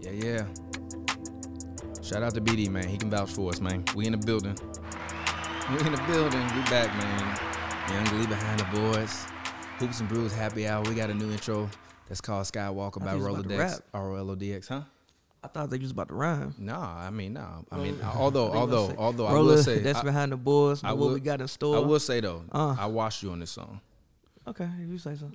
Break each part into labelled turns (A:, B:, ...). A: Yeah, yeah. Shout out to BD, man. He can vouch for us, man. We in the building. We in the building. We back, man. Young Lee behind the boys. Hoops and Brews happy hour. We got a new intro that's called Skywalker
B: I
A: by
B: think it's about
A: Roller
B: to
A: Dex.
B: rap.
A: R O L O D X, huh?
B: I thought they was about to rhyme.
A: Nah, I mean, nah. I mean,
B: Roller-
A: although,
B: I think
A: although,
B: that's it.
A: although, I
B: Roller,
A: will say,
B: that's
A: I,
B: behind the boys.
A: I
B: know
A: will-
B: what we got in store.
A: I will say though,
B: Uh.
A: I watched you on this song.
B: Okay, if you say so.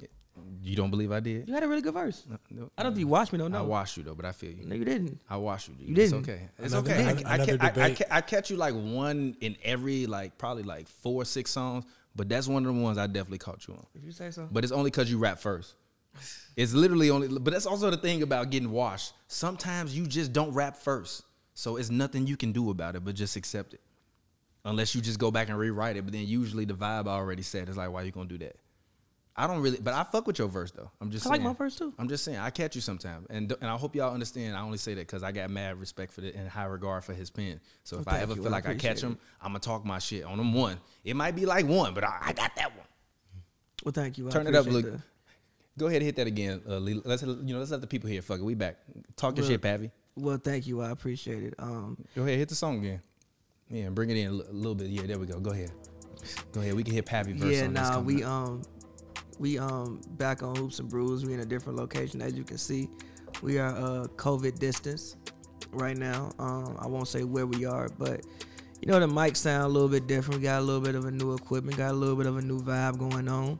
A: You don't believe I did?
B: You had a really good verse.
A: No, no.
B: I don't think you watched me though.
A: I
B: No,
A: watched you though, but I feel you.
B: no, you didn't.
A: I watched you. Dude.
B: You
A: It's
B: didn't.
A: okay. It's
B: Another
A: okay. I,
B: debate.
A: I,
C: Another
A: ca- I, I,
C: debate.
A: ca- I catch you like one in every like probably like four six songs, but that's one of the ones I definitely caught you on.
B: If you say so.
A: But it's only because you rap first. It's literally only. But that's also the thing about getting washed. Sometimes you just don't rap first, so it's nothing you can do about it, but just accept it. Unless you just go back and rewrite it, but then usually the vibe I already said is like, why you gonna do that? I don't really, but I fuck with your verse though. I'm just
B: I like
A: saying.
B: my verse, too.
A: I'm just saying I catch you sometimes, and and I hope y'all understand. I only say that because I got mad respect for the and high regard for his pen. So if I
B: thank
A: ever
B: you.
A: feel
B: I
A: like I catch
B: appreciate
A: him, I'm gonna talk my shit on him one. It might be like one, but I, I got that one.
B: Well, thank you. I
A: Turn it up,
B: appreciate
A: Luke.
B: that.
A: Go ahead and hit that again. Uh, Lee. Let's you know, let's let the people hear. Fuck it, we back. Talk your shit, Pavi.
B: Well, thank you. I appreciate it. Um,
A: Go ahead, hit the song again. Yeah, bring it in a li- little bit. Yeah, there we go. Go ahead. Go ahead. We can hear Pavi verse.
B: yeah,
A: on this
B: nah,
A: coming
B: we
A: up.
B: um, we um, back on hoops and brews. We in a different location, as you can see. We are uh, COVID distance right now. Um, I won't say where we are, but you know the mic sound a little bit different. We got a little bit of a new equipment. Got a little bit of a new vibe going on.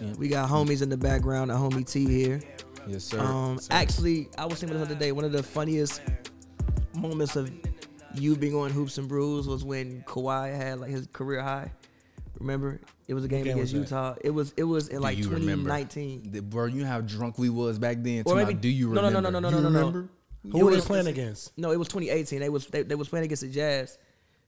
A: Yeah.
B: We got homies in the background. A homie T here.
A: yes sir.
B: Um,
A: Sir.
B: actually, I was thinking the other day, one of the funniest moments of you being on Hoops and Brews was when Kawhi had like his career high. Remember, it was a game,
C: game
B: against
C: was that?
B: Utah. It was it was in like
A: you remember?
B: 2019.
A: The- bro, you know how drunk we was back then.
B: Or
A: Or
B: maybe-
A: do you
B: no, no,
A: remember?
B: no, no, no,
A: You
B: no, no, no.
A: remember?
B: It
C: Who were they
B: was-
C: playing against?
B: No, it was 2018. They was they, they was playing against the Jazz.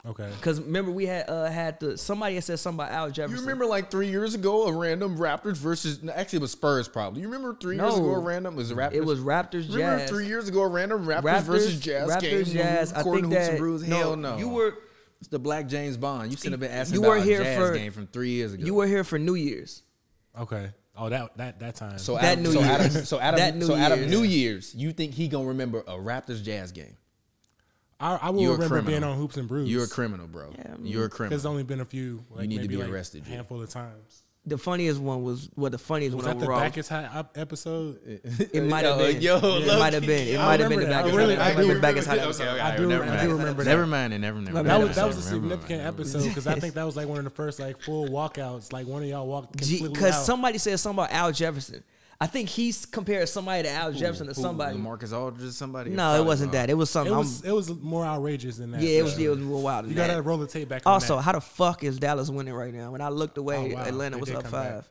C: Okay.
B: Cause remember we had uh, had the somebody had said something about Al Jefferson.
A: You remember like three years ago a random Raptors versus no, actually it was Spurs probably. You remember three years
B: No.
A: ago a random it was Raptors.
B: It was Raptors
A: Remember
B: Jazz.
A: three years ago a randandom Raptors,
B: Raptors
A: versus Jazz game.
B: Raptors Jazz. I
A: Gordon
B: think
A: Hoops and
B: that
A: Brews?
B: no,
A: Hell no.
B: you were
A: It's the Black James Bond. You should have been asking
B: You
A: about
B: were
A: a
B: here
A: Jazz
B: for-
A: game from three years ago.
B: you were here for New Year's.
C: Okay. Oh, that that that time.
A: so
B: that
A: out of,
B: New
A: so Out of,
B: Year's.
A: so out of,
B: That New
A: so out of
B: Year's.
A: New Year's, you think he gonna remember a Raptors Jazz game?
C: I, I will
A: You're a
C: remember
A: criminal.
C: being on hoops and brews.
A: You're a criminal, bro.
B: Yeah, I mean-
A: You're a
C: There's
A: criminal.
C: only been a few. Like,
A: You need to
C: maybe
A: be
C: like
A: arrested,
C: A
A: G.
C: handful of times.
B: The funniest one was well, the funniest
C: Was
B: one
C: that the
B: overall.
C: Backus High up episode?
B: It might have been.
A: Yo,
B: it might have been. It
C: I
B: might have been the
C: remember that.
B: back.
C: I
B: end.
C: really- I
B: I
C: do
B: remember the back
C: remember
B: end.
C: that.
B: episode.
C: I do-
A: never
C: I
A: mind.
C: do remember
A: Never
C: that.
A: mind. And never, never.
B: That
C: That
A: never
C: was that
A: mind,
C: was a
A: never mind.
C: significant episode because I think that was like one of the first like full walkouts. Like one of y'all walked completely
B: Because
C: out.
B: somebody said something about Al Jefferson. I think he's compared somebody to Al Jefferson
A: Who-
B: to
A: who,
B: somebody.
A: Lamarcus Aldridge, somebody.
B: No, it wasn't that. It was
C: it
B: something.
C: was
B: I'm,
C: it was more outrageous than that.
B: yeah, it was.
C: for
B: It
C: sure.
B: was more wild. Than
C: You gotta
B: that.
C: roll the tape back. on
B: Also,
C: that.
B: how the fuck is Dallas winning right now? When I looked away,
C: Oh, wow.
B: Atlanta
C: They
B: was
C: did
B: up
C: come back.
B: five.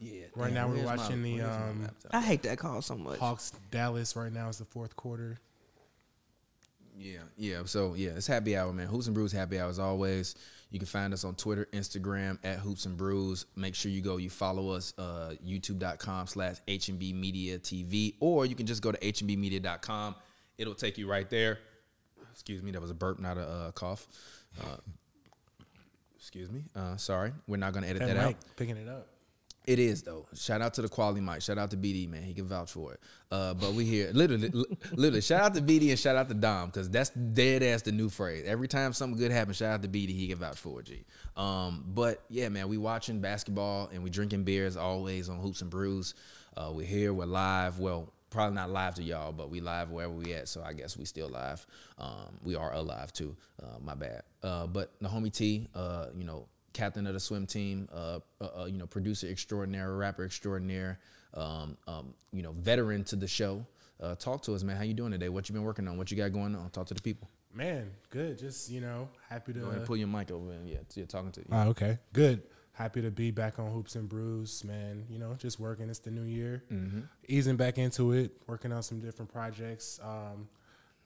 A: Yeah,
C: Right
A: damn,
C: now we're
A: where's my-
C: watching the,
A: where's my
C: um,
A: laptop?
B: I hate that call so much.
C: Hawks Dallas right now is the fourth quarter.
A: Yeah, yeah. So yeah, it's happy hour, man. Hoops and Brews happy hour as always. You can find us on Twitter, Instagram at Hoops and Brews. Make sure you go, you follow us, uh, youtube.com slash HB Media TV, or you can just go to hmbmedia.com. It'll take you right there. Excuse me, that was a burp, not a uh, cough. Uh, excuse me. Uh, sorry, we're not going to edit
C: That
A: that out.
C: mic picking it up.
A: It is though. Shout out to the quality mic. Shout out to BD man. He can vouch for it. Uh, but we here literally, li- literally. Shout out to BD and shout out to Dom because that's dead ass the new phrase. Every time something good happens, shout out to BD. He can vouch for it. G. Um, but yeah, man, we watching basketball and we drinking beer as always on Hoops and Brews. Uh, we're here. We're live. Well, probably not live to y'all, but we live wherever we at. So I guess we still live. Um, we are alive too. Uh, my bad. Uh, but the homie T, uh, you know, captain of the swim team, uh, uh, uh, you know, producer extraordinaire, rapper extraordinaire, um, um, you know, veteran to the show. Uh, talk to us, man. How you doing today? What you been working on? What you got going on? Talk to the people.
C: Man, good. Just you know, happy to.
A: Go ahead
B: Uh,
A: and pull your mic over and yeah, you're talking to you.
C: Ah, okay, good. Happy to be back on Hoops and Brews, man. You know, just working. It's the new year,
A: Mm-hmm.
C: easing back into it, working on some different projects. Um,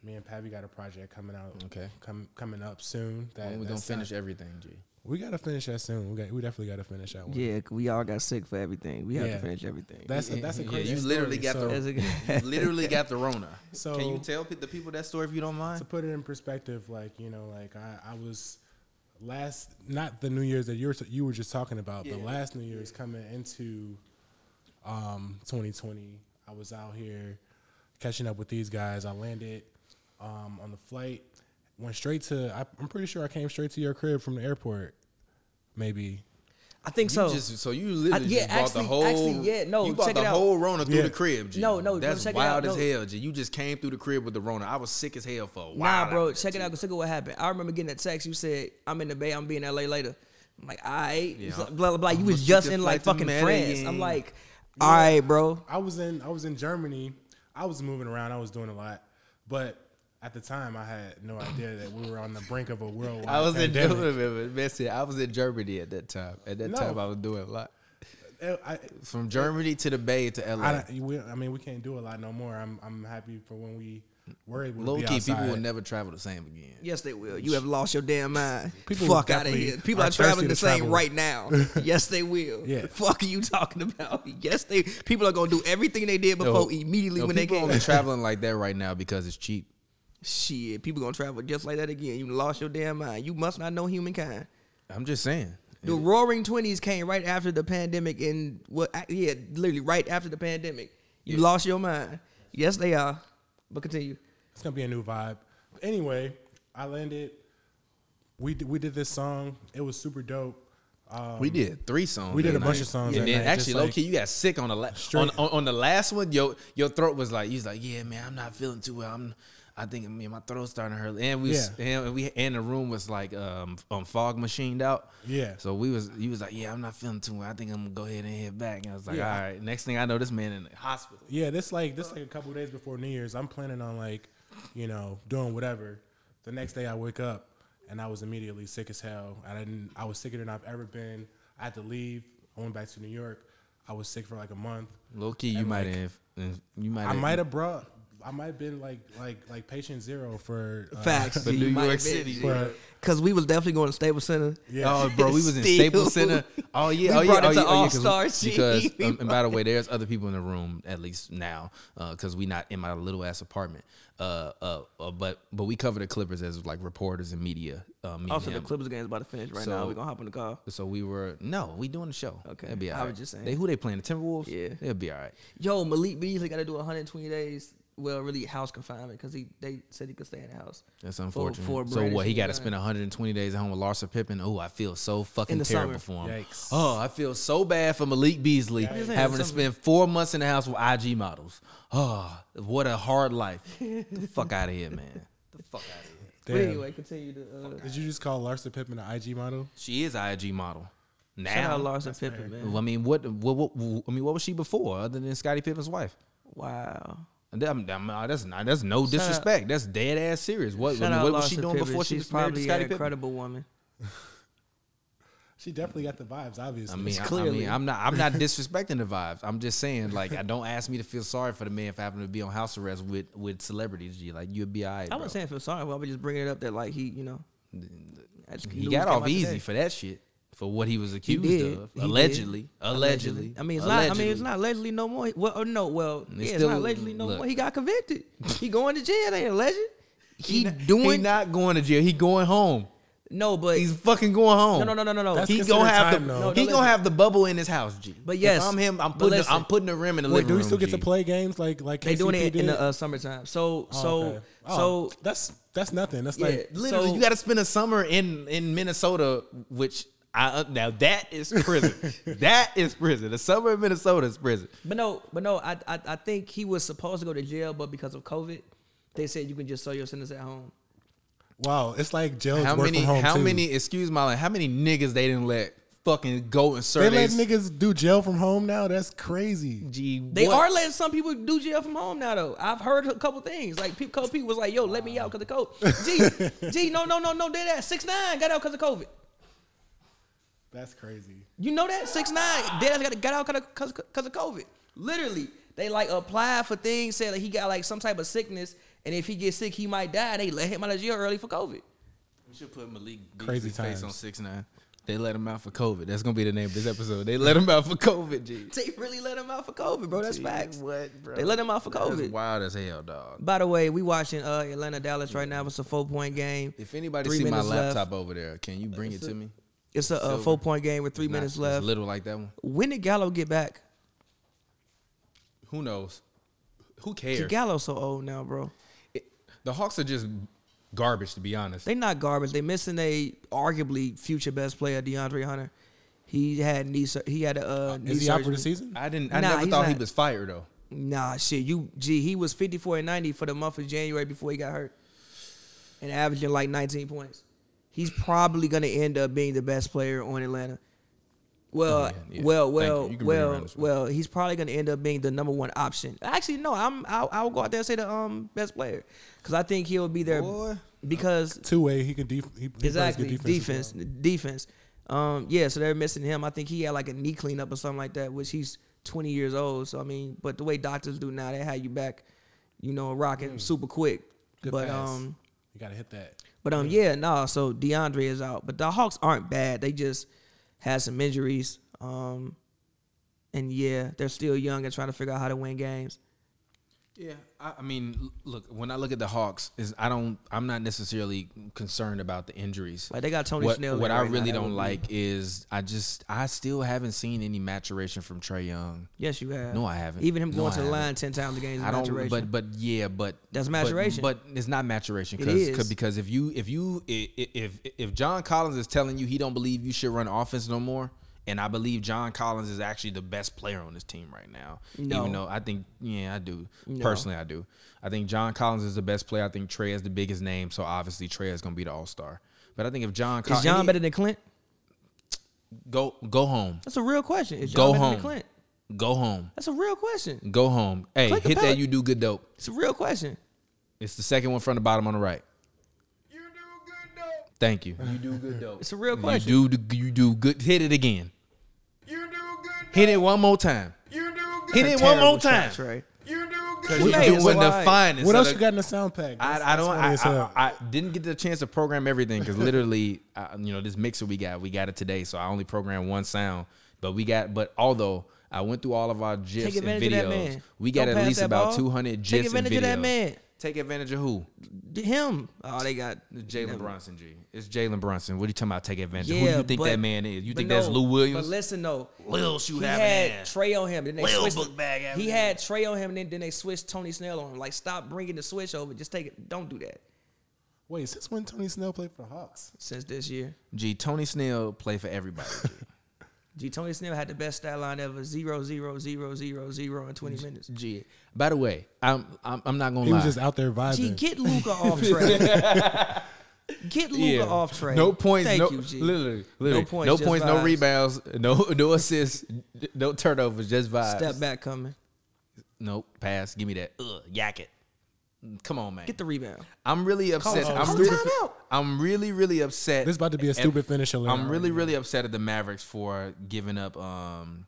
C: me and Pappy got a project coming out.
A: Okay.
C: com- coming up soon. That
A: When we gonna
C: that's
A: finish
C: not-
A: everything, G.
C: we gotta finish that soon. We got, we definitely gotta finish that one.
B: Yeah, we all got sick for everything. We have to
C: Yeah.
B: finish everything.
C: That's a, that's a
A: Yeah,
C: crazy
A: you literally
C: story.
A: got
C: So-
A: the-
B: That's a-
A: You literally got the Rona.
C: So-
A: can you tell pe- the people that story if you don't mind?
C: to put it in perspective, like you know, like I, I was last not the New Year's that you were you were just talking about, but last New Year's coming into um, 2020, I was out here catching up with these guys. I landed um, on the flight, went straight to. I, I'm pretty sure I came straight to your crib from the airport. Maybe
B: I think
A: So
B: so.
A: you, just, so you literally
B: yeah,
A: just bought
B: actually-
A: the whole.
B: actually, yeah, no,
A: you bought
B: check
A: the
B: it out.
A: whole Rona through
C: Yeah.
A: the crib. G.
B: No, no, no,
A: that's
B: check it
A: wild
B: out,
A: as
B: no.
A: hell. G. You just came through the crib with the Rona. I was sick as hell for a while.
B: Nah, bro,
A: after
B: check
A: that,
B: it out.
A: too.
B: Cause look at what happened. I remember getting a text. You said, "I'm in the Bay. I'm be in LA later." I'm like, "All right."
A: Yeah.
B: Blah blah blah. You
A: I'ma
B: was
A: shoot
B: just
A: your
B: in like
A: flight to
B: fucking France.
A: Medellin.
B: I'm like, "All right, bro."
C: I was in I was in Germany. I was moving around. I was doing a lot, but at the time I had no idea that we were on the brink of a worldwide.
A: I was in
C: pandemic.
A: Germany. Man, see, I was in Germany at that time. At that
C: No.
A: time, I was doing a lot
C: Eh, I,
A: from Germany to the Bay to LA.
C: I, don't- we, I mean, we can't do a lot no more. I'm I'm happy for when we were able to
A: Low
C: be
A: key,
C: outside.
A: people will never travel the same again.
B: Yes, they will. You have lost your damn mind.
C: People
B: Fuck out of
C: definitely
B: here. People
C: are
B: are traveling
C: thirsty
B: the same
C: to travel.
B: right now. yes, they will.
C: Yeah.
B: Fuck are you talking about? Yes, they. People are gonna do everything they did before immediately
A: No,
B: when they
A: people
B: get
A: only traveling like that right now because it's cheap.
B: Shit, people gonna travel just like that again. You lost your damn mind. You must not know humankind.
A: I'm just saying.
B: The Roaring Twenties came right after the pandemic, and what? I- Yeah, literally right after the pandemic. You lost your mind. Yes, they are. But continue.
C: It's gonna be a new vibe. But anyway, I landed. We d- we did this song. It was super dope. Um,
A: we did three songs.
C: we did
A: that
C: a bunch
A: night.
C: of songs
A: And
C: that
A: then
C: night,
A: actually,
C: just
A: low
C: like-
A: key, you got sick on the la- on, on on the last one. Your your throat was like, you was like, yeah, man, I'm not feeling too well. I'm, I think me my throat's starting to hurt. And we was-
C: Yeah.
A: and we and the room was like um um fog machined out.
C: Yeah.
A: So we was you was like, yeah, I'm not feeling too well. I think I'm gonna go ahead and head back. And I was like,
C: Yeah.
A: all right. Next thing I know, this man in the hospital.
C: Yeah, this like this like a couple days before New Year's. I'm planning on like, you know, doing whatever. The next day I wake up and I was immediately sick as hell. I didn't I was sicker than I've ever been. I had to leave. I went back to New York. I was sick for like a month.
A: Low key, you
C: And,
A: might
C: like,
A: have you might
C: I might have brought I might have been like like like patient zero for uh,
B: Facts.
A: for
B: You
A: New
B: might
A: York
B: have been-
A: City,
C: bro.
B: Cause we was definitely going to Staples Center.
C: Yeah.
A: Oh, bro, we was in
B: Still.
A: Staples Center. Oh yeah,
B: We
A: oh yeah,
B: brought it
A: oh,
B: to
A: yeah, oh, yeah, 'cause
B: All-Star
A: we-
B: Team.
A: Because
B: We
A: um, and by the way, there's other people in the room at least now because we not in my little ass apartment. Uh, uh, uh, but but we cover the Clippers as like reporters and media. Uh, me and
B: Also, Oh, the
A: him.
B: Clippers game is about to finish right
A: So-
B: now. We're gonna hop on the car.
A: So we were no, we doing the show.
B: Okay,
A: It'll be
B: I
A: all
B: was
A: right.
B: just saying.
A: They who they playing the Timberwolves?
B: Yeah.
A: it'll be all right.
B: Yo, Malik Beasley got to do 120 days. Well, really house confinement because he they said he could stay in the house.
A: That's
B: For-
A: unfortunate.
B: for a
A: so
B: brand
A: what? He
B: new
A: got to
B: guy.
A: spend 120 days at home with Larsa Pippen. Oh, I feel so fucking
B: the
A: terrible
B: summer.
A: for him.
C: Yikes.
A: Oh, I feel so bad for Malik Beasley
B: Yikes.
A: having to
B: Summer.
A: spend four months in the house with IG models. Oh, what a hard life. the fuck out of here, man. The fuck out of here.
B: But
C: Damn.
B: anyway, continue to uh,
C: Did you just call Larsa Pippen an IG model?
A: She is IG model now.
B: shout out Larson Pippen, man.
A: I mean, what, what, what? I mean, what was she before, other than Scottie Pippen's wife?
B: Wow.
A: And that- I'm- I'm- that's not, that's no disrespect. That's dead ass serious. What,
B: Shout out
A: what was
B: Larsa
A: she doing
B: Pippen.
A: before she
B: She's
A: was married to
B: probably
A: Scottie
B: an
A: Pippen?
B: incredible woman.
C: She definitely got the vibes, obviously.
A: I mean, I- I,
B: clearly-
A: mean, I'm not, I'm not disrespecting the vibes. I'm just saying, like, I don't ask me to feel sorry for the man for having to be on house arrest with with celebrities. G, like, you'd be alright.
B: I
A: bro.
B: wasn't saying I feel sorry, but I was just bringing it up that like he, you know, I just-
A: He
B: news
A: got
B: came
A: off
B: out
A: easy
B: today.
A: for that shit for what he was accused
B: did.
A: of,
B: He did.
A: allegedly, allegedly.
B: I mean, it's not. I mean, it's not allegedly no more. Well, oh, no. Well, yeah, it's
A: still-
B: not allegedly no
A: look.
B: more. He got convicted. he going to jail. Ain't alleged. He,
A: Doing,
B: doing
A: not going to jail. He going home.
B: no, but
A: He's fucking going home.
B: no, no, no, no, no, no.
C: That's
A: He
C: considered
A: gonna have
C: time,
A: the
C: though.
B: No, no,
A: he
B: listen.
A: gonna have the bubble in his house, G.
B: But yes,
A: if I'm him. I'm
B: but
A: putting
B: listen.
A: I'm putting a rim in the
C: Wait,
A: living
C: do we
A: room.
C: still get
A: G.
C: to play games like like
B: they doing
C: KCP
B: it in
C: did?
B: the uh, summertime. So
C: Oh,
B: so
C: okay.
B: so
C: Oh, that's that's nothing. That's
B: Yeah.
C: like
A: Literally,
B: So-
A: you got to spend a summer in in Minnesota, which I uh, now that is prison. that is prison. The summer in Minnesota is prison.
B: But no, but no, I, I I think he was supposed to go to jail, but because of COVID, they said you can just sell your sentence at home.
C: Wow, it's like jail's
A: how
C: work
A: many?
C: from home
A: How
C: too.
A: many? Excuse my language. How many niggas they didn't let fucking go and
C: They
A: serve?
C: let
A: their-
C: niggas do jail from home now. That's crazy.
A: G,
B: They
A: what?
B: are letting some people do jail from home now, though. I've heard a couple things. Like people, Coach P was like, "Yo, let me out because of COVID." G, G, no, no, no, no, did that six nine got out because of COVID.
C: That's crazy.
B: You know that six nine did got got out because because of COVID. Literally, they like applied for things, said like he got like some type of sickness, and if he gets sick, he might die. They let him out of jail early for COVID.
A: We should put Malik
C: Crazy
A: Beasley face
C: times.
A: on six nine. They let him out for COVID. That's gonna be the name of this episode. They let him out for COVID. G.
B: They really let him out for COVID, bro. That's
A: Gee,
B: facts.
A: What, bro?
B: They let him out for
A: That is
B: COVID.
A: wild as hell, dog.
B: By the way, we watching uh, Atlanta Dallas right now. It's a four point game.
A: If anybody
B: Three
A: see my
B: minutes left.
A: laptop over there, can you bring it to me?
B: It's a uh,
A: Silver.
B: four point game with three minutes
A: Not- it's
B: left.
A: Little like that one.
B: when did Gallo get back?
A: Who knows? who cares?
B: Gallo so old now, bro.
A: It- the Hawks are just garbage, to be honest.
B: They not garbage. They missing a arguably future best player, DeAndre Hunter. He had knee. sur- He had a uh, knee
C: Is he out for
B: surgery.
C: the season?
A: I didn't. I
B: Nah,
A: never
B: he's
A: thought he
B: not.
A: was fired though.
B: Nah, shit. You gee, he was fifty four and ninety for the month of January before he got hurt, and averaging like nineteen points. He's probably gonna end up being the best player on Atlanta. Well,
A: Oh, yeah, yeah.
B: well,
A: Thank
B: well,
A: you. You can bring it around
B: well,
A: this way.
B: well. He's probably gonna end up being the number one option. Actually, no. I'm. I'll, I'll go out there and say the um best player because I think he'll be there
A: Boy.
B: because
C: Two way. He can def- he, he plays good
B: Exactly.
C: defense. as
B: Defense.
C: well.
B: Defense. Um, yeah, so they're missing him. I think he had like a knee cleanup or something like that, which he's 20 years old. So, I mean, but the way doctors do now, they have you back, you know, rocking super quick.
C: Good
B: but,
C: pass.
B: um,
C: you gotta hit that.
B: but, um, yeah, no, so DeAndre is out. But the Hawks aren't bad. They just had some injuries. Um, and yeah, they're still young and trying to figure out how to win games.
A: Yeah, I, I mean, l- look. When I look at the Hawks, is I don't. I'm not necessarily concerned about the injuries.
B: Like, they got Tony
A: what,
B: Snell.
A: What
B: there
A: I
B: right now.
A: really
B: That would
A: don't
B: be-
A: like is I just I still haven't seen any maturation from Trey Young.
B: Yes, you have.
A: No, I haven't.
B: Even him
A: No,
B: going
A: I
B: to the
A: haven't.
B: line 10 times a game is
A: I don't.
B: maturation.
A: But but yeah, but
B: That's
A: but-
B: maturation.
A: But, it's not maturation
B: It
A: because
B: is.
A: because if you if you i- i- if if John Collins is telling you he don't believe you should run offense no more. And I believe John Collins is actually the best player on this team right now.
B: No.
A: Even though I think, yeah, I do. Personally, I do. I think John Collins is the best player. I think Trey is the biggest name. So obviously, Trey is going to be the all star. But I think if John
B: is
A: Collins.
B: John better than Clint?
A: Go, go home.
B: That's a real question. Is
A: Go
B: y'all better
A: home.
B: Than Clint?
A: Go home.
B: That's a real question.
A: Go home. Hey,
B: Click the
A: hit
B: pellet.
A: that you do good dope.
B: It's a real question.
A: It's the second one from the bottom on the right. You do good dope. Thank you. You do good dope.
B: It's a real
A: You
B: question.
A: do the- you do good. Hit it again. You do good. Hit it one more time. You do good. Hit it one more time.
B: Trey.
A: You do good.
B: Cause you
A: We
B: made it,
A: doing
B: so
A: the
B: I-
A: finest.
C: What
A: So
C: else
A: the-
C: you got in the sound pack? That's-
A: I, I don't.
C: that's funny
A: I,
C: as hell.
A: I, I didn't get the chance to program everything because literally, uh, you know, this mixer we got, we got it today, so I only programmed one sound. But we got. But although I went through all of our gifs
B: Take
A: and
B: advantage of that
A: videos,
B: man.
A: we got
B: Don't
A: at
B: pass
A: least
B: that
A: about
B: ball.
A: two hundred
B: Take
A: gifs and
B: advantage
A: videos.
B: of that man.
A: Take advantage of who?
B: D- Him. Oh, they got
A: Jalen Brunson, G. It's Jalen Brunson. What are you talking about? Take advantage.
B: Yeah,
A: Who do you think
B: but-
A: that man is? You
B: but
A: think
B: no,
A: that's Lou Williams?
B: But listen though,
A: Lil shoe
B: he
A: having
B: had
A: ass.
B: Trey on him. Then they
A: Lil
B: switched.
A: book bag having
B: he had Trey on him, and then, then they switched Tony Snell on him. Like, stop bringing the switch over. Just take it. Don't do that.
C: Wait, since when Tony Snell played for the Hawks?
B: Since this year,
A: G. Tony Snell play for everybody.
B: G. Tony Snell had the best stat line ever: zero, zero, zero, zero, zero in twenty minutes.
A: G. G. By the way, I'm I'm, I'm not gonna
C: He
A: lie.
C: was just out there
B: G,
C: vibing.
B: get Luca off track. get Luca off track.
A: No points.
B: Thank
A: no,
B: you, G.
A: Literally, literally, no
B: points,
A: points. No,
B: just vibes.
A: rebounds. No no assists. No turnovers. Just vibes.
B: Step back coming.
A: Nope. Pass. Give me that. Ugh, yak it. Come on, man.
B: Get the rebound.
A: I'm really upset.
C: Call-
A: I'm
C: call
A: really,
B: timeout.
A: I'm really, really upset.
C: This about to be a
A: at-
C: stupid finish, Atlanta,
A: I'm really,
C: right now.
A: really upset at the Mavericks for giving up um,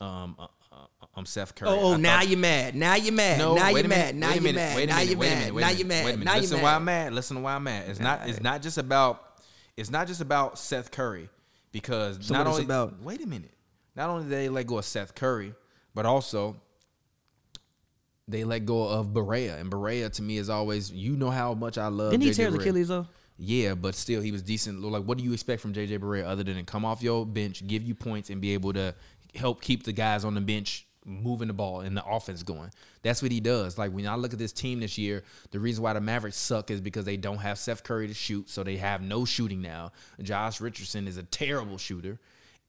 A: um, uh, uh, um Seth Curry.
B: Oh, oh
A: I
B: now
A: thought-
B: you're mad. Now you're mad.
A: No,
B: now
A: wait
B: you're
A: a minute,
B: mad. Now
A: wait a
B: you're
A: minute,
B: mad.
A: wait a
B: Now
A: minute,
B: you're
A: wait a minute,
B: mad.
A: wait
B: Now
A: a
B: you're
A: minute, wait a
B: mad.
A: minute.
B: Now
A: Listen
B: you're
A: why I'm
B: mad.
A: mad. Listen to why I'm mad. It's not. It's not just about. It's not just about Seth Curry because not
B: what it's
A: only.
B: about?
A: Wait a minute. Not only did they let go of Seth Curry, but also they let go of Berea. And Berea to me is always you know how much I love.
B: Didn't he
A: JJ
B: tear his
A: Barea.
B: Achilles though?
A: Yeah, but still, he was decent. Like, what do you expect from JJ Barea other than to come off your bench, give you points, and be able to help keep the guys on the bench moving the ball and the offense going? That's what he does. Like when I look at this team this year, the reason why the Mavericks suck is because they don't have Seth Curry to shoot, so they have no shooting now. Josh Richardson is a terrible shooter.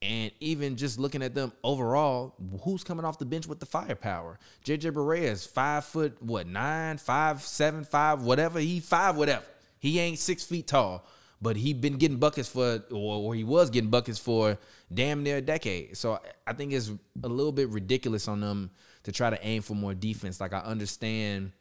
A: And even just looking at them overall, who's coming off the bench with the firepower? JJ Barea is five foot, what, nine, five, seven, five, whatever. He five, whatever. He ain't six feet tall, but he been getting buckets for, or, or he was getting buckets for damn near a decade. So I- I think it's a little bit ridiculous on them to try to aim for more defense. Like I understand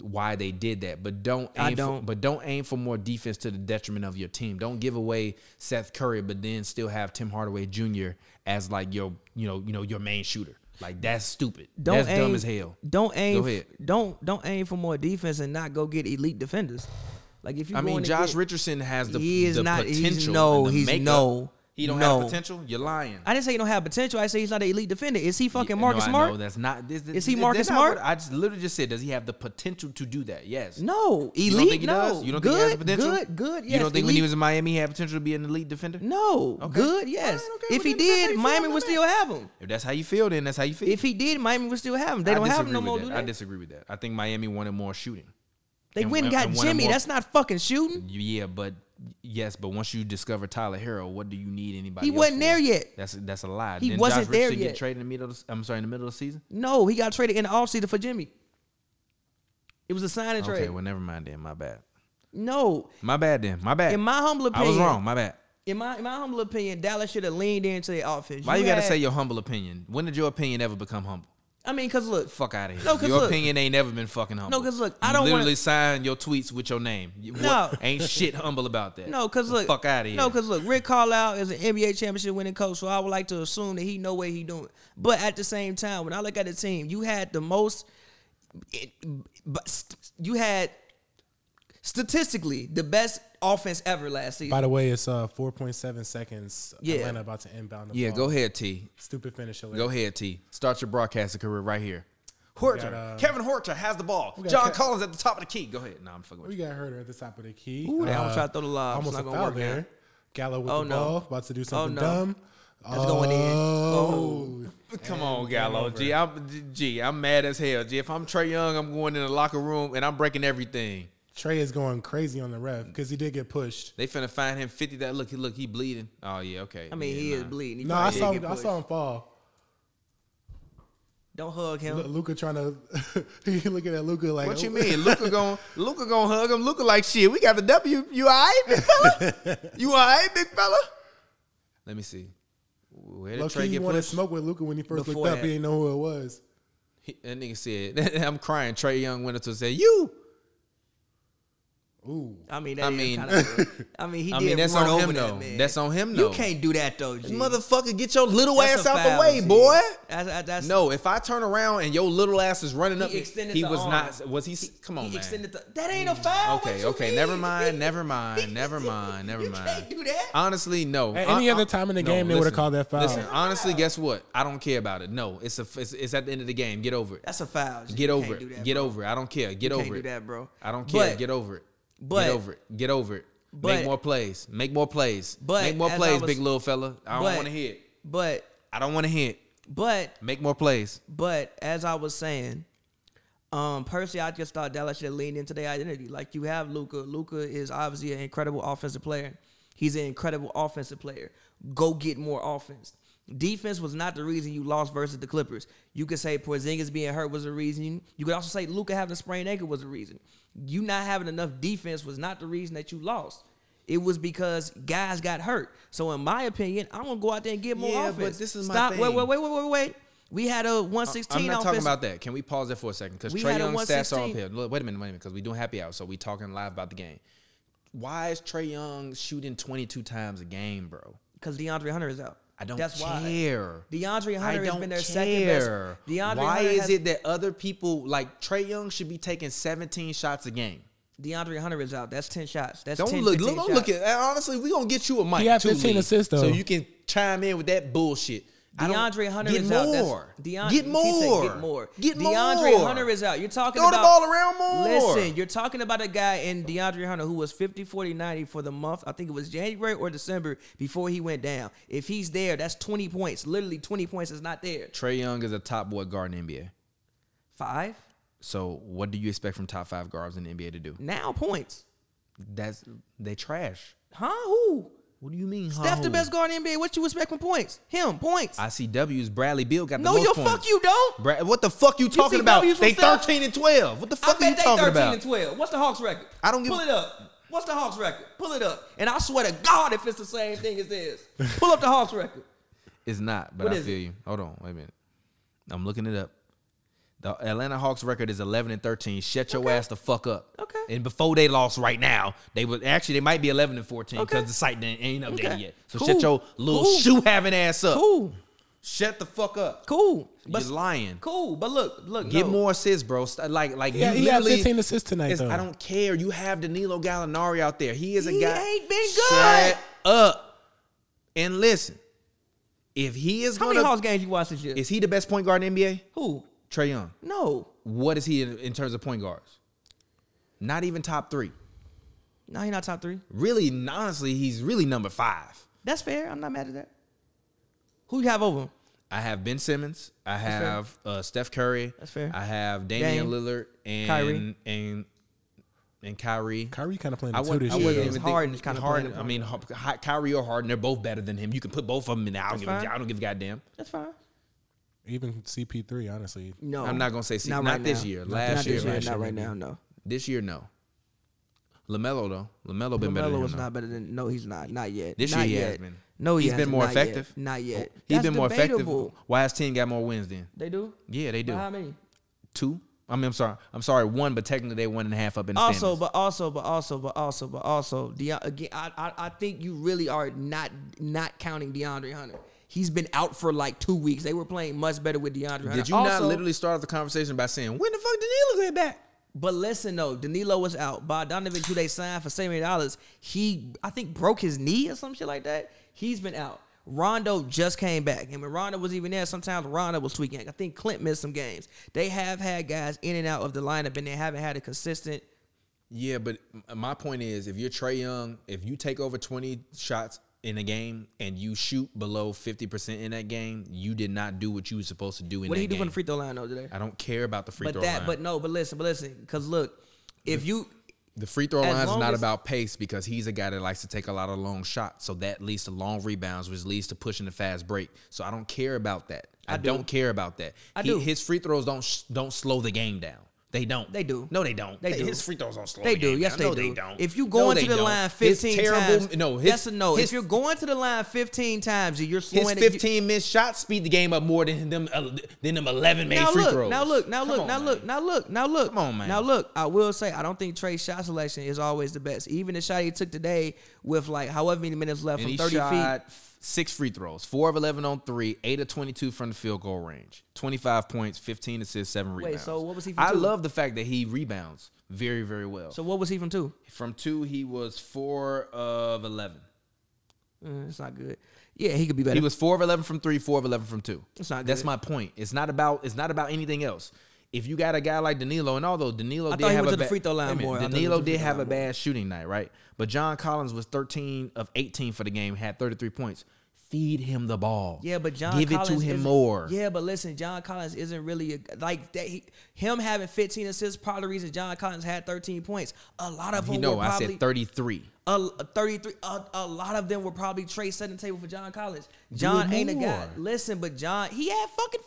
A: why they did that, but don't aim
B: I
A: for-
B: don't.
A: but don't aim for more defense to the detriment of your team. Don't give away Seth Curry, but then still have Tim Hardaway Jr. as like your you know you know your main shooter. Like that's stupid.
B: Don't
A: that's
B: aim,
A: dumb as hell.
B: Don't aim.
A: Go ahead.
B: Don't don't aim for more defense and not go get elite defenders. Like if you,
A: I mean,
B: going to
A: Josh
B: get-
A: Richardson has the
B: he is
A: the
B: not.
A: potential.
B: He's no.
A: and the
B: He's
A: makeup.
B: no.
A: He don't
B: No.
A: have potential. You're lying.
B: I didn't say he don't have potential. I say he's not an elite defender. Is he fucking
A: Yeah, no,
B: Marcus
A: I know
B: Smart?
A: that's not. This, this,
B: Is he
A: this-
B: Marcus
A: that's not what-
B: Smart?
A: I just literally just said, does he have the potential to do that? Yes.
B: No, elite.
A: You don't think he
B: no,
A: does? You don't
B: good,
A: think he has the potential?
B: good, good. Yes,
A: you don't think when he
B: elite.
A: was in Miami, he had potential to be an elite defender?
B: no
A: Okay.
B: good? Yes.
A: All right, okay,
B: if
A: well,
B: he
A: then that's how you
B: did,
A: feel
B: Miami
A: about
B: would
A: that.
B: still have him.
A: If that's how you feel, then that's how you feel.
B: If he did, Miami would still have him. They
A: I
B: don't have him
A: disagree
B: no
A: with
B: more.
A: that.
B: Do
A: I
B: they?
A: disagree with that. I think Miami wanted more shooting.
B: They
A: and-
B: went and
A: and-
B: got
A: and wanted
B: Jimmy.
A: more-
B: That's not fucking shooting.
A: Yeah, but yes, but once you discover Tyler Hero, what do you need anybody?
B: He
A: else
B: wasn't
A: for?
B: there yet.
A: That's that's a lie.
B: He
A: Didn't
B: wasn't
A: Josh
B: there
A: Richardson
B: yet.
A: Get traded in the middle. Of, the- I'm sorry, in the middle of the season.
B: No, he got traded in the offseason for Jimmy. It was a sign and
A: Okay,
B: trade.
A: well, never mind then. My bad.
B: no,
A: My bad then. My bad.
B: in my humble
A: I
B: opinion,
A: was wrong. My bad.
B: In my, in my humble opinion, Dallas should have leaned into their offense.
A: Why you, gotta
B: had-
A: say your humble opinion? When did your opinion ever become humble?
B: I mean, cause look,
A: Fuck out of here.
B: No, 'cause
A: your
B: look-
A: opinion ain't never been fucking humble.
B: No, 'cause look, I
A: You
B: don't wanna-
A: literally sign your tweets with your name. You-
B: No.
A: what- ain't shit humble about that.
B: no, cause
A: The
B: look,
A: fuck out of here.
B: No, cause look, Rick Carlisle is an NBA championship winning coach, so I would like to assume that he know what he doing. But at the same time, when I look at the team, you had the most, it, but st- you had statistically the best offense ever last season.
C: By the way, it's uh 4.7 seconds.
B: Yeah.
C: Atlanta about to inbound the
A: yeah,
C: ball.
A: go ahead, T.
C: Stupid finish. Hilarious.
A: Go ahead, T. Start your broadcasting career right here. Horter,
C: got, uh,
A: Kevin Horter has the ball.
C: got
A: John
C: Ke-
A: Collins at the top of the key. Go ahead. No, I'm fucking with
C: We
A: you.
C: got Herder at the top of the key.
B: Ooh, that
C: Uh,
B: almost tried to throw the lob. It's
C: Almost
B: not
C: a
B: gonna
C: foul
B: work now.
C: there. Gallo with
B: Oh,
C: the
B: no.
C: ball, about to do something
B: no.
C: dumb.
B: That's going in.
C: Oh.
A: Come on, Gallo. G, I'm G- G, I'm mad as hell. G, if I'm Trey Young, I'm going in the locker room and I'm breaking everything.
C: Trey is going crazy on the ref because he did get pushed.
A: They finna find him 50 that look, he look, he bleeding. Oh yeah, okay.
B: I mean,
A: yeah,
B: he is
A: nah.
B: bleeding. He
C: No, I
B: probably
C: saw
B: did
C: him,
B: get
C: I
B: pushed.
C: saw him fall.
B: Don't hug him.
C: Luca trying to he looking at Luca like
A: What you
C: "Oh."
A: mean? Luca gon' Luca gon' hug him. Luca like shit. We got the W. You alright, big fella? You alright, big fella? Let me see. Where did
C: Low
A: Trey
C: key, you
A: get
C: want to
A: pushed?
C: smoke with Luca when he first
B: Before
C: looked up.
B: that.
C: He didn't know who it was.
A: He, that nigga said, "I'm crying." Trey Young went up to him and said, "You."
C: Ooh,
B: I mean,
A: I
B: that
A: mean-
B: kind of. I mean, he
A: I
B: did
A: mean, that's
B: run
A: on
B: over
A: him
B: that
A: though.
B: man.
A: That's on him
B: You
A: though.
B: can't do that though, G.
A: motherfucker, get your little
B: That's
A: ass
B: a
A: out
B: foul,
A: the way,
B: G.
A: boy.
B: That's, that's, that's
A: No, if I turn around and your little ass is running up,
B: He extended
A: he
B: the
A: was
B: arm.
A: not. Was he? s- Come on,
B: He
A: man.
B: extended the. That ain't a foul. What
A: okay,
B: you
A: okay.
B: mean?
A: Never mind. Never mind. Never mind. Never
B: you
A: mind.
B: can't do that.
A: Honestly, no.
C: At any
A: I-
C: other
A: I-
C: time in the game, they would've
A: listen,
C: called that foul.
A: Listen, honestly, guess what? I don't care about it. No, it's a. It's, it's at the end of the game. Get over it.
B: That's a foul. G.
A: Get
B: You
A: over
B: can't do that,
A: it. Get
B: bro.
A: over it. I don't care. Get
B: You
A: over
B: can't
A: it.
B: do that, bro.
A: I don't care.
B: But-
A: get over it.
B: but-
A: get over it. Get over it.
B: but-
A: Make more plays. Make more plays.
B: but
A: Make more
B: as I
A: plays,
B: was-
A: big little fella. I don't
B: but-
A: want to hit.
B: But
A: I don't want to hit.
B: but
A: Make more plays.
B: but as I was saying, um, personally, I just thought Dallas should lean into their identity. Like you have Luca. Luca is obviously an incredible offensive player. He's an incredible offensive player. Go get more offense. Defense was not the reason you lost versus the Clippers. You could say Porzingis being hurt was a reason. You could also say Luca having a sprained ankle was a reason. You not having enough defense was not the reason that you lost. It was because guys got hurt. So in my opinion, I'm gonna go out there and get more
A: Yeah,
B: offense.
A: but this is my
B: Stop. Wait,
A: thing.
B: wait, wait, wait, wait, wait. We had a
A: I'm
B: 116
A: not talking
B: offense.
A: about that. Can we pause that for a second? Because
B: We
A: Trey
B: had a
A: Young's stats are up
B: 116.
A: here. Look, wait a minute, wait a minute, because we doing happy hour, so we talking live about the game. Why is Trey Young shooting 22 times a game, bro?
B: because DeAndre Hunter is out.
A: I don't
B: That's why.
A: care.
B: DeAndre
A: I
B: Hunter
A: don't
B: has been their second best.
A: care.
B: DeAndre
A: Why
B: Hunter
A: is
B: has-
A: it that other people like Trey Young should be taking 17 shots a game?
B: DeAndre Hunter is out. That's 10 shots. That's
A: Don't
B: 10,
A: look,
B: 15
A: look, don't
B: shots.
A: look at. and Honestly, we gonna get you a mic.
C: had
A: too,
C: 15
A: Lee,
C: assists, though.
A: so you can chime in with that bullshit. I don't-
B: DeAndre Hunter
A: get
B: is
A: more.
B: out. That's,
A: get
B: Deon- he said
A: more.
B: Get more.
A: Get more.
B: DeAndre Hunter is out. You're talking
A: Throw the
B: about
A: ball around more.
B: Listen, you're talking about a guy in DeAndre Hunter who was 50, 40, 90 for the month. I think it was January or December before he went down. If he's there, that's 20 points. Literally 20 points is not there.
A: Trey Young is a top boy guard in the NBA.
B: Five
A: So what do you expect from top five guards in the NBA to do?
B: now points.
A: That's they trash.
B: Huh? Who?
A: What do you mean?
B: Steph the
A: huh?
B: best guard in NBA. What you expect from points? Him points.
A: I see W's. Bradley Bill got the
B: no,
A: most
B: you
A: points.
B: fuck you don't.
A: Bra- what the fuck you talking
B: see
A: about?
B: W's from
A: They
B: Steph?
A: thirteen and twelve. What the
B: I
A: fuck are you
B: bet they
A: talking
B: thirteen
A: about?
B: and twelve. What's the Hawks record?
A: I don't give
B: Pull
A: a-
B: it up. What's the Hawks record? Pull it up. And I swear to God, if it's the same thing as this, pull up the Hawks record.
A: It's not, but
B: What
A: I
B: is
A: feel
B: it?
A: you. Hold on, wait a minute. I'm looking it up. The Atlanta Hawks record is 11 and 13. Shut your ass the fuck up.
B: Okay.
A: And before they lost right now, they would actually they might be 11 and 14 because
B: Okay.
A: the site didn't, ain't updated
B: Okay.
A: yet. So
B: Cool.
A: shut your little
B: Cool.
A: shoe having ass up.
B: Cool,
A: Shut the fuck up.
B: cool, but
A: You're lying.
B: cool. But look, look,
A: Get
B: no.
A: more assists, bro. St- Like like
C: Yeah,
A: you
C: he had
A: literally-
C: 15 assists tonight,
A: It's-
C: though.
A: I don't care. You have Danilo Gallinari out there. He is a
B: He
A: guy.
B: ain't been good.
A: Shut up. And listen, if he is
B: How many
A: going
B: Hawks
A: to,
B: games you watched this year?
A: is he the best point guard in the NBA?
B: Who?
A: Trey Young.
B: No.
A: What is he in, in terms of point guards? Not even top three.
B: No, he's not top three.
A: Really, honestly, he's really number five.
B: That's fair. I'm not mad at that. Who you have over him?
A: I have Ben Simmons. I
B: fair.
A: have uh, Steph Curry.
B: That's fair.
A: I have Damian
B: Dame,
A: Lillard and
B: Kyrie.
A: and and Kyrie.
C: Kyrie kind of playing
A: I
C: the two
A: wouldn't,
C: this
A: I
C: year.
A: wouldn't
C: though.
A: even think
B: Harden is kinda
A: Harden-
B: playing the
A: I mean, Hy- Kyrie or Harden, they're both better than him. You can put both of them in there. I don't,
B: That's
A: give a,
B: fine.
A: I don't give a goddamn.
B: That's fine.
C: Even CP3, honestly.
B: No,
A: I'm not gonna say see, not,
B: right
A: this
B: now.
A: year.
B: Not
A: Last
B: this
A: year,
B: year,
A: last
B: not
A: year,
B: right
A: maybe.
B: now. No,
A: This year, no. Lamelo though, Lamelo been better.
B: Melo
A: Than
B: was
A: him,
B: not
A: though.
B: better than. No, he's not. Not yet.
A: This
B: not
A: year he
B: yet.
A: has been.
B: No, he
A: He's been
B: hasn't.
A: more
B: Not yet.
A: effective. Oh,
B: Not yet.
A: He's
B: That's
A: been more
B: debatable.
A: effective. Why has team got more wins then?
B: They do.
A: Yeah, they do.
B: By how many?
A: Two. I mean, I'm sorry. I'm sorry. One, but technically they one and a half up in the
B: Also,
A: standings.
B: but also, but also, but also, but also, Deion, again, I, I, I think you really are not not counting DeAndre Hunter. He's been out for like two weeks. They were playing much better with DeAndre Hunter.
A: Did you not
B: Also-
A: literally start off the conversation by saying, when the fuck did Danilo get back?
B: But listen though, Danilo was out. Bogdanovich, who they signed for seventy dollars, he I think broke his knee or some shit like that. He's been out. Rondo just came back, and when Rondo was even there, sometimes Rondo was tweaking. I think Clint missed some games. They have had guys in and out of the lineup, and they haven't had a consistent.
A: Yeah, but m- my point is if you're Trey Young, if you take over 20 shots in a game and you shoot below 50% in that game, you did not do what you were supposed to do in
B: What
A: that
B: did he do
A: game.
B: from the free throw line though today?
A: I don't care about the free
B: But
A: throw
B: that,
A: line.
B: but no, but listen, but listen, because look, if you
A: the free throw
B: as
A: line is
B: long
A: not
B: as-
A: about pace because he's a guy that likes to take a lot of long shots. So that leads to long rebounds, which leads to pushing the fast break. So I don't care about that. I,
B: do.
A: do. not care about that.
B: I
A: He-
B: do.
A: His free throws don't sh- don't slow the game down. They don't.
B: They do.
A: No, they don't.
B: They do.
A: His free throws Oh, don't slow.
B: They
A: the
B: do.
A: game
B: Yes,
A: down.
B: they
A: No,
B: do.
A: don't.
B: If you
A: No,
B: going
A: they
B: to the
A: don't.
B: line
A: His
B: fifteen
A: terrible,
B: times,
A: no, his,
B: yes or no.
A: His,
B: if you're going to the line fifteen times, you're
A: his
B: slowing it- you-
A: fifteen missed shots speed the game up more than them uh, than them eleven made
B: now
A: free
B: look,
A: throws.
B: Now look, now
A: Come
B: look,
A: on,
B: now
A: man.
B: look, now look, now look.
A: Come on, man.
B: Now look, I will say I don't think Trey's shot selection is always the best. Even the shot he took today with like however many minutes left
A: And he
B: from thirty
A: shot
B: feet.
A: f- six free throws, four of eleven on three, eight of twenty-two from the field goal range, twenty-five points, fifteen assists, seven rebounds.
B: so what was he for
A: I
B: two?
A: love the fact that he rebounds very, very well. So
B: So what was he from two?
A: from two, he was four of eleven.
B: Mm, it's not good. Yeah, he could be better.
A: He was four of eleven from three, four of eleven from two.
B: That's not
A: That's
B: good.
A: my point. It's not about. It's not about anything else. If you got a guy like Danilo, and although Danilo
B: I
A: did
B: thought he
A: have
B: went
A: a
B: to the
A: ba-
B: free throw line
A: Wait a minute.
B: more. I thought he
A: Danilo
B: went to the
A: did
B: free throw
A: have a
B: line more.
A: bad shooting night, right? But John Collins was thirteen of eighteen for the game, had thirty three points. Feed him the ball.
B: Yeah, but John
A: give
B: Collins
A: it to him
B: isn't-
A: more.
B: Yeah, but listen, John Collins isn't really a, like that. He, him having 15 assists, part of the reason John Collins had 13 points. A lot of them
A: you know,
B: were
A: I
B: probably
A: said thirty three.
B: a, a 33. A, a lot of them were probably Trey setting the table for John Collins. John
A: it
B: ain't a guy.
A: more.
B: Listen, but John, he had fucking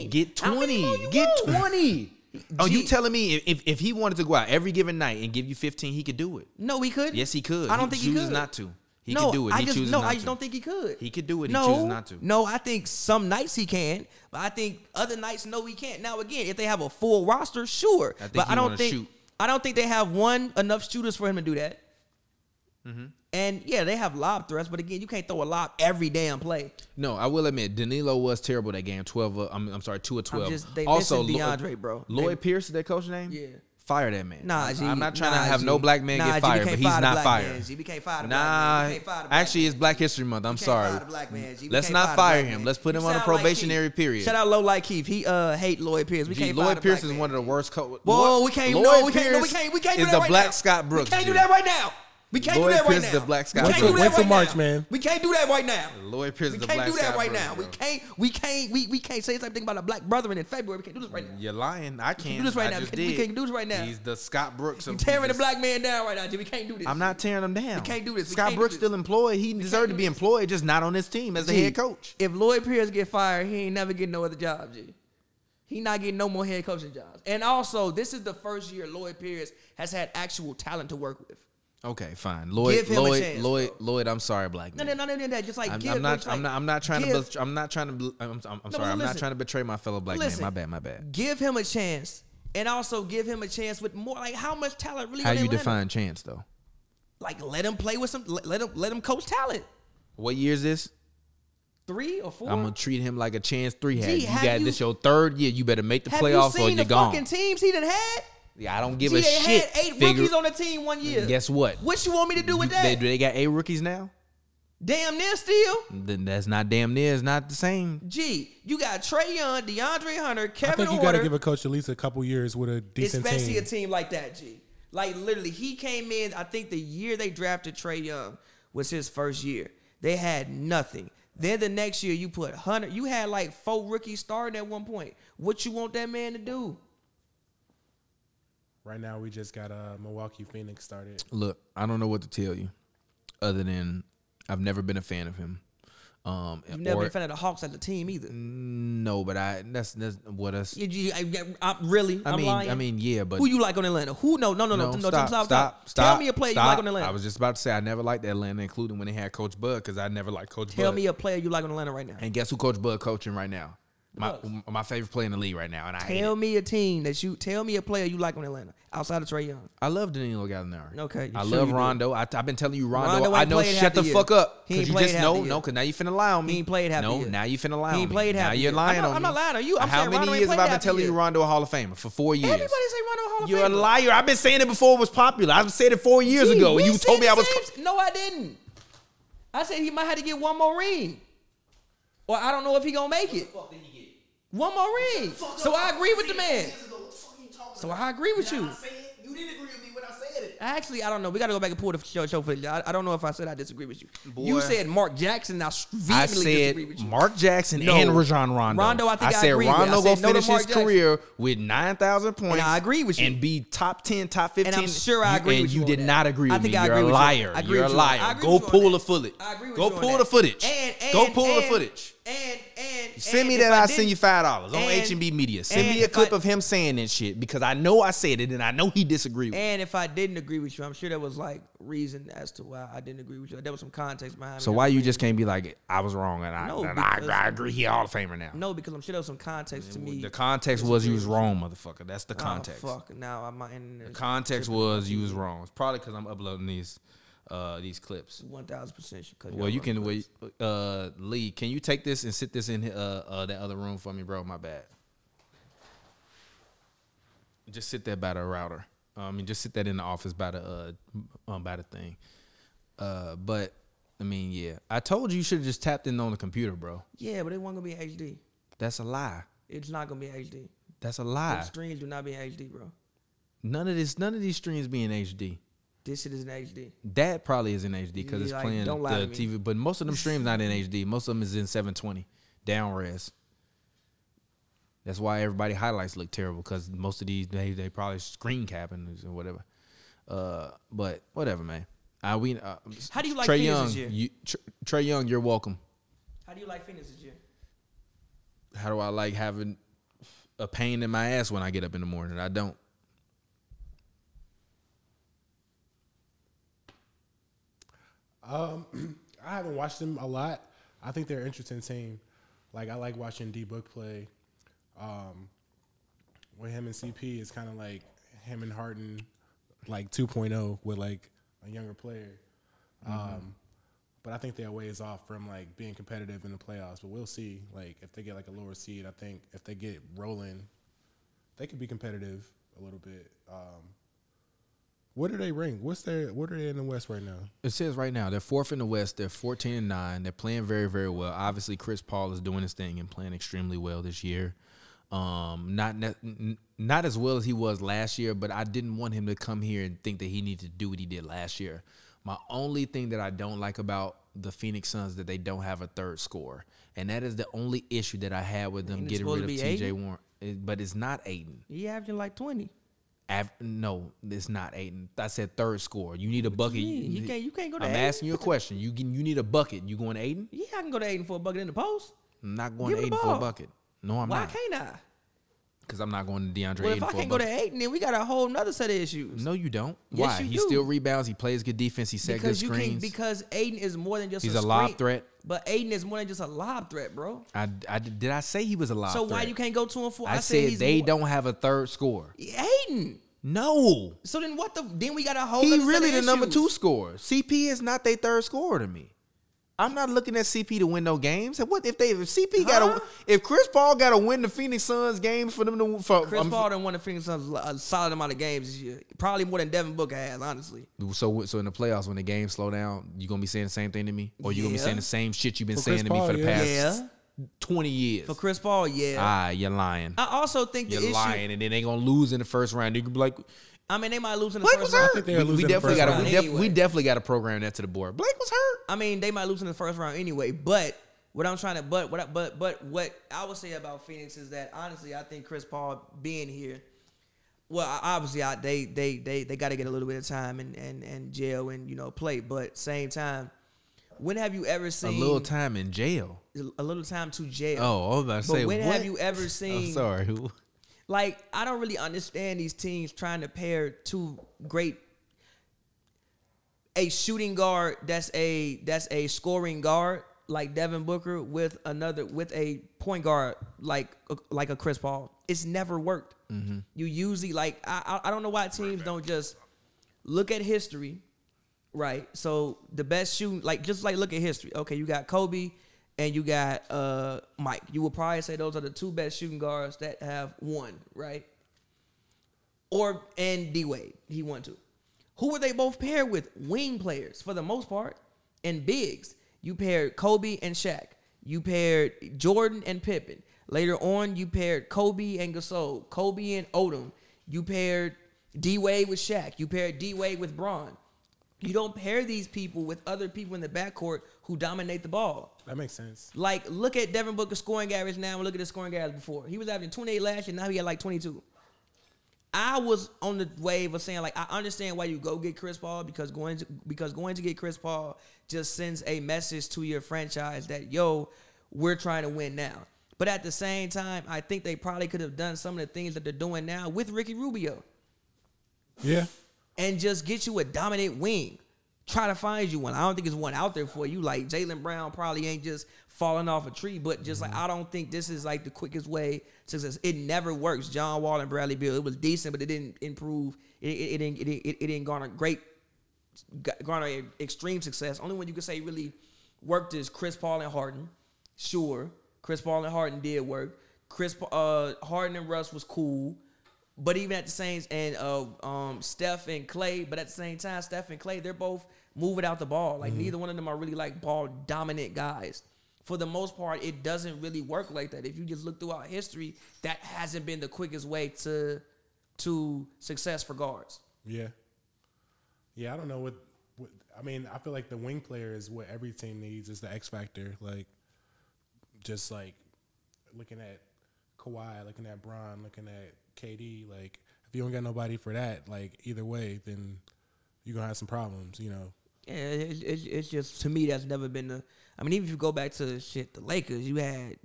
B: 15.
A: Get
B: How many more
A: twenty.
B: you
A: Get
B: want?
A: twenty. Oh, you
B: Gee.
A: telling me if- if, if he wanted to go out every given night and give you fifteen, he could do it?
B: No, he could.
A: Yes, he could.
B: I don't think he
A: chooses
B: could.
A: not to. He
B: no,
A: could do it.
B: I
A: he
B: just
A: chooses
B: no.
A: not
B: I just
A: to.
B: don't think he could.
A: He could do it. He
B: No,
A: chooses not to.
B: No, I think some nights he can, but I think other nights no, he can't. Now again, if they have a full roster, sure,
A: think
B: but
A: he
B: I don't
A: wanna
B: think
A: shoot.
B: I don't think they have one enough shooters for him to do that.
A: Mm-hmm.
B: And yeah, they have lob threats, but again, you can't throw a lob every damn play.
A: No, I will admit Danilo was terrible that game. Twelve, of, I'm, I'm sorry, two of 12
B: just- they missing
A: Lo-
B: DeAndre, bro.
A: Lloyd
B: They-
A: Pierce is their coach name.
B: Yeah.
A: fire that man.
B: Nah,
A: I'm,
B: G,
A: I'm not trying
B: nah,
A: to have
B: G.
A: no black man
B: Nah, G, we
A: get fired,
B: can't
A: but he's
B: fire the
A: not
B: black
A: fired.
B: man, G. We can't fire the black man.
A: nah,
B: We can't fire the black
A: actually, it's Black History Month. I'm
B: can't
A: sorry.
B: fire the black man, G. We
A: Let's
B: can't
A: not fire
B: the black
A: him.
B: man.
A: Let's put
B: You
A: him on a
B: sound like
A: probationary
B: Keith.
A: period.
B: Shout out low like Keith. He uh hate Lloyd Pierce. We
A: G,
B: can't
A: Lloyd
B: fire
A: Pierce
B: the
A: is
B: black
A: one of
B: man.
A: the worst coaches.
B: Whoa, we can't. no, we can't. No, we can't. We can't do
A: is
B: that
A: the
B: right
A: Black
B: now.
A: Scott Brooks.
B: We can't do
A: G.
B: that right now. We can't
A: Lloyd
B: do that right
A: Pierce
B: now.
A: is the Black Scott
B: We can't
A: Brooks.
B: do that
C: Wait till
B: right
C: March,
B: now.
C: man.
B: We can't do that right now.
A: Lloyd Pierce is
B: We
A: the
B: can't
A: Black
B: do that
A: Scott
B: right
A: Brooks,
B: now. We
A: bro.
B: can't. We can't. We we can't say something about a black brother in February. We can't do this right now.
A: You're lying. I can't.
B: do this right
A: I
B: now.
A: just
B: We can't- we
A: did.
B: can't do this right now.
A: He's the Scott Brooks.
B: You're
A: of
B: tearing the
A: this.
B: black man down right now, Jim. We can't do this.
A: I'm not tearing them down. We
B: can't do this. We
A: Scott
B: can't do
A: Brooks
B: this.
A: still employed. He deserved to
B: do
A: be
B: this.
A: employed, just not on this team as the
B: G,
A: head coach.
B: If Lloyd Pierce get fired, he ain't never getting no other job, G. He not getting no more head coaching jobs. And also, this is the first year Lloyd Pierce has had actual talent to work with.
A: Okay, fine. Lloyd,
B: Give him a
A: Lloyd,
B: chance,
A: Lloyd, Lloyd. I'm sorry, black
B: No,
A: man.
B: no, no, no, no, no. Just like
A: I'm,
B: give,
A: I'm not.
B: just like
A: I'm not. I'm not trying to.
B: give-
A: bel- I'm not trying to. bel- I'm, I'm, I'm sorry. I'm not
B: listen.
A: trying to betray my fellow black
B: Listen.
A: man. My bad. My bad.
B: give him a chance and also give him a chance with more like how much talent really
A: How
B: in
A: you
B: Atlanta?
A: define chance though?
B: like let him play with some let, let him let him coach talent
A: What year is this?
B: three or 4
A: I'm gonna treat him like a chance three hat.
B: Gee,
A: you
B: have
A: got
B: you-
A: this your third year. You better make the
B: have you
A: playoffs or
B: seen
A: you're
B: the fucking
A: gone.
B: teams he done had
A: Yeah, I don't give
B: He
A: a shit.
B: had eight
A: Figure-
B: rookies on the team one year
A: Guess what?
B: what you want me to do with
A: You- They,
B: that
A: do they got A rookies now?
B: Damn near still.
A: Then that's not damn near. It's not the same.
B: Gee, you got Trey Young, DeAndre Hunter,
C: I
B: Kevin
C: think you got
B: Porter,
C: to give a coach at least a couple years with a decent
B: especially
C: team.
B: a team like that. G, like literally, he came in. I think the year they drafted Trey Young was his first year. They had nothing. Then the next year, you put Hunter. You had like four rookies starting at one point. What you want that man to do?
C: right now, we just got uh, Milwaukee Phoenix started.
A: Look, I don't know what to tell you, other than I've never been a fan of him. Um,
B: You've
A: or- Mm.
B: never been a fan of the Hawks as a team either.
A: no, but I that's that's what us.
B: You, you, I, am really.
A: I
B: am
A: mean,
B: lying.
A: I mean, yeah, but
B: who you like on Atlanta? Who? No, no, no, no, no.
A: stop,
B: stop,
A: stop,
B: stop.
A: stop,
B: Tell me a player you like on Atlanta.
A: I was just about to say I never liked Atlanta, including when they had Coach Bud, because I never liked Coach
B: Tell
A: Bud.
B: me a player you like on Atlanta right now.
A: and guess who Coach Bud coaching right now? My
B: Bucks.
A: my favorite player in the league right now, and I hate
B: Tell
A: it.
B: me a team that you tell me a player you like on Atlanta outside of Trey Young.
A: I love Danilo Gallinari.
B: Okay, you
A: I
B: sure
A: love
B: you do.
A: Rondo. I, I've been telling you Rondo.
B: Rondo
A: I
B: ain't
A: know.
B: played half
A: Shut
B: the
A: the,
B: year.
A: fuck up.
B: He ain't
A: Cause you
B: played
A: just
B: half the
A: know,
B: year.
A: no, because now you finna lie on me.
B: He ain't played half the
A: No,
B: year.
A: now you finna lie
B: He
A: on
B: ain't
A: me.
B: played half
A: Now
B: the
A: you're
B: year.
A: lying
B: I know-
A: on
B: I'm
A: me.
B: not lying on you. I'm
A: How
B: saying
A: many
B: Rondo ain't
A: years have
B: played
A: I been
B: half the
A: telling
B: year.
A: you Rondo a Hall of Famer for four years?
B: Everybody say Rondo Hall of
A: You're a
B: Famer.
A: liar. I've been saying it before it was popular. I've said it four years
B: Gee,
A: ago.
B: we
A: and You
B: said
A: told me
B: the
A: I was.
B: same s- No, I didn't. I said he might have to get one more ring, or I don't know if he gonna make it. One more ring. So I agree with the man. So I agree with you.
D: You didn't agree with me when I said it.
B: Actually, I don't know. We got to go back and pull the show, show footage. I, I don't know if I said I disagree with you. You
A: Boy.
B: said Mark Jackson. I s-
A: I
B: vehemently disagree
A: said
B: with you.
A: Mark Jackson
B: No.
A: and Rajon Rondo.
B: Rondo, I think I
A: said
B: agree with. I
A: Rondo
B: said
A: gonna
B: no to
A: finish
B: Mark
A: his
B: Jackson.
A: career with nine thousand points.
B: I agree with you.
A: and be top ten, top fifteen.
B: and I'm sure I agree
A: And
B: with you.
A: you
B: on
A: did
B: that.
A: not agree
B: I
A: with
B: think
A: me.
B: I
A: You're
B: agree
A: a
B: with you.
A: liar.
B: I agree
A: You're a
B: with you. I
A: liar.
B: agree
A: Go
B: with you on
A: pull
B: that.
A: the footage.
B: I agree with
A: Go
B: you on
A: pull
B: that.
A: the footage.
B: And, and
A: Go pull the
B: and-
A: footage.
B: And and
A: Send
B: and
A: me
B: if
A: that.
B: I
A: I'll
B: didn't-
A: send you five dollars on
B: and-
A: H and B Media. Send
B: and
A: me a
B: if
A: clip
B: I-
A: of him saying that shit because I know I said it and I know he disagreed. with it.
B: And if I didn't agree with you, I'm sure there was like reason as to why I didn't agree with you. There was some context behind.
A: So
B: it.
A: why you just can't be like I was wrong and I
B: No,
A: and I,
B: because-
A: I agree he a Hall of Famer now.
B: No, because I'm sure there was some context to me.
A: The context was you was wrong, motherfucker. That's the
B: Oh,
A: context.
B: fuck. Now I'm in
A: Context was you was wrong. It's probably because I'm uploading these uh these clips.
B: One thousand percent.
A: Well, you can wait. Uh, Lee, can you take this and sit this in uh, uh that other room for me, bro? My bad. Just sit that by the router. I mean, just sit that in the office by the uh um, by the thing. Uh, but I mean, yeah, I told you you should have just tapped in on the computer, bro.
B: Yeah, but it wasn't gonna be HD.
A: That's a lie.
B: It's not gonna be HD.
A: That's a
B: The
A: lie.
B: streams do not be HD, bro.
A: None of this, none of these streams being HD.
B: This shit is in HD.
A: That probably is in HD because it's
B: Yeah, like,
A: playing
B: don't lie
A: the
B: to me.
A: TV. But most of them streams not in HD. Most of them is in 720 down res. That's why everybody highlights look terrible because most of these they they probably screen capping and whatever. Uh, but whatever, man. I we uh,
B: How do you like
A: Trey
B: Phoenix
A: Young?
B: this year?
A: You, Tr- Trey Young, you're welcome.
B: How do you like Phoenix this year?
A: How do I like having a pain in my ass when I get up in the morning? I don't.
C: Um, I haven't watched them a lot. I think they're an interesting team. Like I like watching D Book play. Um, with him and CP is kind of like him and Harden, like 2.0 with like a younger player. Um, but I think they're ways off from like being competitive in the playoffs. But we'll see. Like if they get like a lower seed, I think if they get rolling, they could be competitive a little bit. Um, what do they rank? What's their? What are they in the West right now?
A: It says right now they're fourth in the West. They're fourteen and nine. They're playing very, very well. Obviously, Chris Paul is doing his thing and playing extremely well this year. Um, not ne- n- not as well as he was last year, but I didn't want him to come here and think that he needed to do what he did last year. My only thing that I don't like about the Phoenix Suns is that they don't have a third scorer, and that is the only issue that I had with them
B: Ain't it
A: getting
B: supposed
A: rid
B: to
A: of
B: be
A: T.J.
B: Aiden?
A: Warren. It- but it's not Aiden.
B: He averaging like twenty.
A: Av- no, it's not Aiden. I said third scorer. You need a bucket.
B: mean? You can't- you can't go to
A: I'm
B: Aiden.
A: asking you a question. You can, you need a bucket. You going to Aiden?
B: Yeah, I can go to Aiden for a bucket in the post.
A: I'm not going
B: Give
A: to
B: him the
A: Aiden for a
B: ball.
A: bucket. No, I'm
B: Why
A: not.
B: can't I?
A: Because I'm not going to DeAndre
B: Well,
A: Aiden
B: if I
A: for a
B: can't go to
A: bucket.
B: Aiden, then we got a whole nother set of issues.
A: no, you don't. Why?
B: Yes, you
A: he
B: do.
A: still rebounds. He plays good defense. He set good
B: because you can
A: screens.
B: because Aiden is more than just
A: He's a
B: a,
A: lob
B: screen-
A: threat.
B: But Aiden is more than just a lob threat, bro.
A: I, I- did I say he was a lob
B: so why
A: threat?
B: you can't go to him for?
A: I,
B: said,
A: said,
B: he's
A: they
B: more-
A: don't have a third scorer.
B: Aiden.
A: No.
B: So then what the? Then we got a whole.
A: He
B: nother set
A: really
B: of
A: the number
B: issues.
A: two scorer. CP is not their third scorer to me. I'm not looking at CP to win no games. And what if they if CP got to if Chris Paul got to win the Phoenix Suns games for them to for
B: Chris
A: um,
B: Paul done won the Phoenix Suns a solid amount of games this year, probably more than Devin Booker has, honestly.
A: So so in the playoffs when the games slow down, you gonna be saying the same thing to me, or you gonna be
B: Yeah.
A: saying the same shit you've been
C: For Chris
A: saying to me
C: Paul,
A: for the
C: yeah.
A: past
B: Yeah,
A: twenty years.
B: for Chris Paul, yeah.
A: ah, you're lying.
B: I also think the
A: you're
B: issue.
A: lying, and then they gonna lose in the first round. You can be like,
B: I mean, they might lose in the
A: Blake was
B: first round.
A: hurt.
C: think they are
A: We- we,
C: losing the
A: definitely
C: first
A: got
B: round
A: we, def- we
B: anyway.
A: definitely got to program that to the board. Blake was hurt.
B: I mean, they might lose in the first round anyway. But what I'm trying to, but what, I, but but what I would say about Phoenix is that honestly, I think Chris Paul being here, well, I- obviously, I, they they they they got to get a little bit of time and and and jail and you know play. But same time, when have you ever
A: A
B: seen
A: little time in jail.
B: a little time to jail?
A: Oh, I was about to
B: But
A: say.
B: when
A: what? Oh,
B: have you ever seen?
A: I'm sorry.
B: Like, I don't really understand these teams trying to pair two great a shooting guard that's a that's a scoring guard like Devin Booker with another with a point guard like like a Chris Paul. It's never worked. You usually like I I I don't know why teams don't just look at history, right? So the best shooting like just like look at history. Okay, you got Kobe and you got uh Mike. You would probably say those are the two best shooting guards that have won, right? or and D Wade. He won two. Who were they both paired with? Wing players for the most part, and bigs. You paired Kobe and Shaq. You paired Jordan and Pippen. Later on, you paired Kobe and Gasol, Kobe and Odom. You paired D Wade with Shaq. You paired D Wade with Braun. You don't pair these people with other people in the backcourt who dominate the ball.
C: That makes sense.
B: Like, look at Devin Booker's scoring average now and look at his scoring average before. He was averaging 28 last year, now he had like 22. I was on the wave of saying, like, I understand why you go get Chris Paul because going to because going to get Chris Paul just sends a message to your franchise that, yo, we're trying to win now. But at the same time, I think they probably could have done some of the things that they're doing now with Ricky Rubio
C: Yeah.
B: and just get you a dominant wing. Try to find you one. I don't think it's one out there for you. Like Jalen Brown probably ain't just falling off a tree, but just like I don't think this is like the quickest way to success. It never works. John Wall and Bradley Bill. It was decent, but it didn't improve. It it, it didn't it, it, it didn't garner great garner extreme success. Only one you could say really worked is Chris Paul and Harden. Sure, Chris Paul and Harden did work. Chris Pa- uh, Harden and Russ was cool, but even at the same and uh, um, Steph and Clay, but at the same time, Steph and Clay, they're both moving out the ball. Like neither one of them are really like ball dominant guys. For the most part, it doesn't really work like that. If you just look throughout history, that hasn't been the quickest way to to success for guards.
C: Yeah. Yeah, I don't know what, what I mean, I feel like the wing player is what every team needs is the X factor. Like just like looking at Kawhi, looking at Braun, looking at KD, like if you don't got nobody for that, like either way, then you're gonna have some problems, you know.
B: Yeah, it's, it's, it's just to me that's never been the. I mean, even if you go back to shit, the Lakers, you had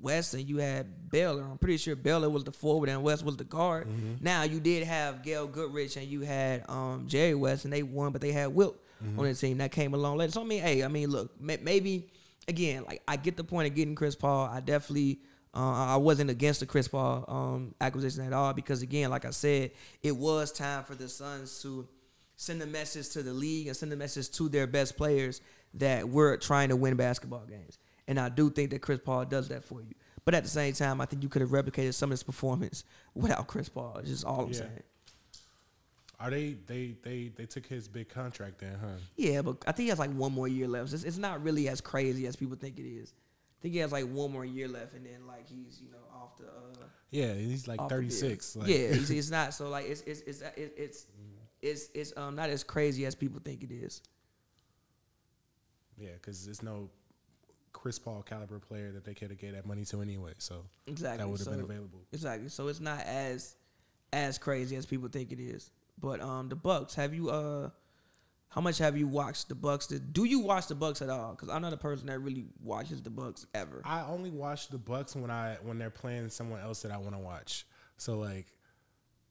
B: West and you had Baylor. I'm pretty sure Baylor was the forward and West was the guard. Now you did have Gail Goodrich and you had um, Jerry West and they won, but they had Wilt on the team that came along later. So I mean, hey, I mean, look, ma- maybe again, like I get the point of getting Chris Paul. I definitely. Uh, I wasn't against the Chris Paul um, acquisition at all because, again, like I said, it was time for the Suns to send a message to the league and send a message to their best players that we're trying to win basketball games. And I do think that Chris Paul does that for you. But at the same time, I think you could have replicated some of his performance without Chris Paul. It's just all I'm
C: Yeah.
B: saying.
C: Are they they they they took his big contract then, huh?
B: Yeah, but I think he has like one more year left. It's, it's not really as crazy as people think it is. I think he has like one more year left, and then like he's you know off the. Uh,
C: Yeah, he's like
B: off the
C: thirty
B: field.
C: six. Like
B: yeah, it's, it's not so like it's it's it's it's it's it's, it's um, not as crazy as people think it is.
C: Yeah, because there's no Chris Paul caliber player that they could have gave that money to anyway. So
B: Exactly.
C: that would have been
B: so-
C: available.
B: Exactly. So it's not as as crazy as people think it is. But um, the Bucks. Have you uh, how much have you watched the Bucks? Did- Do you watch the Bucks at all? Because I'm not a person that really watches the Bucks ever.
C: I only watch the Bucks when I when they're playing someone else that I want to watch. So like,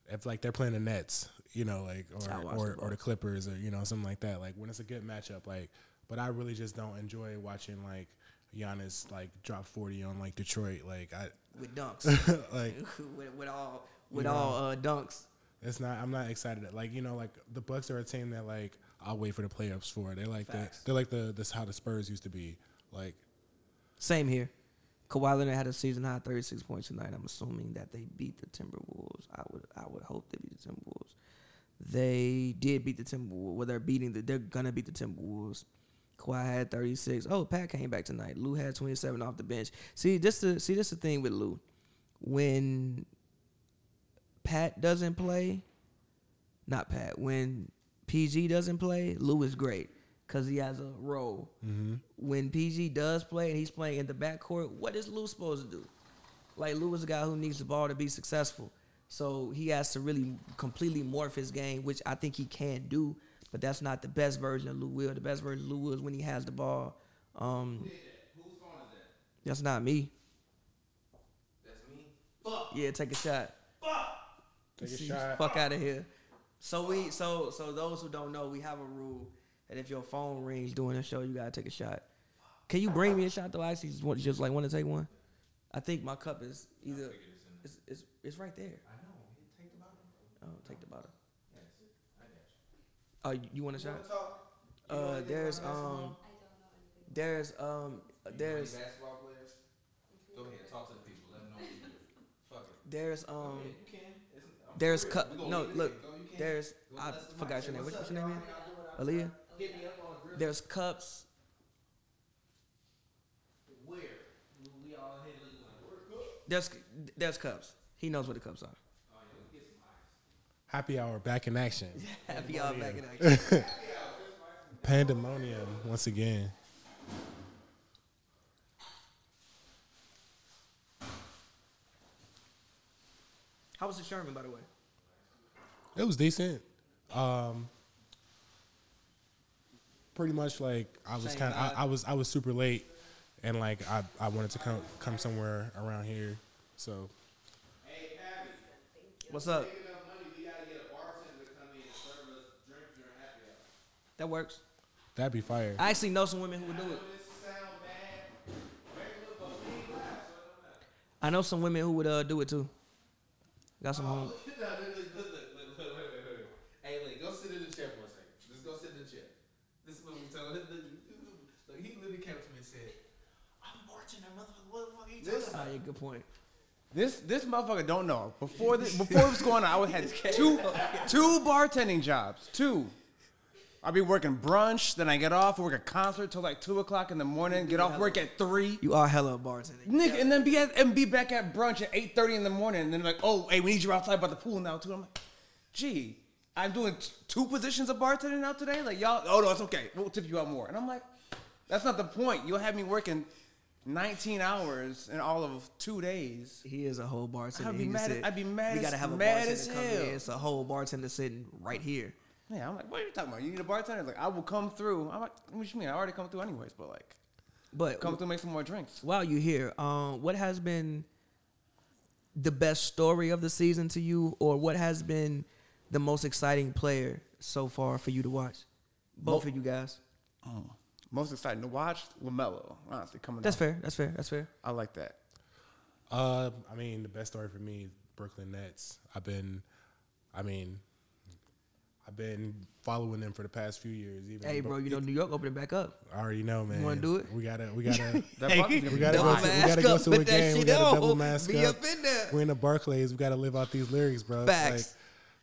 C: if like they're playing the Nets, you know, like
B: I
C: or
B: watch
C: or
B: the
C: the, or the Clippers or you know something like that. Like when it's a good matchup, like. But I really just don't enjoy watching like Giannis like drop forty on like Detroit. Like I
B: with dunks,
C: like
B: with, with all with all uh, dunks.
C: It's not. I'm not excited. Like you know, like the Bucks are a team that like I'll wait for the playoffs for it. They like
B: Facts.
C: that. They like the this how the Spurs used to be. Like
B: Same here. Kawhi Leonard had a season high 36 points tonight. I'm assuming that they beat the Timberwolves. I would I would hope they beat the Timberwolves. They did beat the Timberwolves. Well, they're beating the they're gonna beat the Timberwolves. Kawhi had 36. Oh, Pat came back tonight. Lou had 27 off the bench. See, this the see this the thing with Lou. When Pat doesn't play, not Pat, when PG doesn't play, Lou is great because he has a role. When PG does play and he's playing in the backcourt, what is Lou supposed to do? Like, Lou is a guy who needs the ball to be successful. So he has to really completely morph his game, which I think he can do, but that's not the best version of Lou Will. The best version of Lou Will is when he has the ball. Um, that's not me.
D: Fuck.
B: Yeah, take a shot.
D: Fuck.
C: Take a
B: See,
C: shot.
B: Fuck out of here. So we so so those who don't know, we have a rule that if your phone rings during the show, you gotta take a shot. Can you bring me a shot though? I actually just, want, just like want to take one. I think my cup is either it's it's, it's right there. I know. Take the bottle. Oh, take the bottle. Yes, I Oh, you, you want a shot? Uh, there's um, there's um, there's
A: basketball players. Go ahead, talk to the people. Let them know. Fuck it.
D: Oh,
B: there's um,
A: You can.
B: there's cup. No, look, there's I forgot your name. What, what's your name? is? Aaliyah.
D: Hit me up on the
B: There's cups.
D: grill. Where? We all hit it like, we're good.
B: There's there's cups. He knows what the cups are.
C: happy hour back in action.
B: Happy y'all back in action.
C: Pandemonium once again.
B: How was the Sherman, by the way?
C: It was decent. Um, pretty much like I was
B: Same
C: kind of
B: vibe.
C: I, I was I was super late, and like I, I wanted to come come somewhere around here, so
B: What's up? That works.
C: that'd be fire.
B: I actually know some women who would do it. I know some women who would uh, do it too. Got some home.
A: Hey, look, go sit in the chair for a second. Just go sit in the chair. This is what we telling him. Look, he literally came to me and said,
D: I'm marching that motherfucker. What the fuck are you talking
E: This,
B: Ah, yeah, good point.
E: this, this motherfucker don't know. Before this, before it was going on, I had two, two bartending jobs. Two. I'd be working brunch, then I get off, work a concert till like two o'clock in the morning, get off work at three.
B: You are hella bartending.
E: Nick, and then be at, and be back at brunch at eight thirty in the morning, and then like, oh, hey, we need you outside by the pool now too. I'm like, gee, I'm doing t- two positions of bartending now today. Like y'all, oh no, it's okay. We'll tip you out more. And I'm like, that's not the point. You'll have me working nineteen hours in all of two days.
B: He is a whole bartender.
E: I'd be
B: He
E: mad
B: just
E: as-
B: said,
E: I'd be mad
B: We
E: as-
B: gotta have a
E: mad
B: bartender
E: as
B: come
E: hell.
B: here. It's a whole bartender sitting right here.
E: Yeah, I'm like, what are you talking about? You need a bartender? Like, I will come through. I'm like, what you mean? I already come through anyways, but like,
B: But
E: come through, make some more drinks.
B: while you here, um, what has been the best story of the season to you, or what has been the most exciting player so far for you to watch? Both of you guys.
E: Mm. Most exciting to watch Lamelo. Honestly, coming.
B: That's
E: down.
B: fair. That's fair. That's fair.
E: I like that.
C: Uh, I mean, the best story for me, Brooklyn Nets. I've been, I mean, I've been following them for the past few years. Even
B: Hey, bro, you know New York opening back up.
C: I already know, man.
B: wanna do it?
C: We gotta, we gotta.
E: That Bucks gonna
C: We
E: be
C: gotta go
E: fine.
C: to, we gotta go
B: mask
C: to
B: up,
C: a
B: put that
C: game. We
B: shit
C: gotta
B: on.
C: double mask
B: Be
C: up.
B: up in there.
C: We're in the Barclays. We gotta live out these lyrics, bro. It's
B: Facts.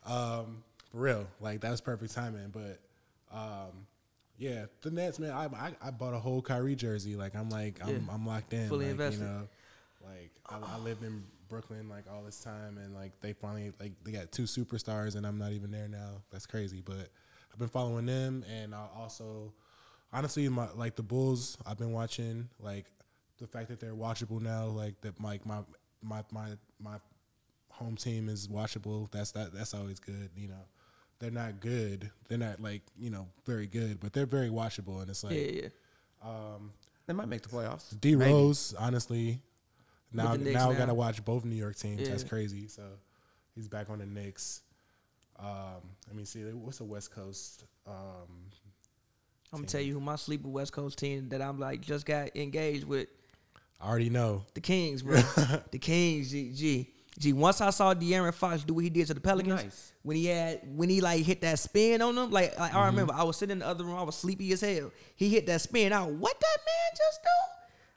C: Like, um, for real. Like that was perfect timing. But um, yeah, the Nets, man. I, I I bought a whole Kyrie jersey. Like I'm like I'm,
B: Yeah.
C: I'm locked in.
B: Fully
C: like,
B: invested.
C: You know, like I, I lived in Brooklyn like all this time, and like they finally like they got two superstars, and I'm not even there now. That's crazy, but I've been following them, and I also honestly my like the Bulls. I've been watching like the fact that they're watchable now, like that like my my my my home team is watchable. That's that that's always good, you know. They're not good. They're not like you know very good, but they're very watchable, and it's like
B: Yeah, yeah. yeah.
E: They might make the playoffs.
C: D Rose, honestly. Now,
B: With the Knicks
C: now I
B: now.
C: gotta watch both New York teams. That's
B: Yeah.
C: crazy. So he's back on the Knicks. Um, I mean, see, what's the West Coast? Um,
B: I'm gonna tell you who my sleeper West Coast team that I'm like just got engaged with.
C: I already know.
B: The Kings, bro. the Kings, G. G. Gee, once I saw De'Aaron Fox do what he did to the Pelicans
E: Nice. Mm-hmm.
B: when he had when he like hit that spin on them, like, like I remember I was sitting in the other room, I was sleepy as hell. He hit that spin out. What that man just do?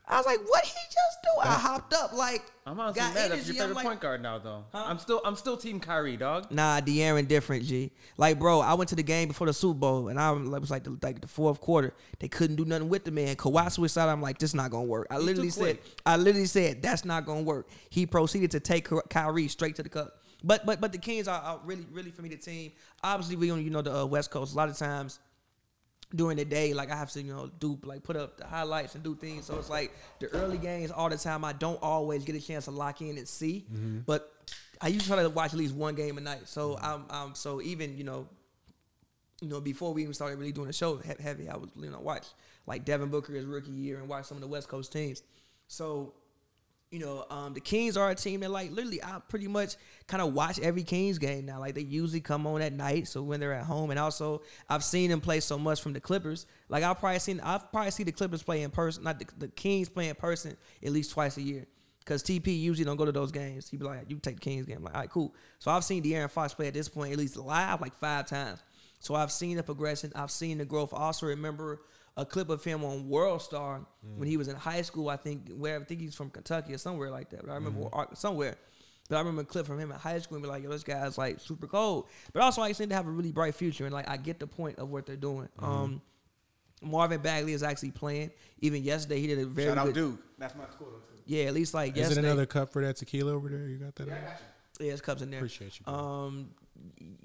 B: I was like, what he just do? I hopped up like
E: I'm honestly
B: got
E: mad at
B: energy.
E: your
B: I'm
E: favorite
B: like,
E: point guard now, though.
B: Huh?
E: I'm still, I'm still team Kyrie, dog.
B: Nah, De'Aaron different, G. Like, bro, I went to the game before the Super Bowl, and I was like, the, like the fourth quarter, they couldn't do nothing with the man. Kawhi switched out. I'm like, this not gonna work. I literally said,
E: quick.
B: I literally said, that's not gonna work. He proceeded to take Ky- Kyrie straight to the cup. But but but the Kings are, are really really for me the team. Obviously, we on you know the uh, West Coast. A lot of times during the day, like I have to, you know, do like put up the highlights and do things. So it's like the early games all the time. I don't always get a chance to lock in and see, but I usually try to watch at least one game a night. So I'm, I'm so even you know, you know, before we even started really doing the show he- heavy, I was you know watch like Devin Booker's rookie year and watch some of the West Coast teams. So you know, um, the Kings are a team that like literally I pretty much kind of watch every Kings game now. Like they usually come on at night, so when they're at home, and also I've seen them play so much from the Clippers. Like I've probably seen I've probably seen the Clippers play in person, not the, the Kings play in person at least twice a year. Cause TP usually don't go to those games. He be like, "You take the Kings game." I'm like, all right, cool. So I've seen De'Aaron Fox play at this point at least live like five times. So I've seen the progression. I've seen the growth. I also remember a clip of him on World Star when he was in high school. I think where I think he's from Kentucky or somewhere like that. But I remember
E: Mm-hmm.
B: or- somewhere. But I remember a clip from him in high school and be like, "Yo, this guy's like super cold." But also, I seem to have a really bright future, and like I get the point of what they're doing.
E: Mm-hmm.
B: Um, Marvin Bagley is actually playing. Even yesterday, he did a very
E: Shout out
B: good.
E: Duke. That's my score. though, too.
B: Yeah, at least like
C: Is it
B: yesterday.
C: another cup for that tequila over there? You got that? over there?
B: Yeah, his cups in there.
C: Appreciate you, bro.
B: Um,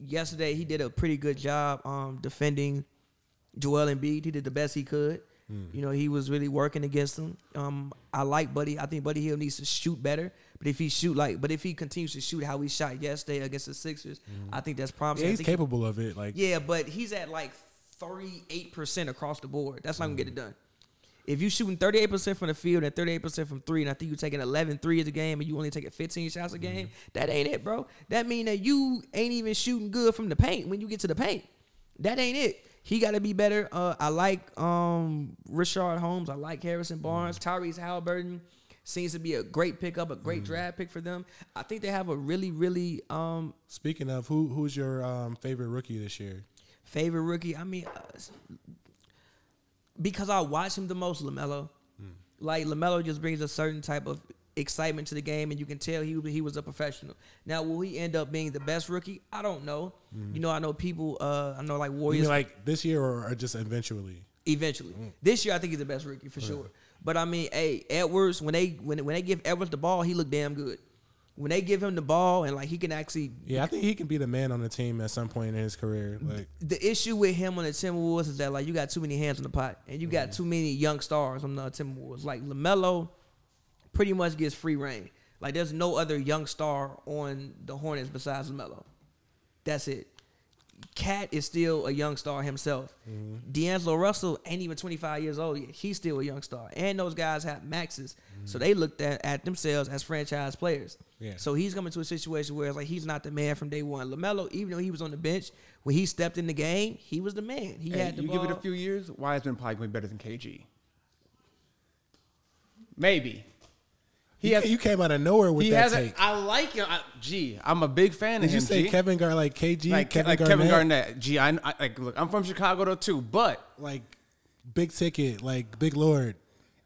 B: yesterday he did a pretty good job um defending Joel Embiid. He did the best he could. You know, he was really working against him. Um, I like Buddy. I think Buddy Hill needs to shoot better. But if he shoot like, but if he continues to shoot how he shot yesterday against the Sixers, I think that's promising.
C: Yeah,
B: I
C: he's
B: think he-
C: capable of it. Like,
B: yeah, but he's at like 38% across the board. That's not going to get it done. If you shooting 38% from the field and 38% from three, and I think you're taking 11 threes a game and you only taking 15 shots a game, that ain't it, bro. That mean that you ain't even shooting good from the paint when you get to the paint. That ain't it. He got to be better. Uh, I like um, Richard Holmes. I like Harrison Barnes. Tyrese Halliburton seems to be a great pickup, a great draft pick for them. I think they have a really, really um,
C: speaking of, who who's your um, favorite rookie this year?
B: Favorite rookie? I mean, uh, because I watch him the most, Lamelo. Like Lamelo just brings a certain type of excitement to the game, and you can tell he he was a professional. Now, will he end up being the best rookie? I don't know. You know, I know people. Uh, I know like
C: You
B: Warriors
C: mean like this year or, or just eventually?
B: eventually. This year, I think he's the best rookie for sure. But I mean, hey, Edwards when they when when they give Edwards the ball, he looked damn good. When they give him the ball and like he can actually
C: Yeah, I think he can be the man on the team at some point in his career. Like,
B: the issue with him on the Timberwolves is that like you got too many hands on the pot and you got too many young stars on the Timberwolves. Like Lamelo, pretty much gets free reign. Like there's no other young star on the Hornets besides Lamelo. That's it. Cat is still a young star himself.
E: Mm-hmm.
B: D'Angelo Russell ain't even 25 years old yet. He's still a young star. And those guys have maxes. So
E: Mm-hmm.
B: they looked at, at themselves as franchise players.
C: Yeah.
B: So he's coming to a situation where it's like he's not the man from day one. LaMelo, even though he was on the bench, when he stepped in the game, he was the man. He
E: Hey,
B: had the
E: you
B: ball.
E: give it a few years, Wiseman probably going to be better than KG. Maybe. He
C: you,
E: has.
C: you came out of nowhere with
E: he
C: that
E: has.
C: take.
E: A, I like him. I, gee, I'm a big fan
C: Did
E: of
C: you
E: him.
C: say
E: G.
C: Kevin Gar like KG?
E: Like,
C: Kevin
E: like
C: Garnett?
E: Kevin Garnett. Gee, I, I like. Look, I'm from Chicago though too, but
C: Like, big ticket. Like, big lord.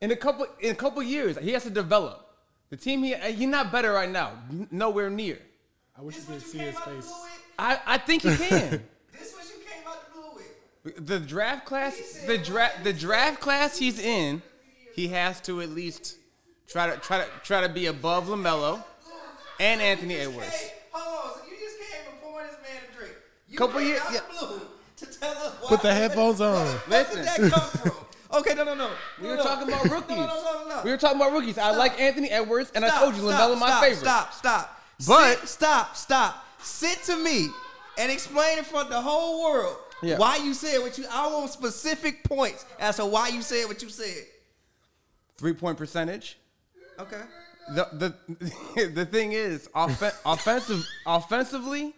E: in a couple in a couple years, he has to develop. The team he uh, he's not better right now. N- Nowhere near.
C: I wish
D: This what you came out the blue with?
E: I, I think he can.
D: This what you came out the blue with?
E: the draft class, the draft, the draft class he's in, he has to at least try to try to try to be above Lamelo and Anthony Edwards.
D: Hey, hold on. So you just came and pouring this man a drink. You
E: Couple
D: came
E: years-
D: out
E: yeah.
D: the blue to tell us why.
C: Put the headphones on.
D: Where did that come from? Okay, no, no, no.
E: We
D: No,
E: were
D: no.
E: talking about rookies.
D: No, no, no, no, no.
E: We were talking about rookies. I like Anthony Edwards, and I
D: Stop,
E: told you
D: stop,
E: Lamelo my
D: stop,
E: favorite.
D: Stop, stop.
E: But-
D: Sit- stop, stop. Sit to me and explain in front of the whole world
E: Yeah.
D: why you said what you. I want specific points as to why you said what you said.
E: Three point percentage.
D: Okay.
E: The the the thing is, offen- offensive offensively,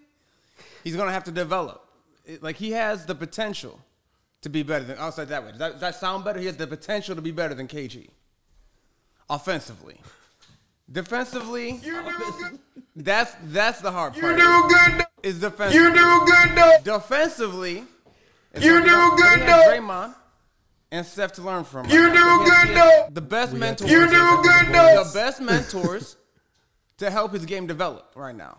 E: he's gonna have to develop. It- like he has the potential to be better than. I'll say it that way. Does that, does that sound better? He has the potential to be better than KG. Offensively, Defensively, that's that's the hard part.
D: good.
E: is defensive.
D: do good though.
E: defensively, it's
D: You
E: like we
D: do
E: got- we got
D: good, though.
E: Draymond and Steph to learn from.
D: You
E: right now. We
D: do
E: have
D: good,
E: to
D: though.
E: get The best mentors.
D: You do good
E: The
D: though.
E: best mentors to help his game develop right now.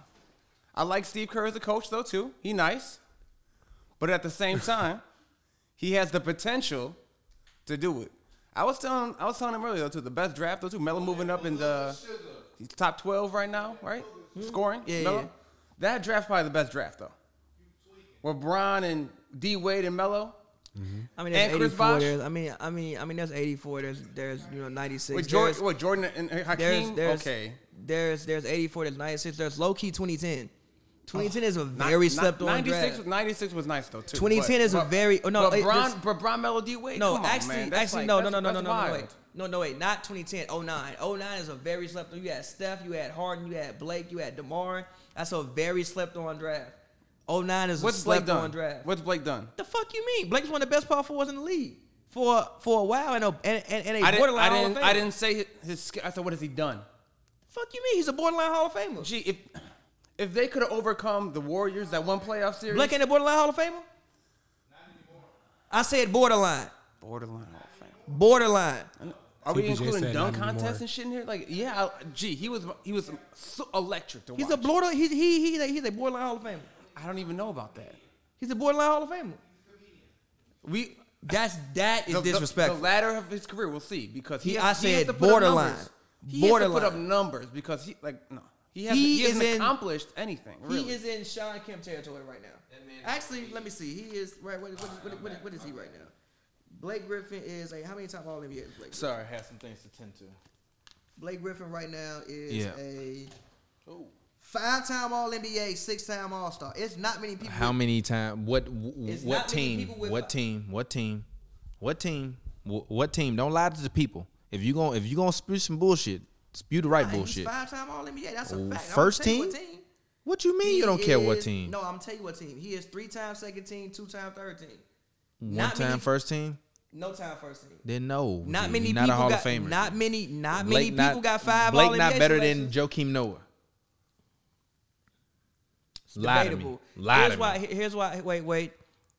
E: I like Steve Kerr as a coach though too. He nice, but at the same time, he has the potential to do it. I was telling I was telling him earlier though too. The best draft though too. Melo moving up in the he's top twelve right now, right? Scoring.
B: Hmm. Yeah,
E: Melo.
B: yeah.
E: That draft probably the best draft though. With Bron and D Wade and Melo.
B: I mean, there's
E: And Chris
B: 84.
E: Bosh?
B: There's, I mean, I mean, I mean, there's 84. There's, there's, you know, 96.
E: With
B: there's-
E: Jordan, what Jordan and
B: There's,
E: and Hakeem.
B: there's,
E: okay.
B: There's, there's 84. There's 96. There's low key 2010. 2010 is a
E: Ni-
B: very
E: ni-
B: slept on
E: 96
B: draft.
E: Was, 96 was nice though too.
B: 2010 is a very- oh, no,
E: But
B: it-
E: Bron,
B: this-
E: but Bron Melo D Wade.
B: No,
E: come on,
B: actually,
E: man. That's
B: actually,
E: like-
B: no, no,
E: that's-
B: no, no, no,
E: that's
B: no, no,
E: wild.
B: wait. No, no, wait, not 2010, 09. 09 is a very slept on. You had Steph, you had Harden, you had Blake, you had DeMar. That's a very slept on draft. 09 is a
E: What's Blake
B: slept on
E: done?
B: draft.
E: What's Blake done?
B: the fuck you mean? Blake's one of the best power forwards in the league for for a while and a and, and, and a
E: I didn't.
B: borderline
E: I
B: Hall of
E: didn't,
B: Famer.
E: I didn't say his, his. sk- I said, what has he done?
B: Fuck you mean? He's a borderline Hall of Famer.
E: Gee, if if they could have overcome the Warriors that one playoff series,
B: Blake ain't a borderline Hall of Famer. I said borderline,
E: borderline Hall of Fame.
B: borderline.
E: Are we
C: TPJ
E: including
C: said
E: dunk
C: not anymore.
E: contests and shit in here? Like, yeah, I, gee, he was he was so electric to watch.
B: He's a border. He's he he he's a- he's a borderline Hall of Famer.
E: I don't even know about that.
B: He's a borderline Hall of Famer.
E: We
B: That's that is
E: the- the-
B: disrespectful.
E: The, latter of his career, we'll see because he,
B: He-
E: has,
B: I
E: he has
B: said
E: to put up
B: borderline.
E: numbers. He has to put up
B: Borderline.
E: numbers because he like no, he hasn't,
B: He
E: he hasn't
B: is in-
E: accomplished anything. Really.
B: He is in Sean Kemp territory right now. Actually, let me see. He is right. What, what, is- what, what, what is he right now? Blake Griffin is a how many top All NBA is Blake? Griffin?
A: Sorry, I had some things to tend to.
B: Blake Griffin right now is
A: Yeah.
B: a five-time All NBA, six-time All Star. It's not many people.
A: How many times? What w-
B: It's
A: what
B: not many
A: team?
B: people with
A: What
B: a-
A: team? What team? What team? Wh- What team? Don't lie to the people. If you going if you gonna spew some bullshit, spew the right
B: Nah, he's
A: bullshit.
B: Five-time All NBA. That's a
A: Oh,
B: fact. I'm
A: first
B: telling you what
A: team? What you mean?
B: He
A: you don't care what
B: is-
A: team?
B: No, I'm telling you what team. He is three-time second team, two-time third team.
A: One
B: not
A: time
B: many-
A: first team?
B: No time first team.
A: Then no.
B: Not
A: dude,
B: many
A: you're
B: people
A: not a Hall
B: got,
A: of Famer.
B: Not many. Not many
A: Blake
B: people
A: not-
B: got five.
A: Blake
B: All-NBA
A: not better
B: selections.
A: than Joakim Noah. Lie to me.
B: debatable.
A: Lie
B: here's
A: to
B: why.
A: me.
B: Here's why. Wait, wait.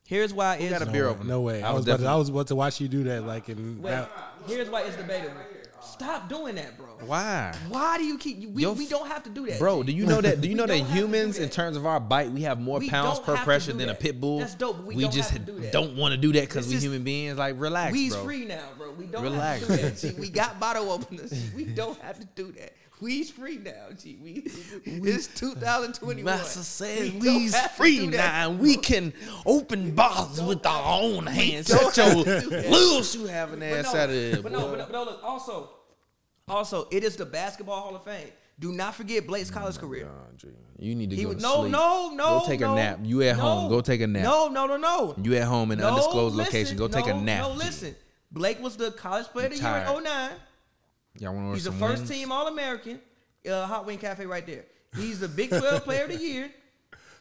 B: Here's why it's
A: got a
C: No
A: beer
C: way,
A: opener.
C: No way.
A: I
C: I
A: was
C: was, about to, I
A: definitely-
C: was about to watch you do that. Like, and
B: wait,
C: that,
B: here's why it's debatable. Stop doing that, bro.
A: Why?
B: Why do you keep? We,
A: Yo,
B: we don't have to do that,
A: Bro,
B: G.
A: do you know that? Do you
B: We
A: know that
B: don't have to do
A: humans,
B: that.
A: in terms of our bite, we have more
B: We
A: pounds
B: don't
A: per
B: have to
A: pressure
B: do
A: than a
B: that.
A: pit bull.
B: That's dope, but we don't
A: just
B: have to do that.
A: don't want to do that because
B: This
A: we
B: is-
A: human beings. Like, relax,
B: We's
A: bro.
B: free now, bro. We don't
A: Relax,
B: have to do
A: bro.
B: that. G. We got bottle openers. We don't have to do that. We's free now, G. We it's 2021.
A: Master says
B: We
A: we
B: don't
A: we's
B: have to
A: free
B: do that.
A: now and we can open bottles with our own hands. Shut your little shoe having
B: But
A: ass
B: no,
A: out of there.
B: But no,
A: boy.
B: but no, but no, look, also, also, it is the Basketball Hall of Fame. Do not forget Blake's college career.
A: Andre, you need to
B: He
A: go
B: would
A: to
B: no,
A: sleep.
B: no, no.
A: Go take
B: no,
A: a nap. You at
B: no.
A: home. Go take a nap.
B: No, no, no, no.
A: You at home in an
B: no,
A: undisclosed
B: listen,
A: location. Go take a
B: no,
A: nap.
B: No, listen. Blake was the college player of the year
A: tired.
B: in 09.
A: Y'all want to order
B: He's a
A: some
B: first
A: wings?
B: team All American. Uh, Hot Wing Cafe right there. He's the Big 12 player of the year.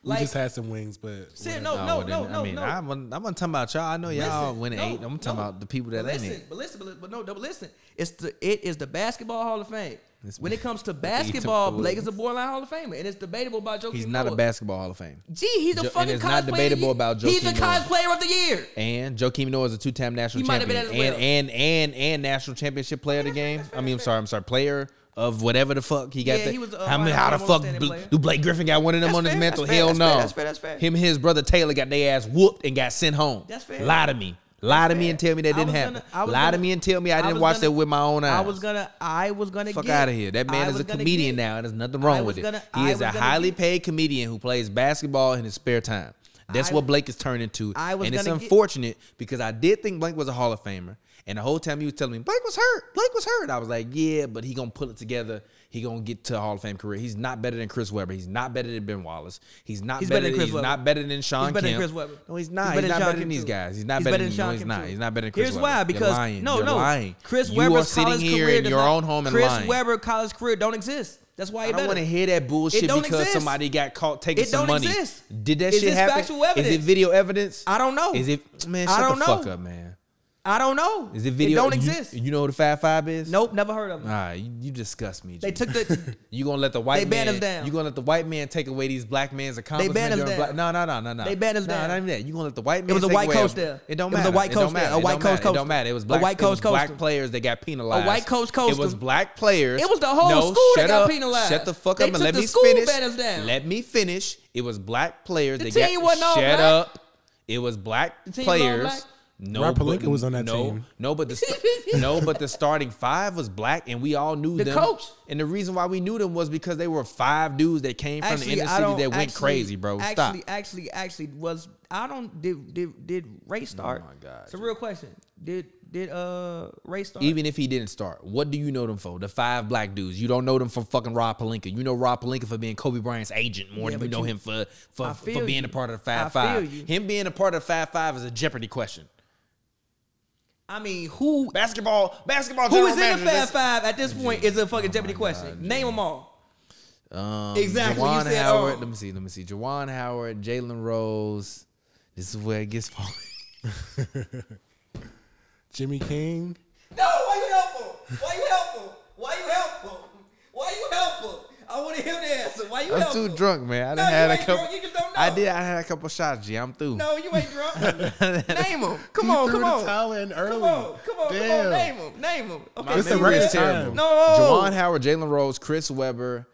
C: we
B: Like,
C: just had some wings, but
B: said,
C: whatever.
B: no, no,
A: then,
B: no, no,
A: I mean,
B: no.
A: I'm, I'm not talking about y'all. I know y'all
B: Listen,
A: went and
B: no,
A: ate. I'm talking
B: no.
A: about the people that
B: but
A: ain't
B: listen,
A: it.
B: But listen, but, li- but no, no, but listen. It's the it is the basketball Hall of Fame.
A: It's-
B: when it comes to
A: took
B: basketball,
A: the
B: Blake is
A: wings.
B: a borderline Hall of Famer, and it's debatable about Joe.
A: He's not a basketball Hall of Fame.
B: Gee, he's a
A: Jo- and
B: fucking
A: it's
B: college
A: not
B: player of the
A: debatable
B: year.
A: about Joakim
B: He's a college
A: Noah.
B: player of the year.
A: And Joakim Noah is a two-time national
B: He might have
A: champion
B: been
A: and,
B: as well.
A: and and and national championship player of the game. I mean, I'm sorry, I'm sorry, player of whatever the fuck he got.
B: Yeah,
A: that.
B: he was, uh,
A: how, many-
B: Ryan
A: how the
B: Holmes
A: fuck
B: standing
A: do,
B: player.
A: do Blake Griffin got one of them
B: That's
A: on his
B: fair,
A: mental?
B: that's fair,
A: Hell
B: that's
A: no.
B: fair, that's fair, that's fair.
A: Him and his brother Taylor got their ass whooped and got sent home.
B: That's fair.
A: Lie to me. Lie to me
B: fair.
A: and tell me
B: I
A: that didn't
B: was
A: happen.
B: gonna- I was
A: Lie to
B: gonna-
A: me and tell me I
B: I
A: didn't
B: was
A: watch
B: gonna-
A: that with my own eyes.
B: I was gonna, I was gonna
A: Fuck
B: get,
A: out of here. That
B: I
A: man is
B: was
A: a
B: gonna
A: comedian
B: get-
A: now, and there's nothing
B: I
A: wrong
B: was
A: with it.
B: gonna- I
A: he is
B: was
A: a
B: gonna
A: highly
B: get-
A: paid comedian who plays basketball in his spare time. That's
B: I-
A: what Blake is turned into.
B: I was
A: and it's
B: gonna get-
A: unfortunate because I did think Blake was a Hall of Famer. And the whole time he was telling me Blake was hurt. Blake was hurt. I was like, yeah, but he gonna pull it together. He gonna get to a Hall of Fame career. He's not better than Chris Webber. He's not better than Ben Wallace. He's not
B: He's
A: better,
B: better than
A: than
B: Chris
A: he's
B: Webber.
A: not better than Sean
B: better than
A: Kemp.
B: Chris Webber.
A: No, he's
B: He's
A: not. He's,
B: better than
A: not
B: Sean
A: better than
B: Kemp
A: these
B: too.
A: guys. He's not
B: He's
A: better
B: better
A: than
B: than Sean
A: no, he's
B: Kemp
A: not.
B: too.
A: He's not better than Chris
B: Here's
A: Webber.
B: why, because-
A: You're lying.
B: no,
A: You're
B: no.
A: lying.
B: Chris
A: you are
B: Webber's
A: sitting
B: college
A: here
B: career
A: in
B: does
A: your
B: not-
A: own home and
B: Chris
A: lying.
B: Webber college career don't exist. That's why he
A: I don't
B: better.
A: want to hear that bullshit
B: It don't
A: because
B: exist.
A: somebody got caught taking
B: It
A: some
B: don't
A: money.
B: exist.
A: Did that
B: Is
A: shit
B: this
A: happen?
B: factual evidence?
A: Is it video evidence?
B: I don't know.
A: Is it man?
B: I
A: Shut
B: don't
A: the fuck
B: know.
A: up, man.
B: I don't know.
A: Is it video?
B: It don't
A: you-
B: exist.
A: You, know what a five five is?
B: nope, never heard of
A: All
B: it.
A: right, you, you disgust me.
B: They
A: G.
B: took the
A: you gonna let the white
B: They
A: man?
B: banned us down.
A: You gonna let the white man take away these black man's accomplishments?
B: banned us
A: during
B: down.
A: Black, no, no, no, no, no.
B: They banned us
A: no,
B: down.
A: Not even that. You gonna let the white man?
B: was a
A: take
B: white
A: away
B: coach there.
A: It don't
B: It was
A: matter.
B: a white
A: it
B: coach
A: don't
B: there.
A: matter.
B: A
A: It
B: white
A: don't
B: coach
A: matter. It
B: coached
A: don't
B: him.
A: matter. It was
B: A
A: black.
B: white
A: it was
B: coach coached
A: Black
B: him.
A: players they got penalized.
B: white coach
A: It
B: coached
A: was
B: him.
A: black players.
B: It was the whole
A: no,
B: school that
A: shut
B: got
A: up.
B: penalized.
A: Shut the fuck
B: They
A: up and
B: took
A: let
B: the
A: me
B: school
A: finish.
B: banners down.
A: Let me finish. It was black players.
B: The
A: that
B: team
A: got,
B: wasn't all
A: Shut
B: black.
A: up. It was black
B: team was all
A: players.
B: black.
A: No,
C: Rob Pelinka
A: but-
C: was on that
A: no,
C: team.
A: No, but the st- no, but the starting five was black, and we all knew
B: The
A: them.
B: coach.
A: And the reason why we knew them was because they were five dudes that came from
B: actually,
A: the inner
B: I
A: city
B: don't,
A: that went
B: actually-
A: crazy, bro.
B: Actually,
A: Stop.
B: actually, actually, was I don't did did did Ray start?
A: Oh my God,
B: it's a real question. Did did uh Ray start?
A: Even if he didn't start, what do you know them for? The five black dudes. You don't know them from fucking Rob Palinka. You know Rob Palinka for being Kobe Bryant's agent more
B: Yeah,
A: than you
B: but
A: know
B: you-
A: him for for,
B: I feel
A: for being a
B: you.
A: part of the
B: I
A: five
B: feel
A: five.
B: you.
A: Him being a part of the five five is a Jeopardy question.
B: I mean, who
A: Basketball, basketball.
B: who
A: general
B: is in the
A: manager,
B: Fab
A: that's- Oh
B: Five at this point is a fucking Jeopardy question. Name them all.
A: Um,
B: Exactly, you
A: Jawan
B: said,
A: Howard.
B: um,
A: let me see. Let me see. Jawan Howard, Jalen Rose. This is where it gets funny.
C: Jimmy King.
D: No, why you help him? Why you help him? Why you help him? Why you help him? I want to hear the answer. Why you
A: I'm
D: help
A: too
D: him?
A: drunk, man. I
D: No,
A: done
D: you
A: had a
D: ain't drunk.
A: couple.
D: You just don't know.
A: I did. I had a couple shots. G, I'm through.
D: No, you ain't drunk. name him. Come
C: He
D: on,
C: threw
D: come
C: the
D: on.
C: towel in early.
D: Come on, come on, come on. Name him. Name him. Okay,
C: It's
D: maybe
C: the record
D: we'll-
C: time.
D: No.
A: Jawan Howard, Jalen Rose, Chris Webber.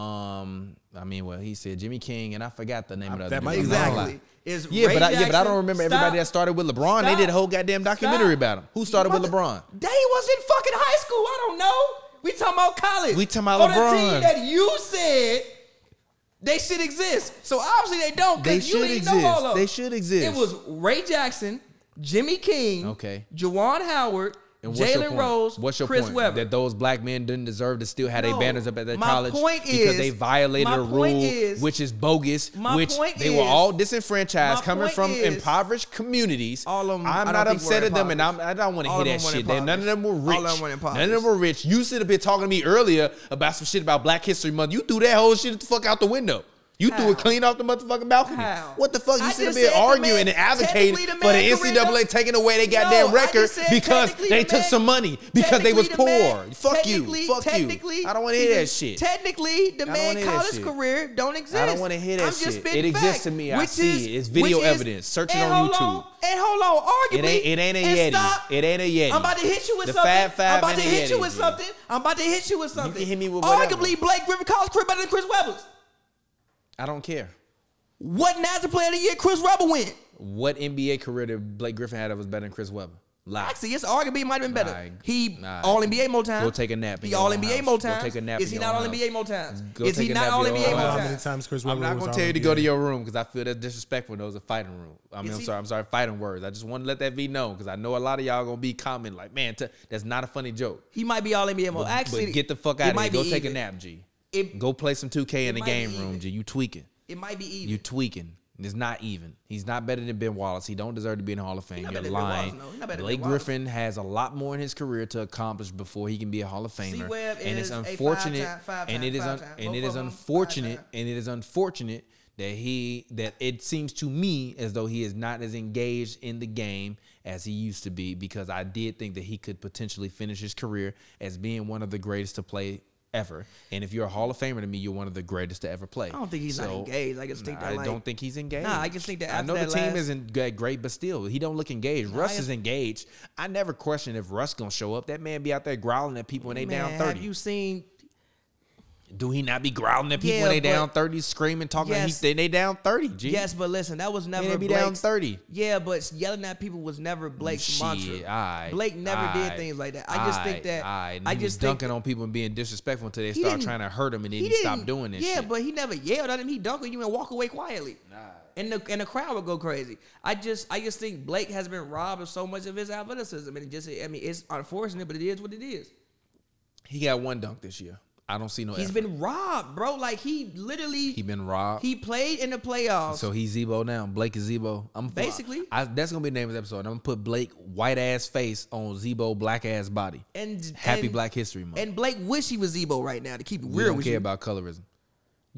A: Um, I mean, well, he said Jimmy King, and I forgot the name of the other
C: That might
A: dude.
C: be
A: I'm not gonna
C: wrong.
A: lie.
D: Exactly. Is
A: Yeah,
D: Ray
A: but I, yeah,
D: Jackson,
A: but I don't remember everybody that
D: Stop.
A: started with LeBron. They did a whole goddamn documentary
B: Stop.
A: about him. Who started with LeBron?
B: They was in fucking high school. I don't know. We talking about college.
A: We talking about
B: On
A: LeBron.
B: the team that you said they should exist. So obviously they don't. 'cause
A: They
B: you
A: should
B: didn't
A: exist.
B: Know all of them.
A: They should exist.
B: It was Ray Jackson, Jimmy King,
A: Okay.
B: Jawan Howard,
A: And what's your
B: Jalen
A: point?
B: Rose,
A: What's your
B: Chris
A: point?
B: Webber.
A: That those black men didn't deserve to still have
B: No.
A: their banners up at their
B: My
A: college
B: point
A: because
B: is-
A: they violated
B: my
A: a
B: point
A: rule,
B: is-
A: which is bogus.
B: My
A: Which
B: point
A: they were
B: is-
A: all disenfranchised,
B: my
A: coming
B: point
A: from
B: is-
A: impoverished communities.
B: All of 'em- I
A: I'm
B: don't
A: not
B: think were
A: upset at them, and I'm, I don't want to
B: All
A: hear
B: of
A: that
B: 'em were
A: shit. They- none of them were rich.
B: impoverished. All of 'em were
A: none of them were rich. You sit up here talking to me earlier about some shit about Black History Month. You threw that whole shit the fuck out the window. You threw
B: How?
A: it clean off the motherfucking balcony.
B: How?
A: What the fuck? You
B: I
A: sit up
B: just
A: here
B: said the
A: arguing
B: man-
A: and advocating
B: technically the
A: for the
B: man career don't-
A: NCAA taking away their
B: No,
A: goddamn
B: I
A: record
B: just said
A: because
B: technically
A: they
B: the
A: took
B: man-
A: some money because they was
B: technically
A: poor.
B: the man-
A: fuck you.
B: technically-
A: Fuck you.
B: technically,
A: I don't want to hear that shit.
B: Technically, the
A: don't
B: man
A: wanna hear that
B: college
A: shit.
B: career don't exist.
A: wanna hear that
B: I'm just
A: shit.
B: spitting
A: It exists
B: facts,
A: to me. I
B: which
A: see
B: is-
A: it. It's video
B: which is-
A: evidence. Search it
B: and
A: on
B: hold
A: YouTube.
B: And hold on, arguably,
A: it ain't it ain't a
B: and
A: Yeti.
B: stop.
A: It ain't a Yeti.
B: I'm about to hit you with
A: The
B: something.
A: Fab Five
B: I'm about
A: and
B: to
A: the
B: hit you
A: Yeti,
B: with
A: G.
B: something. I'm about to hit you with something.
A: hit me with whatever.
B: Arguably, Blake Griffin College career better than Chris Webber's.
A: I don't care.
B: What NASA Player of the Year Chris Webber went?
A: What NBA career did Blake Griffin had that was better than Chris Webber? Lie.
B: Actually, it's arguably might have been better.
A: Nah,
B: he
A: nah.
B: All NBA more times.
A: Go take a nap in
B: He
A: your
B: All
A: own
B: NBA
A: house.
B: more
A: Go
B: times.
A: take a nap
B: Is
A: in
B: he
A: your
B: not
A: own
B: All NBA
A: house.
B: more times?
A: Go
B: Is
A: take
B: he
A: a
B: not
A: nap in
B: All
A: your
B: NBA
A: own
B: more
A: house.
C: How many
B: times?
C: times Chris
A: I'm
C: Webber
A: not
C: was
A: gonna
C: on
A: tell you to
C: NBA.
A: go to your room because I feel that's disrespectful. Those are fighting room. I mean,
B: Is
A: I'm
B: he-
A: sorry. I'm sorry. Fighting words. I just want to let that be known because I know a lot of y'all gonna be commenting like, "Man, t- that's not a funny joke."
B: He might be all NBA. Well, actually,
A: but get the fuck
B: it
A: out of here.
B: might
A: Go
B: be
A: take a
B: even.
A: nap, G.
B: It-
A: Go play some 2K in the
B: might be
A: game room,
B: even.
A: G. You tweaking.
B: It might be even.
A: You tweaking. It's not even. He's not better than Ben Wallace. He don't deserve to be in the Hall of Fame.
B: not
A: You're
B: better than Ben Wallace,
A: lying.
B: no. He's not better than
A: Blake
B: Ben Wallace.
A: Griffin has a lot more in his career to accomplish before he can be a Hall of Famer.
B: C-Webb
A: and it's
B: is a
A: unfortunate.
B: five-time- five-time-
A: And it is un-
B: five-time.
A: and
B: Both
A: it
B: of
A: is
B: them
A: unfortunate.
B: five-time.
A: And it is unfortunate that he that it seems to me as though he is not as engaged in the game as he used to be because I did think that he could potentially finish his career as being one of the greatest to play ever. And if you're a Hall of Famer to me, you're one of the greatest to ever play.
B: I don't think he's not engaged. I just think that,
A: I
B: like-
A: don't think he's engaged.
B: Nah, I just think that
A: I know
B: after
A: the
B: that
A: team
B: last-
A: isn't g- great, but still, he don't look engaged. Russ
B: I-
A: is engaged. I never question if Russ gonna show up. That man be out there growling at people when they down
B: Man,
A: thirty.
B: Have you seen?
A: Do he not be growling at people
B: Yeah,
A: when they
B: but-
A: down thirty, screaming, talking?
B: Yes.
A: He, they, they down thirty. G.
B: Yes, but listen, that was never
A: they be
B: Blake's.
A: down thirty.
B: Yeah, but yelling at people was never Blake's
A: Shit,
B: mantra.
A: aight,
B: Blake never
A: aight,
B: did things like that. I just
A: aight,
B: think that
A: aight. And
B: I
A: he was
B: just think
A: dunking on people and being disrespectful until they
B: He
A: start
B: didn't-
A: trying to hurt him, and then he,
B: didn't-
A: stopped doing this.
B: Yeah,
A: shit.
B: but he never yelled at him. He dunked on you and walk away quietly. And the and the crowd would go crazy. I just I just think Blake has been robbed of so much of his athleticism, and it just I mean it's unfortunate, but it is what it is.
A: he got one dunk this year. I don't see no.
B: He's
A: effort.
B: been robbed, bro. Like he literally
A: he been robbed.
B: he played in the playoffs.
A: So he's Zebo now. Blake is Zebo. I'm
B: Basically.
A: I, that's gonna be the name of the episode. I'm gonna put Blake white ass face on Zebo black ass body.
B: and
A: Happy
B: and-
A: Black History Month.
B: And Blake wish he was Zebo right now to keep it
A: we
B: real
A: don't
B: with
A: care
B: you.
A: about colorism.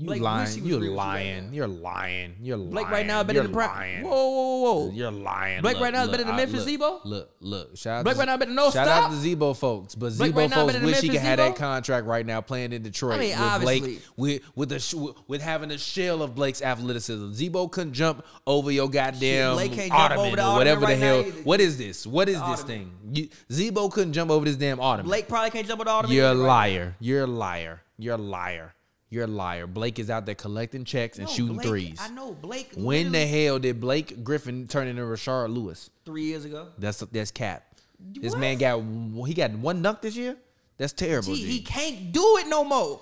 A: You
B: Blake wish he
A: lying.
B: was
A: You're
B: real with you right
A: lying.
B: now.
A: you're lying. You're lying.
B: Blake right now is better
A: You're
B: than Prime.
A: lying.
B: Whoa, whoa, whoa, whoa.
A: You're lying.
B: Blake
A: Look,
B: right now is
A: look,
B: better than
A: I-
B: Memphis
A: look,
B: Zebo?
A: Look, look. Shout out
B: Blake
A: to-
B: right now better than No
A: Shout out
B: Stop?
A: to Zebo folks. But
B: Blake
A: Zebo
B: right now
A: folks
B: better than
A: wish he could
B: Memphis
A: have
B: Zebo?
A: that contract right now playing in Detroit.
B: I mean,
A: with Blake,
B: obviously.
A: with, with, the, sh- with- with having a shell of Blake's athleticism. Zebo couldn't jump over your goddamn
B: Blake can't jump
A: ottoman
B: over the
A: or whatever
B: ottoman
A: the
B: right
A: hell.
B: now either.
A: What is this? What is this
B: Ottoman.
A: thing? You, Zebo couldn't jump over this damn ottoman.
B: Blake probably can't jump with all the
A: You're a liar. You're a liar. You're a liar. You're a liar. Blake is out there collecting checks and shooting threes.
B: I know Blake.
A: When the
B: literally
A: hell did Blake Griffin turn into Rashard Lewis?
B: three years ago?
A: That's that's cap. This man got he got one dunk this year. That's terrible.
B: Gee,
A: G,
B: he
A: He,
B: can't do it no more.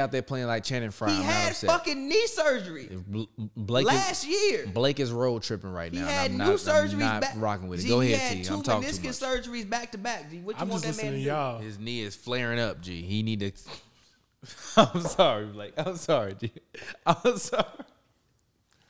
A: out there playing like Channing Frye.
B: He
A: I'm not
B: had
A: upset.
B: fucking knee surgery
A: Bl- Blake is,
B: last year.
A: Blake is road tripping right
B: He
A: now. and
B: had
A: I'm
B: new
A: not,
B: surgeries
A: I'm not
B: back.
A: rocking with it.
B: Gee,
A: Go
B: he
A: ahead,
B: had
A: T.
B: two
A: I'm talking too
B: meniscus
A: much.
B: surgeries back to back. Gee, what you
C: I'm
B: want
C: just
B: that man
C: listening
B: to
C: to
B: do?
C: y'all.
A: His knee is flaring up, G. He need to. I'm sorry, Blake. I'm sorry, G. I'm sorry.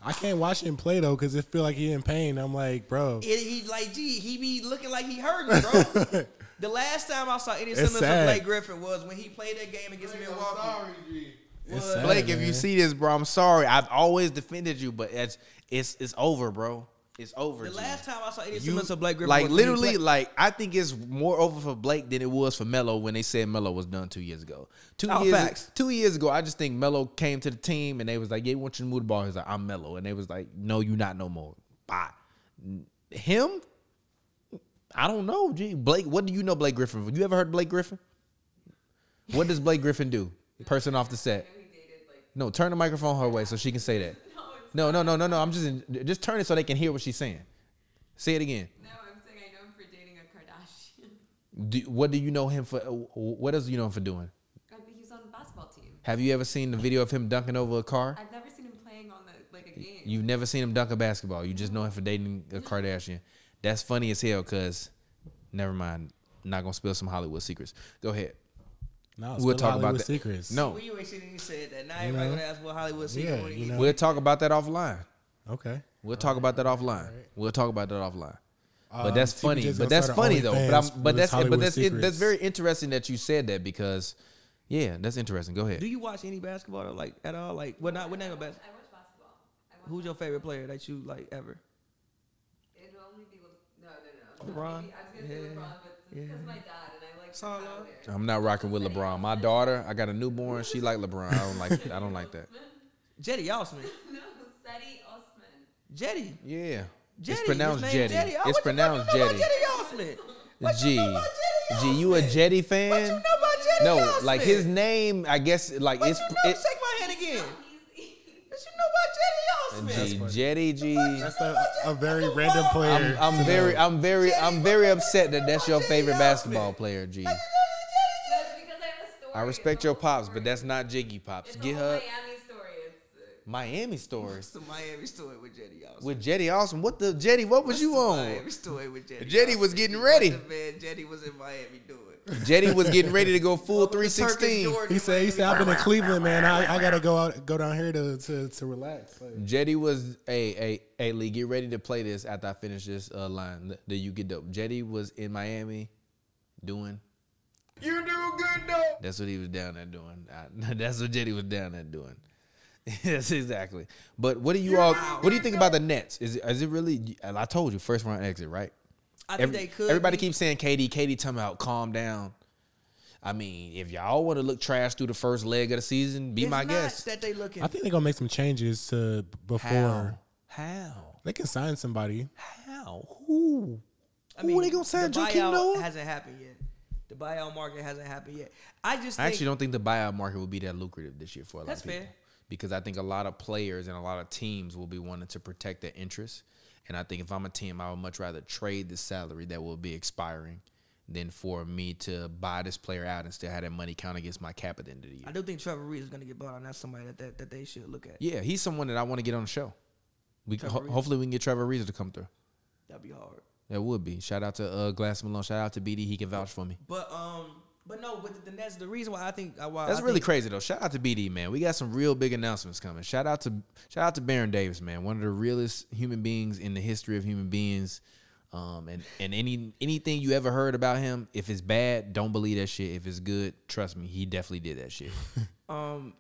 C: I can't watch him play though because it feel like he in pain. I'm like, bro,
B: It, he like, gee, he be looking like he hurting, bro. the last time I saw any semblance of
C: sad.
B: Blake Griffin was when he played that game against Milwaukee.
C: it's sad,
A: Blake, if
C: man.
A: you see this, bro, I'm sorry. I've always defended you, but it's it's it's over, bro. It's over.
B: The
A: G.
B: last time I saw any
A: You-
B: semblance of Blake Griffin,
A: like
B: was when he
A: literally,
B: played-
A: like I think it's more over for Blake than it was for Melo when they said Melo was done two years ago. Two
B: Oh,
A: years,
B: facts.
A: two years ago, I just think Melo came to the team and they was like, "Yeah, we want you to move the ball." He's like, "I'm Melo," and they was like, "No, you not no more." Bye. Him, I don't know. Gee, Blake, what do you know Blake Griffin? from? You ever heard of Blake Griffin? What does Blake Griffin do? Person off the set. No, turn the microphone her way so she can say that. No, no, no, no, no. I'm just in, just turn it so they can hear what she's saying. Say it again.
F: No, I'm saying I know him for dating a Kardashian.
A: Do, what do you know him for? What else do you know him for doing?
F: I mean, he was on the basketball team.
A: Have you ever seen the video of him dunking over a car?
F: I've never seen him playing on the like a game.
A: You've never seen him dunk a basketball. You just know him for dating a Kardashian. That's funny as hell. Cause never mind. Not gonna spill some Hollywood secrets. Go ahead.
C: No,
A: we'll
C: spill
A: talk
C: Hollywood
A: about that.
C: secrets.
A: No,
B: Well, you ain't seen he said that. Now everybody gonna ask what Hollywood secret.
C: Yeah,
B: what he
C: you
B: is.
C: know.
A: we'll talk about that offline.
C: Okay.
A: We'll talk about that offline. We'll talk about that offline. But
C: Um,
A: that's
C: TPJ's
A: funny.
C: gonna
A: But that's
C: start
A: funny
C: an
A: though. But I'm,
C: OnlyFans
A: but
C: with his
A: that's but
C: Hollywood
A: that's it, that's
C: secrets.
A: very interesting that you said that because yeah, that's interesting. Go ahead.
B: Do you watch any basketball or, like at all? Like, well, not we're not gonna bas-
F: I watch basketball. I watch
B: Who's your favorite player that you like ever?
F: It'll only be Le- no, no, no.
B: LeBron?
F: Maybe- I was gonna say
B: Yeah,
F: LeBron, but it's because my dad and I like
B: Solid.
F: Tyler.
A: I'm not rocking with LeBron. My daughter, I got a newborn. She like LeBron. I don't like. I don't like that.
B: Jetty Osman.
F: No, Seti Osman.
B: Jetty.
A: Yeah,
B: Jetty.
A: it's pronounced
B: His name
A: Jetty.
B: Jetty. Oh,
A: It's
B: what the fuck
A: pronounced
B: you know about
A: Jetty.
B: Jetty Osman. What
A: G,
B: you know about Jetty
A: G, you a
B: Osman?
A: Jetty
B: What you know
A: fan?
B: about Jetty
A: No,
B: Osman?
A: like his name. I guess like
B: What
A: it's
B: you know?
A: it,
B: Shake my hand again.
F: He's
B: What you know about Jetty Osman?
A: G, Jetty G.
C: That's a, a very
B: That's
C: random
B: wild.
C: player.
A: I'm, I'm
C: to
A: very,
C: know.
A: I'm very, I'm very upset that that's your
B: Jetty
A: favorite
B: Osman.
A: basketball player, G.
F: That's because I have a story.
A: I
F: It's
A: respect
F: a
A: your
F: whole
A: pops,
F: story.
A: but that's not Jiggy pops.
F: it's
A: Get
F: a whole
A: her
F: Miami story. It's, uh,
A: Miami stories
B: It's the Miami story with Jetty Osman.
A: with Jetty Austin. What the Jetty? What was you on?
B: Miami story with Jetty.
A: Jetty was
B: Osman.
A: getting
B: You
A: ready.
B: know what the Man, Jetty was in Miami doing.
A: Jetty was getting ready to go full
B: Turkish
A: 316.
B: Jordan
C: He
B: in
C: said, he
B: Miami.
C: said, I've been in Cleveland, man. I, I gotta go out, go down here to to, to relax. Like,
A: Jetty was a a a Lee. Get ready to play this after I finish this uh, line. th- That you get dope. Jetty was in Miami doing. You do good though. That's what he was down there doing. I, that's what Jetty was down there doing. yes, exactly. But what do you all? What do you think about the Nets? Is it, is it really? I told you first round exit, right?
B: I think
A: Every-
B: they could.
A: everybody
B: be.
A: keeps saying KD. KD, talking about calm down. I mean, if y'all want to look trash through the first leg of the season, be
B: It's
A: my
B: not
A: guest.
B: that they looking.
C: I think they're gonna make some changes to before
A: How? How?
C: they can sign somebody.
A: How? Who? Who they gonna sign?
B: the
A: Joakim
B: buyout
A: Noah?
B: hasn't happened yet. The buyout market hasn't happened yet. I just
A: I
B: think,
A: actually don't think the buyout market will be that lucrative this year for a lot
B: That's
A: of people.
B: fair.
A: Because I think a lot of players and a lot of teams will be wanting to protect their interests. And I think if I'm a team, I would much rather trade the salary that will be expiring than for me to buy this player out and still have that money count against my cap at the end of the year.
B: I do think Trevor Reed is going to get bought, and that's somebody that, that, that they should look at.
A: Yeah, he's someone that I want to get on the show. We
B: Trevor
A: ho-
B: Ariza.
A: hopefully we can get Trevor Reeser to come through.
B: That'd be hard.
A: That would be shout out to uh, Glass Malone. Shout out to BD. He can vouch for me.
B: But um, but no, but the, the Nets. The reason why I think uh, why
A: That's
B: I
A: really
B: think,
A: crazy though. Shout out to BD man. We got some real big announcements coming. Shout out to shout out to Baron Davis man, one of the realest human beings in the history of human beings. Um, and and any anything you ever heard about him, if it's bad, don't believe that shit. If it's good, trust me, he definitely did that shit.
B: um.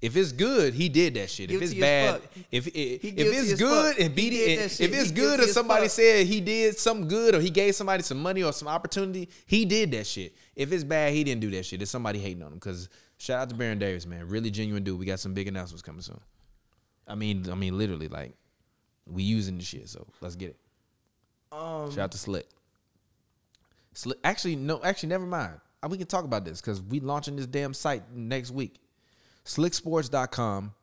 A: If it's good, he did that shit. If
B: Guilty
A: it's
B: as
A: bad,
B: fuck.
A: if if, if
B: guilty
A: it's
B: as
A: good
B: fuck.
A: and
B: He
A: BD,
B: did that
A: if
B: shit.
A: it's good
B: He guilty
A: and
B: as
A: somebody
B: fuck.
A: said he did something good or he gave somebody some money or some opportunity, he did that shit. If it's bad, he didn't do that shit. It's somebody hating on him. Cause shout out to Baron Davis, man, really genuine dude. We got some big announcements coming soon. I mean, I mean, literally, like we using the shit, so let's get it.
B: Um,
A: Shout out to Slick. Slick. Actually, no. Actually, never mind. Uh, We can talk about this because we launching this damn site next week. Slicksports.com.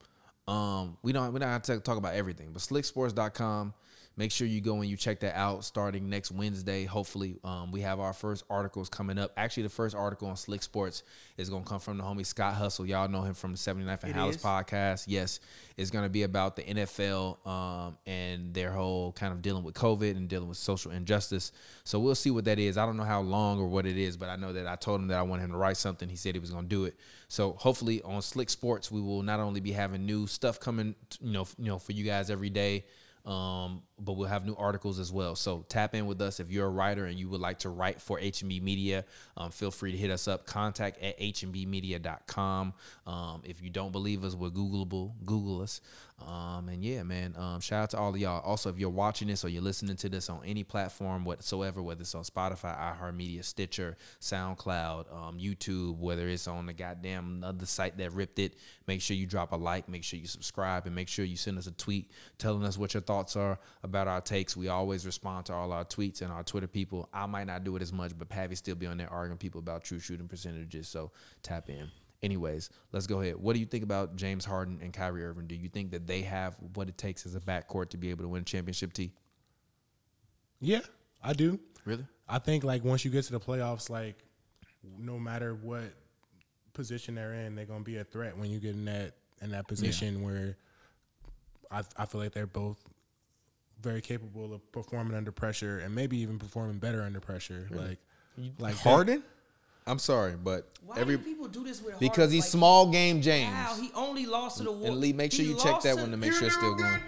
A: Um, we don't we don't have to talk about everything, but slicksports.com. Make sure you go and you check that out starting next Wednesday. Hopefully, um, we have our first articles coming up. Actually, the first article on Slick Sports is going to come from the homie Scott Hustle. Y'all know him from the 79th and Hallis
B: is.
A: podcast. Yes, it's going to be about the NFL um, and their whole kind of dealing with COVID and dealing with social injustice. So we'll see what that is. I don't know how long or what it is, but I know that I told him that I want him to write something. He said he was going to do it. So hopefully on Slick Sports, we will not only be having new stuff coming, you know, f- you know, for you guys every day. Um, but we'll have new articles as well. So tap in with us if you're a writer and you would like to write for HMB Media. Um, feel free to hit us up. Contact at hmbmedia.com. Um, if you don't believe us, we're Googleable. Google us. Um, and yeah, man, um, shout out to all of y'all. Also, if you're watching this or you're listening to this on any platform whatsoever, whether it's on Spotify, iHeartMedia, Stitcher, SoundCloud, um, YouTube, whether it's on the goddamn other site that ripped it, make sure you drop a like, make sure you subscribe, and make sure you send us a tweet telling us what your thoughts are about our takes. We always respond to all our tweets and our Twitter people. I might not do it as much, but Pavi still be on there arguing people about true shooting percentages. So tap in. Anyways, let's go ahead. What do you think about James Harden and Kyrie Irving? Do you think that they have what it takes as a backcourt to be able to win a championship? T.
C: Yeah, I do.
A: Really?
C: I think like once you get to the playoffs, like no matter what position they're in, they're gonna be a threat when you get in that in that position where I I feel like they're both very capable of performing under pressure and maybe even performing better under pressure. Like like that-
A: Harden? I'm sorry, but
B: Why
A: every
B: do people do this with
A: because he's
B: Harden? Like,
A: small game James.
B: Wow, he only lost to the Warriors.
A: and Lee, make sure you check that one to make sure it's still going.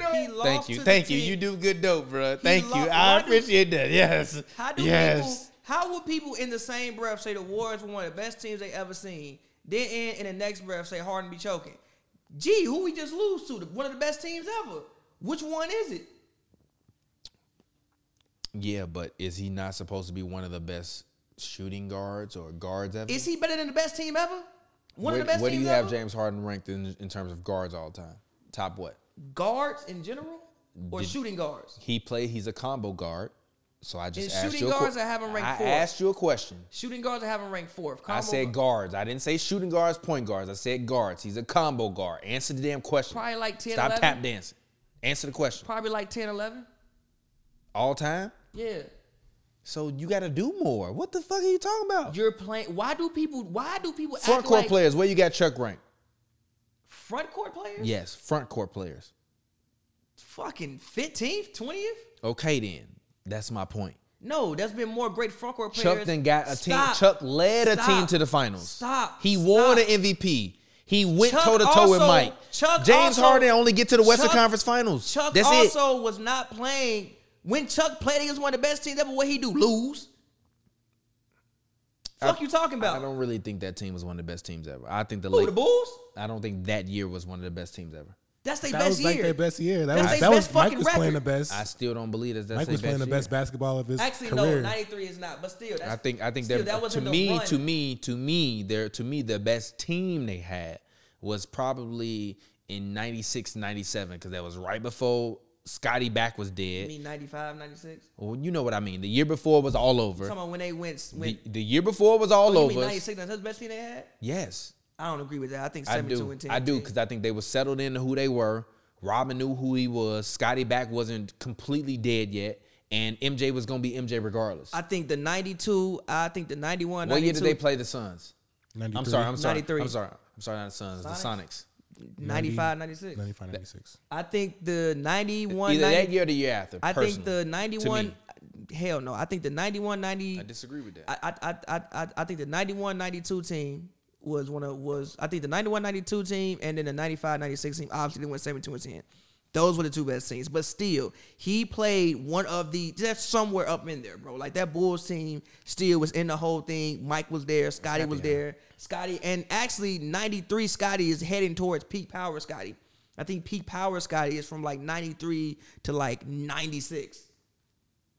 A: Thank you, thank you. You do good dope, bro. Thank
B: lo-
A: you.
B: why
A: I
B: do-
A: appreciate that. Yes.
B: How do
A: yes.
B: people? How will people in the same breath say the Warriors were one of the best teams they ever seen? Then in, in the next breath say Harden be choking. Gee, who we just lose to? The- One of the best teams ever. Which one is it?
A: Yeah, but is he not supposed to be one of the best shooting guards or guards ever?
B: Is he better than the best team ever?
A: Where,
B: One of the best
A: where do
B: teams
A: you have
B: ever.
A: James Harden ranked in, in terms of guards all time? Top what?
B: Guards in general or
A: Did-
B: shooting guards?
A: He play. He's a combo guard. So I just
B: And
A: asked
B: shooting
A: you. a que-
B: guards, I have him ranked
A: I
B: fourth.
A: asked you a question.
B: Shooting guards I have him ranked fourth.
A: I
B: Combo
A: said
B: guard-
A: guards. I didn't say shooting guards, point guards. I said guards. He's a combo guard. Answer the damn question.
B: Probably like 10,
A: Stop
B: 11.
A: tap dancing. Answer the question.
B: probably like 10, 11.
A: All time.
B: Yeah.
A: So you got to do more. What the fuck are you talking about?
B: You're playing. Why do people? Why do people
A: front
B: act
A: court
B: like
A: players. Where you got Chuck ranked?
B: front court players?
A: Yes, front court players.
B: Fucking fifteenth, twentieth.
A: Okay, then. That's my point.
B: No, there's been more great front court players.
A: Chuck then got a team.
B: Stop.
A: Chuck led a team
B: Stop.
A: to the finals.
B: Stop.
A: He
B: Stop.
A: won an MVP. He went
B: Chuck
A: toe to toe with
B: also-
A: Mike.
B: Chuck
A: James
B: also-
A: Harden only get to the Western
B: Chuck-
A: Conference Finals.
B: Chuck
A: That's it.
B: also was not playing when Chuck played against one of the best teams ever. What he do? Lose? Fuck you talking
A: I
B: about?
A: don't really think that team was one of the best teams ever. I think the
B: Who
A: late.
B: the Bulls?
A: I don't think that year was one of the best teams ever.
B: That's their
C: that
B: best
C: was
B: year.
C: like their best year. That
B: That's
C: was
B: their
C: that
B: best
C: was Mike
B: fucking
C: was playing the
B: record.
C: best.
A: I still don't believe that that's
C: Mike
A: their
C: was playing the
A: best
C: best
A: year.
C: basketball of his
B: Actually,
C: career.
B: no, ninety three is not. But still, that's,
A: I think I think
B: still,
A: that,
B: that
A: to
B: wasn't the
A: me
B: run.
A: to me to me their to me the best team they had was probably in 96 97 cuz that was right before Scotty back was
B: I
A: dead.
B: mean 95, 96.
A: Well, you know what I mean. The year before was all over.
B: Talking about when they went.
A: The,
B: When, Oh,
A: the year before was all
B: you mean
A: over.
B: ninety six? That's the best team they had.
A: Yes.
B: I don't agree with that. I think
A: I
B: seventy two
A: do.
B: and ten.
A: I do because I think they were settled into who they were. Robin knew who he was. Scotty back wasn't completely dead yet, and MJ was gonna be MJ regardless.
B: I think the 92, I think the 91,
A: what
B: 92,
A: year did they play the Suns? I'm
C: 93,
A: sorry. I'm sorry.
B: 93.
A: I'm sorry. I'm sorry. Not the Suns. The Sonics.
B: 95, 96.
C: 95, 96.
B: I think the 91,
A: Either
B: 90
A: that year or the year after.
B: I think
A: personally,
B: the
A: to
B: 91,
A: me.
B: hell no. I think the 91, 90,
A: I disagree with that.
B: I, I, I, I, I, I think the 91, 92 team was one of, was, I think the 91, 92 team and then the 95, 96 team, obviously they went 72 and 10. Those were the two best scenes. But still, he played one of the just somewhere up in there, bro. Like that Bulls team still was in the whole thing. Mike was there, Scotty was there. Scotty and actually 93 Scotty is heading towards peak power Scotty. I think peak power Scotty is from like 93 to like 96.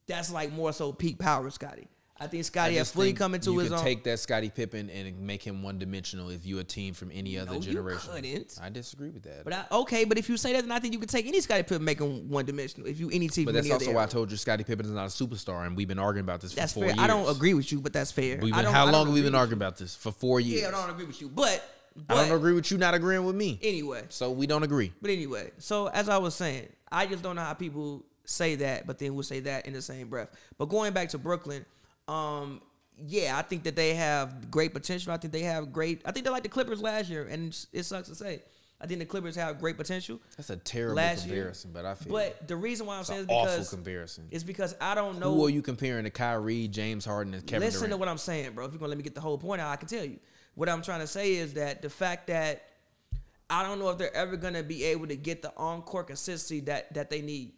B: That's like more so peak power Scotty. I think Scotty has
A: just
B: fully
A: think
B: come into
A: you
B: his
A: could
B: own.
A: Take that Scottie Pippen and make him one dimensional if you a team from any other
B: No, you
A: generation.
B: couldn't.
A: I disagree with that.
B: But
A: But,
B: I, okay, but if you say that, then I think you can take any Scotty Pippen, make him one dimensional. If you any team, from
A: that's
B: any other
A: also why I
B: era.
A: told you Scottie Pippen is not a superstar, and we've been arguing about this for
B: That's
A: four
B: fair.
A: years.
B: I don't agree with you, but that's fair.
A: We've
B: I
A: been,
B: don't,
A: how
B: I don't
A: long have we
B: agree
A: been
B: with
A: arguing about this for four
B: you.
A: years?
B: Yeah, I don't agree with you, but,
A: I don't
B: but-
A: agree with you not agreeing with me.
B: Anyway,
A: So we don't agree.
B: but anyway, so as I was saying, I just don't know how people say that, but then will say that in the same breath. But going back to Brooklyn, um, yeah, I think that they have great potential. I think they have great. I think they're like the Clippers last year, and it sucks to say. I think the Clippers have great potential.
A: That's a terrible
B: Last year,
A: comparison, but I feel
B: But the reason why I'm
A: it's
B: saying
A: an
B: is
A: awful
B: because
A: comparison.
B: it's because I don't know.
A: Who are you comparing to Kyrie, James Harden, and Kevin
B: Listen to
A: Durant?
B: what I'm saying, bro. If you're gonna let me get the whole point out, I can tell you. What I'm trying to say is that the fact that I don't know if they're ever gonna be able to get the encore consistency that that they need.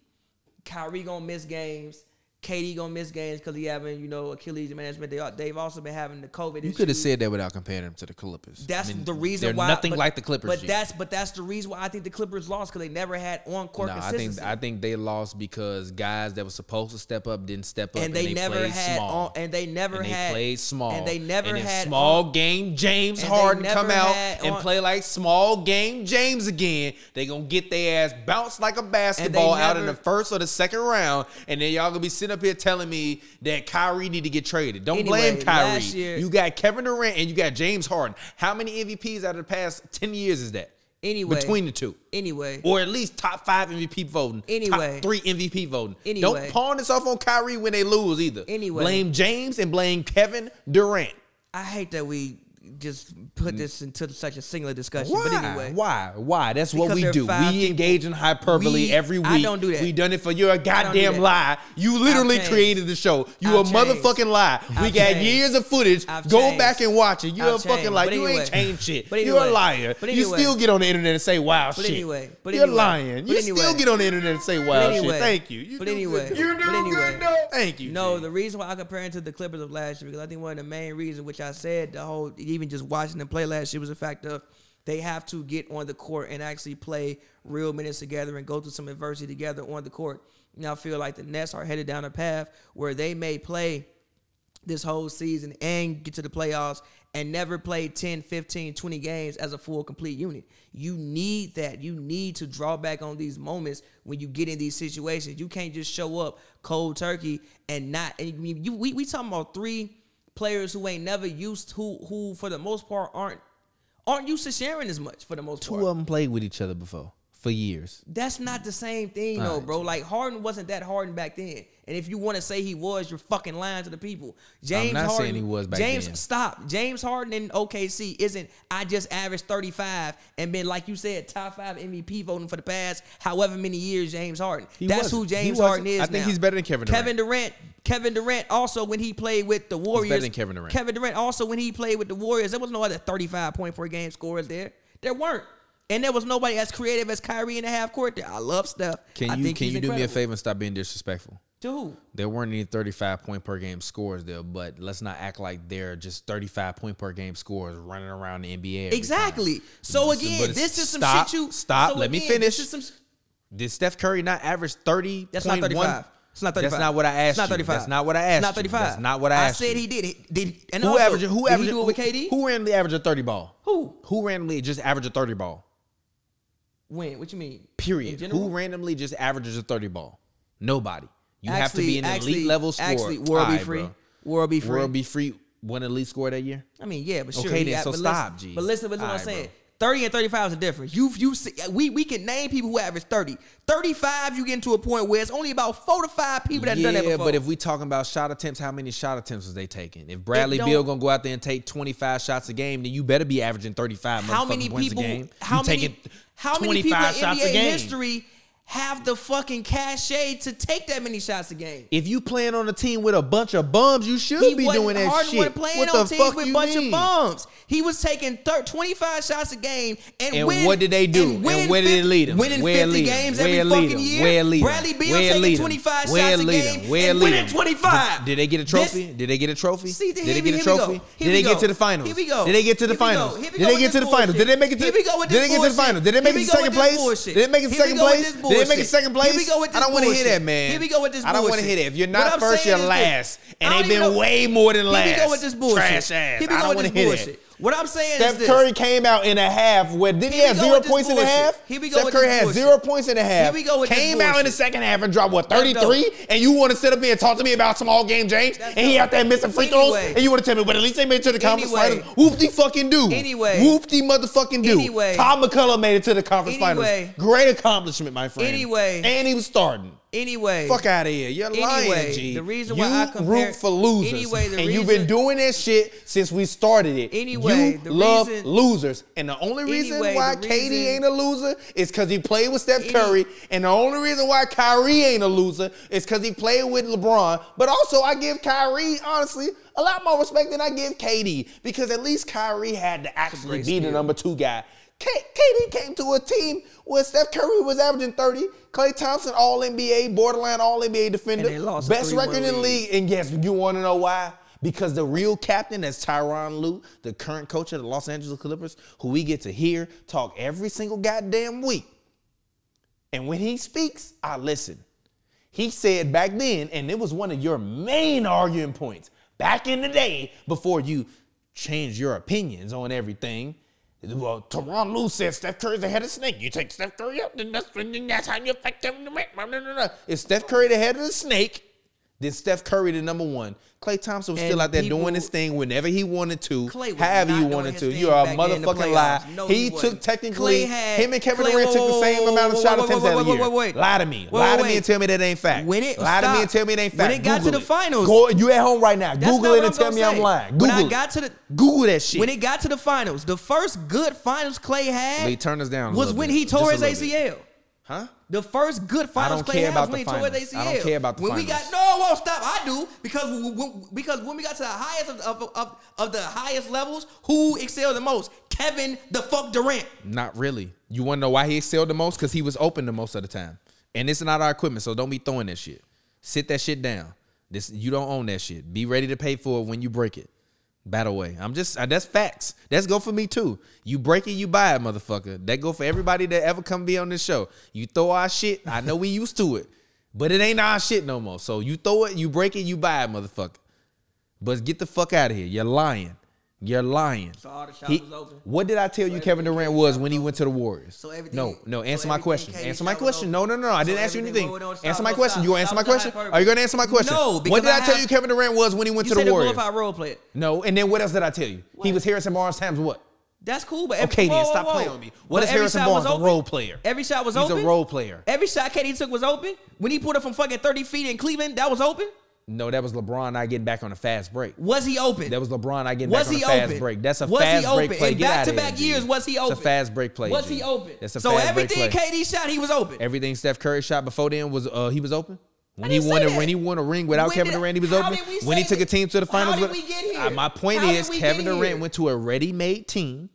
B: Kyrie gonna miss games. KD gonna miss games because he having you know Achilles management. They al- they've also been having the COVID.
A: you could have
B: issues.
A: said that without comparing them to the Clippers. I
B: That's
A: mean,
B: the reason
A: they're
B: why
A: nothing
B: but-
A: like the Clippers.
B: But
A: yet.
B: that's but that's the reason why I think the Clippers lost because they never had on court
A: Nah, I
B: consistency.
A: think I think they lost because guys that were supposed to step up didn't step up,
B: and they, never
A: played
B: had
A: small.
B: on, and they never
A: And they
B: had
A: played small,
B: and they never
A: And if
B: had
A: small
B: on-
A: game. James
B: and they
A: Harden
B: never
A: come out
B: had
A: and
B: on-
A: play like small game James again. They gonna get their ass bounced like a basketball out in the
B: never-
A: first or the second round, and then y'all gonna be sitting up here telling me that Kyrie need to get traded. Don't blame
B: Anyway,
A: Kyrie.
B: last year-
A: you got Kevin Durant and you got James Harden. How many MVPs out of the past ten years is that?
B: Anyway.
A: between the two
B: anyway.
A: or at least top five MVP voting.
B: Anyway.
A: top three MVP voting.
B: Anyway.
A: don't pawn this off on Kyrie when they lose either.
B: Anyway.
A: blame James and blame Kevin Durant.
B: I hate that we just put this into such a singular discussion.
A: Mm. Why?
B: But anyway,
A: Why? Why? That's what
B: Because
A: we
B: there are
A: do.
B: five
A: We engage in hyperbole
B: We-
A: every week.
B: I don't do that.
A: We done it for your goddamn
B: that.
A: lie. You literally
B: changed.
A: created the show. You
B: I've
A: a motherfucking
B: changed.
A: lie. we
B: I've
A: got
B: changed.
A: years of footage.
B: I've
A: Go
B: changed.
A: back and watch it. You're a
B: I've
A: fucking
B: changed.
A: liar.
B: But
A: you ain't
B: anyway.
A: changed shit.
B: But
A: You're a
B: anyway.
A: liar.
B: But
A: you
B: anyway.
A: still get on the internet and say wild
B: But
A: shit.
B: anyway. But
A: You're
B: anyway.
A: lying. You
B: But
A: still
B: anyway.
A: get on the internet and say
B: But
A: wild
B: anyway,
A: shit. Thank you. you
B: but
A: do good.
B: anyway,
A: You do
B: but anyway.
A: good though. Thank you.
B: No,
A: Jay.
B: the reason why I compare it to the Clippers of last year because I think one of the main reasons, which I said, the whole even just watching them play last year was the fact of they have to get on the court and actually play real minutes together and go through some adversity together on the court. Now I feel like the Nets are headed down a path where they may play this whole season and get to the playoffs and never play 10, 15, 20 games as a full complete unit. You need that. You need to draw back on these moments when you get in these situations. You can't just show up cold turkey and not and I mean, you, we we talking about three players who ain't never used who who for the most part aren't aren't used to sharing as much for the most part.
A: two of them played with each other before for years.
B: That's not the same thing, though, bro. Like Harden wasn't that Harden back then, and if you want to say he was, you're fucking lying to the people. James
A: not saying
B: Harden,
A: he was back
B: James,
A: then.
B: stop. James Harden in OKC isn't. I just averaged 35 and been like you said, top five MVP voting for the past however many years. James Harden.
A: He wasn't.
B: That's who
A: He
B: James
A: wasn't.
B: Harden is.
A: I think
B: now.
A: he's better than Kevin Durant.
B: Kevin Durant. Kevin Durant also when he played with the Warriors.
A: than Kevin Durant.
B: Kevin Durant also when he played with the Warriors. There was no other 35 point per game scorers there. There weren't. And there was nobody as creative as Kyrie in the half court there. I love stuff. I
A: Can you
B: think
A: can
B: he's
A: you do me a
B: incredible.
A: favor and stop being disrespectful?
B: To who?
A: There weren't any 35 point per game scores there, but let's not act like they're just 35 point per game scores running around the NBA. every time.
B: Exactly. So
A: But
B: again,
A: it's-
B: this is some
A: stop,
B: shit you
A: stop.
B: so
A: Let me
B: again, this
A: finish.
B: is some-
A: Did Steph Curry not average 30?
B: That's not 35. It's not 35.
A: That's not what I asked.
B: It's not 35.
A: You. That's not what I
B: It's
A: asked.
B: not
A: you.
B: 35.
A: That's not what I asked.
B: I said
A: you.
B: he did it. Did and
A: Who
B: also,
A: averaged? Who
B: did
A: averaged?
B: he do it with KD?
A: Who randomly averaged a 30 ball?
B: Who?
A: Who randomly just averaged a 30 ball?
B: when? What you mean? In
A: Period.
B: general?
A: Who randomly just averages a 30 ball? Nobody. You have to
B: Actually-
A: be an
B: actually-
A: elite level scorer.
B: Actually, world be
A: Alright,
B: free.
A: bro.
B: World be free.
A: World be free. One elite score that year.
B: I mean, yeah, but sure.
A: Okay,
B: he
A: then,
B: got-
A: so
B: but
A: stop,
B: listen,
A: G.
B: But listen, listen to what I'm
A: Alright,
B: saying.
A: bro.
B: 30 and 35 is a difference. You've, you see, we, we can name people who average 30. 35, you get into a point where it's only about four to five people that
A: yeah,
B: done that before.
A: but if we talking about shot attempts, how many shot attempts was they taking? If Bradley
B: It
A: Beal
B: don't-
A: gonna go out there and take twenty five shots a game, then you better be averaging thirty five.
B: how many people?
A: A game.
B: How
A: you
B: many?
A: taking
B: How many people in
A: 25 shots a
B: NBA
A: game.
B: history have the fucking cachet to take that many shots a game.
A: If you playing on a team with a bunch of bums, you should be
B: wasn't-
A: doing that
B: Harden
A: shit.
B: wasn't playing
A: what
B: on
A: the
B: teams
A: fuck
B: with
A: you
B: bunch
A: mean?
B: of bums. He was taking thir- 25 shots a game and,
A: And
B: win-
A: what did they do?
B: And,
A: And
B: win
A: where did it
B: 50
A: lead 'em?
B: Winning
A: Where it
B: 50
A: lead 'em?
B: games
A: Where it
B: every
A: lead 'em?
B: fucking year.
A: Where it lead 'em?
B: Bradley Beal
A: Where it
B: taking
A: lead 'em?
B: 25
A: Where it
B: shots a
A: lead 'em?
B: game
A: Where it
B: and
A: lead
B: winning
A: 'em?
B: 25.
A: Did they get a
B: This-
A: trophy? did they get a trophy?
B: See,
A: did
B: here
A: they
B: we-
A: get a
B: here we go.
A: trophy?
B: Here
A: Did
B: we
A: they
B: go.
A: get to the finals?
B: Here we go.
A: Did they get to the
B: Here we go.
A: finals?
B: Here we
A: Did
B: go
A: they
B: with
A: get to
B: this
A: the finals? Did
B: bullshit.
A: they make it to?
B: Here we go with
A: Did
B: this
A: they get to the
B: bullshit.
A: finals? Did they
B: Here
A: make
B: we
A: it to
B: go with
A: second
B: this
A: place?
B: bullshit.
A: Did they make it to
B: Here we
A: second
B: go with
A: place?
B: this
A: Did they make it to
B: bullshit.
A: second
B: Here
A: place?
B: we go with
A: I don't want
B: this
A: to hear
B: bullshit.
A: that, man.
B: Here we go with this
A: I don't want to
B: bullshit.
A: hear that. If you're
B: What
A: not
B: I'm
A: first, you're
B: saying is this.
A: last,
B: I
A: and
B: don't
A: they've
B: even
A: been
B: know-
A: way more than last.
B: Here we go with this bullshit.
A: Trash ass.
B: Here we
A: I
B: go
A: don't
B: with
A: want
B: this
A: to hear
B: bullshit.
A: that.
B: What I'm saying
A: Steph
B: is this.
A: Curry came out in a half where didn't he
B: Here we
A: have
B: go
A: zero
B: with this
A: points in a
B: bullshit.
A: half?
B: Here we go
A: Steph
B: with
A: Curry
B: this
A: had
B: bullshit.
A: zero points in a half.
B: we go with this
A: came out in the
B: bullshit.
A: second half and dropped what
B: That's dope.
A: 33, and you want to sit up here and talk to me about some all game James,
B: That's
A: and he
B: dope.
A: out there missing free throws,
B: Anyway.
A: and you want to tell me, but at least they made it to the conference
B: Anyway.
A: finals. Whoop the fucking do.
B: Anyway.
A: Whoop the motherfucking do.
B: Anyway.
A: Tom McCullough made it to the conference
B: Anyway.
A: finals. Great accomplishment, my friend.
B: Anyway.
A: and he was starting.
B: Anyway.
A: Fuck out of here. You're
B: Anyway,
A: lying, G.
B: the reason
A: you
B: why I compare-
A: root for losers.
B: Anyway, the
A: and you've been
B: reason-
A: doing that shit since we started it.
B: Anyway,
A: you
B: the
A: love
B: reason-
A: losers. And the only reason
B: Anyway,
A: why
B: the
A: Katie
B: reason-
A: ain't a loser is because he played with Steph
B: Any-
A: Curry. And the only reason why Kyrie ain't a loser is because he played with LeBron. But also, I give Kyrie, honestly, a lot more respect than I give Katie because at least Kyrie had to actually be
B: great
A: the
B: steal.
A: number two guy. K- KD came to a team where Steph Curry was averaging 30, Clay Thompson, all NBA, borderline all NBA defender,
B: And they lost a
A: best
B: 3-1
A: record in the
B: lead.
A: league. And yes, you want to know why? Because the real captain, that's Tyron Lue, the current coach of the Los Angeles Clippers, who we get to hear talk every single goddamn week. And when he speaks, I listen. He said back then, and it was one of your main arguing points back in the day before you changed your opinions on everything. Well, Teron Lou said Steph Curry's the head of the snake. You take Steph Curry out, then that's, then that's how you affect them. If Steph Curry the head of the snake, then Steph Curry the number one. Clay Thompson was still
B: And
A: out there
B: people-
A: doing his thing whenever he wanted to,
B: Clay was
A: however
B: not
A: he
B: doing
A: wanted
B: his
A: to.
B: thing
A: You are a
B: back then in the
A: motherfucking
B: playoffs.
A: lie.
B: No,
A: he
B: he
A: took
B: wasn't.
A: technically,
B: Clay had-
A: him and Kevin
B: Clay-
A: Durant took
B: whoa,
A: the
B: whoa,
A: same
B: whoa,
A: amount of
B: whoa,
A: shot
B: whoa,
A: attempts
B: whoa,
A: every
B: whoa,
A: year.
B: whoa, wait.
A: Lie to me.
B: Whoa,
A: lie
B: whoa,
A: to me
B: wait.
A: and tell me that ain't fact.
B: When it-
A: lie to me
B: stop.
A: and tell me it ain't fact.
B: When it got to
A: Google
B: the finals-
A: Go, you at home right now.
B: That's not
A: Google it
B: what
A: and
B: I'm
A: tell me
B: gonna
A: I'm
B: say.
A: lying. Google
B: When I
A: it.
B: got to the-
A: Google that shit.
B: When it got to the finals, the first good finals Clay had
A: Lee, turn us down a
B: was
A: little
B: when
A: bit.
B: he tore
A: Just a
B: his
A: little bit.
B: ACL.
A: huh?
B: The first good finals
A: don't
B: Clay
A: care
B: had
A: about
B: was when he
A: the
B: tore his
A: finals.
B: ACL.
A: I don't care about the
B: when we
A: finals.
B: got no, it won't stop. I do because when, when- because when we got to the highest of, of, of, of the highest levels, who excelled the most? Kevin the fuck Durant.
A: Not really. You want to know why he excelled the most? Because he was open the most of the time. And it's not our equipment, so don't be throwing that shit. Sit that shit down. This you don't own that shit. Be ready to pay for it when you break it. Battle way. I'm just uh, that's facts. That's go for me too. You break it, you buy it, motherfucker. That go for everybody that ever come be on this show. You throw our shit. I know we used to it, but it ain't our shit no more. So you throw it, you break it, you buy it, motherfucker. But get the fuck out of here. You're lying. You're lying.
B: So all the shots
A: He-
B: was open?
A: What did I tell you Kevin Durant was when he went to the Warriors?
B: So everything-
A: No, no.
B: so
A: Answer my
B: everything
A: question.
B: KD
A: Answer my
B: shot was
A: question. No,
B: over.
A: no, no. I didn't
B: So
A: ask you
B: everything-
A: anything.
B: well, don't stop,
A: answer my
B: don't
A: question.
B: stop.
A: You gonna answer my
B: Stop with the
A: question?
B: hyperbole.
A: Are you gonna answer my question?
B: No, because
A: What did
B: I
A: I, tell
B: have-
A: you Kevin Durant was when he went
B: You
A: to
B: say
A: the
B: the
A: Warriors?
B: glorified role player.
A: No. And then what else did I tell you? He was Harrison Barnes times what?
B: That's cool, but
A: Okay,
B: whoa,
A: then
B: whoa,
A: stop
B: whoa.
A: playing on me. What
B: But
A: is
B: every
A: Harrison
B: shot was
A: Barnes? A
B: open?
A: role player.
B: Every shot was
A: He's a
B: open.
A: role player.
B: Every shot KD took was open. When he pulled up from fucking thirty feet in Cleveland, that was open.
A: No, that was LeBron not getting back on a fast break.
B: Was he open?
A: That was LeBron not getting back
B: Was
A: on
B: he
A: a fast
B: open?
A: break. That's a
B: Was he
A: fast break
B: open?
A: play.
B: In
A: Get outta
B: back-to-back
A: here, G.
B: years, was he
A: It's
B: open?
A: a fast break play.
B: was
A: G.
B: he open?
A: That's a
B: so
A: fast break
B: everything
A: play.
B: KD shot, he was open.
A: Everything Steph Curry shot before then was uh he was open. When he
B: didn't
A: won
B: say
A: a,
B: that.
A: when he won a ring without
B: When
A: Kevin
B: did-
A: Durant, he was
B: how
A: open.
B: did we
A: When he
B: say
A: took a
B: that?
A: team to the
B: How
A: finals,
B: did
A: with-
B: we get here?
A: Uh, my point
B: How
A: is
B: did we
A: Kevin
B: get
A: Durant
B: here?
A: went to a ready-made team,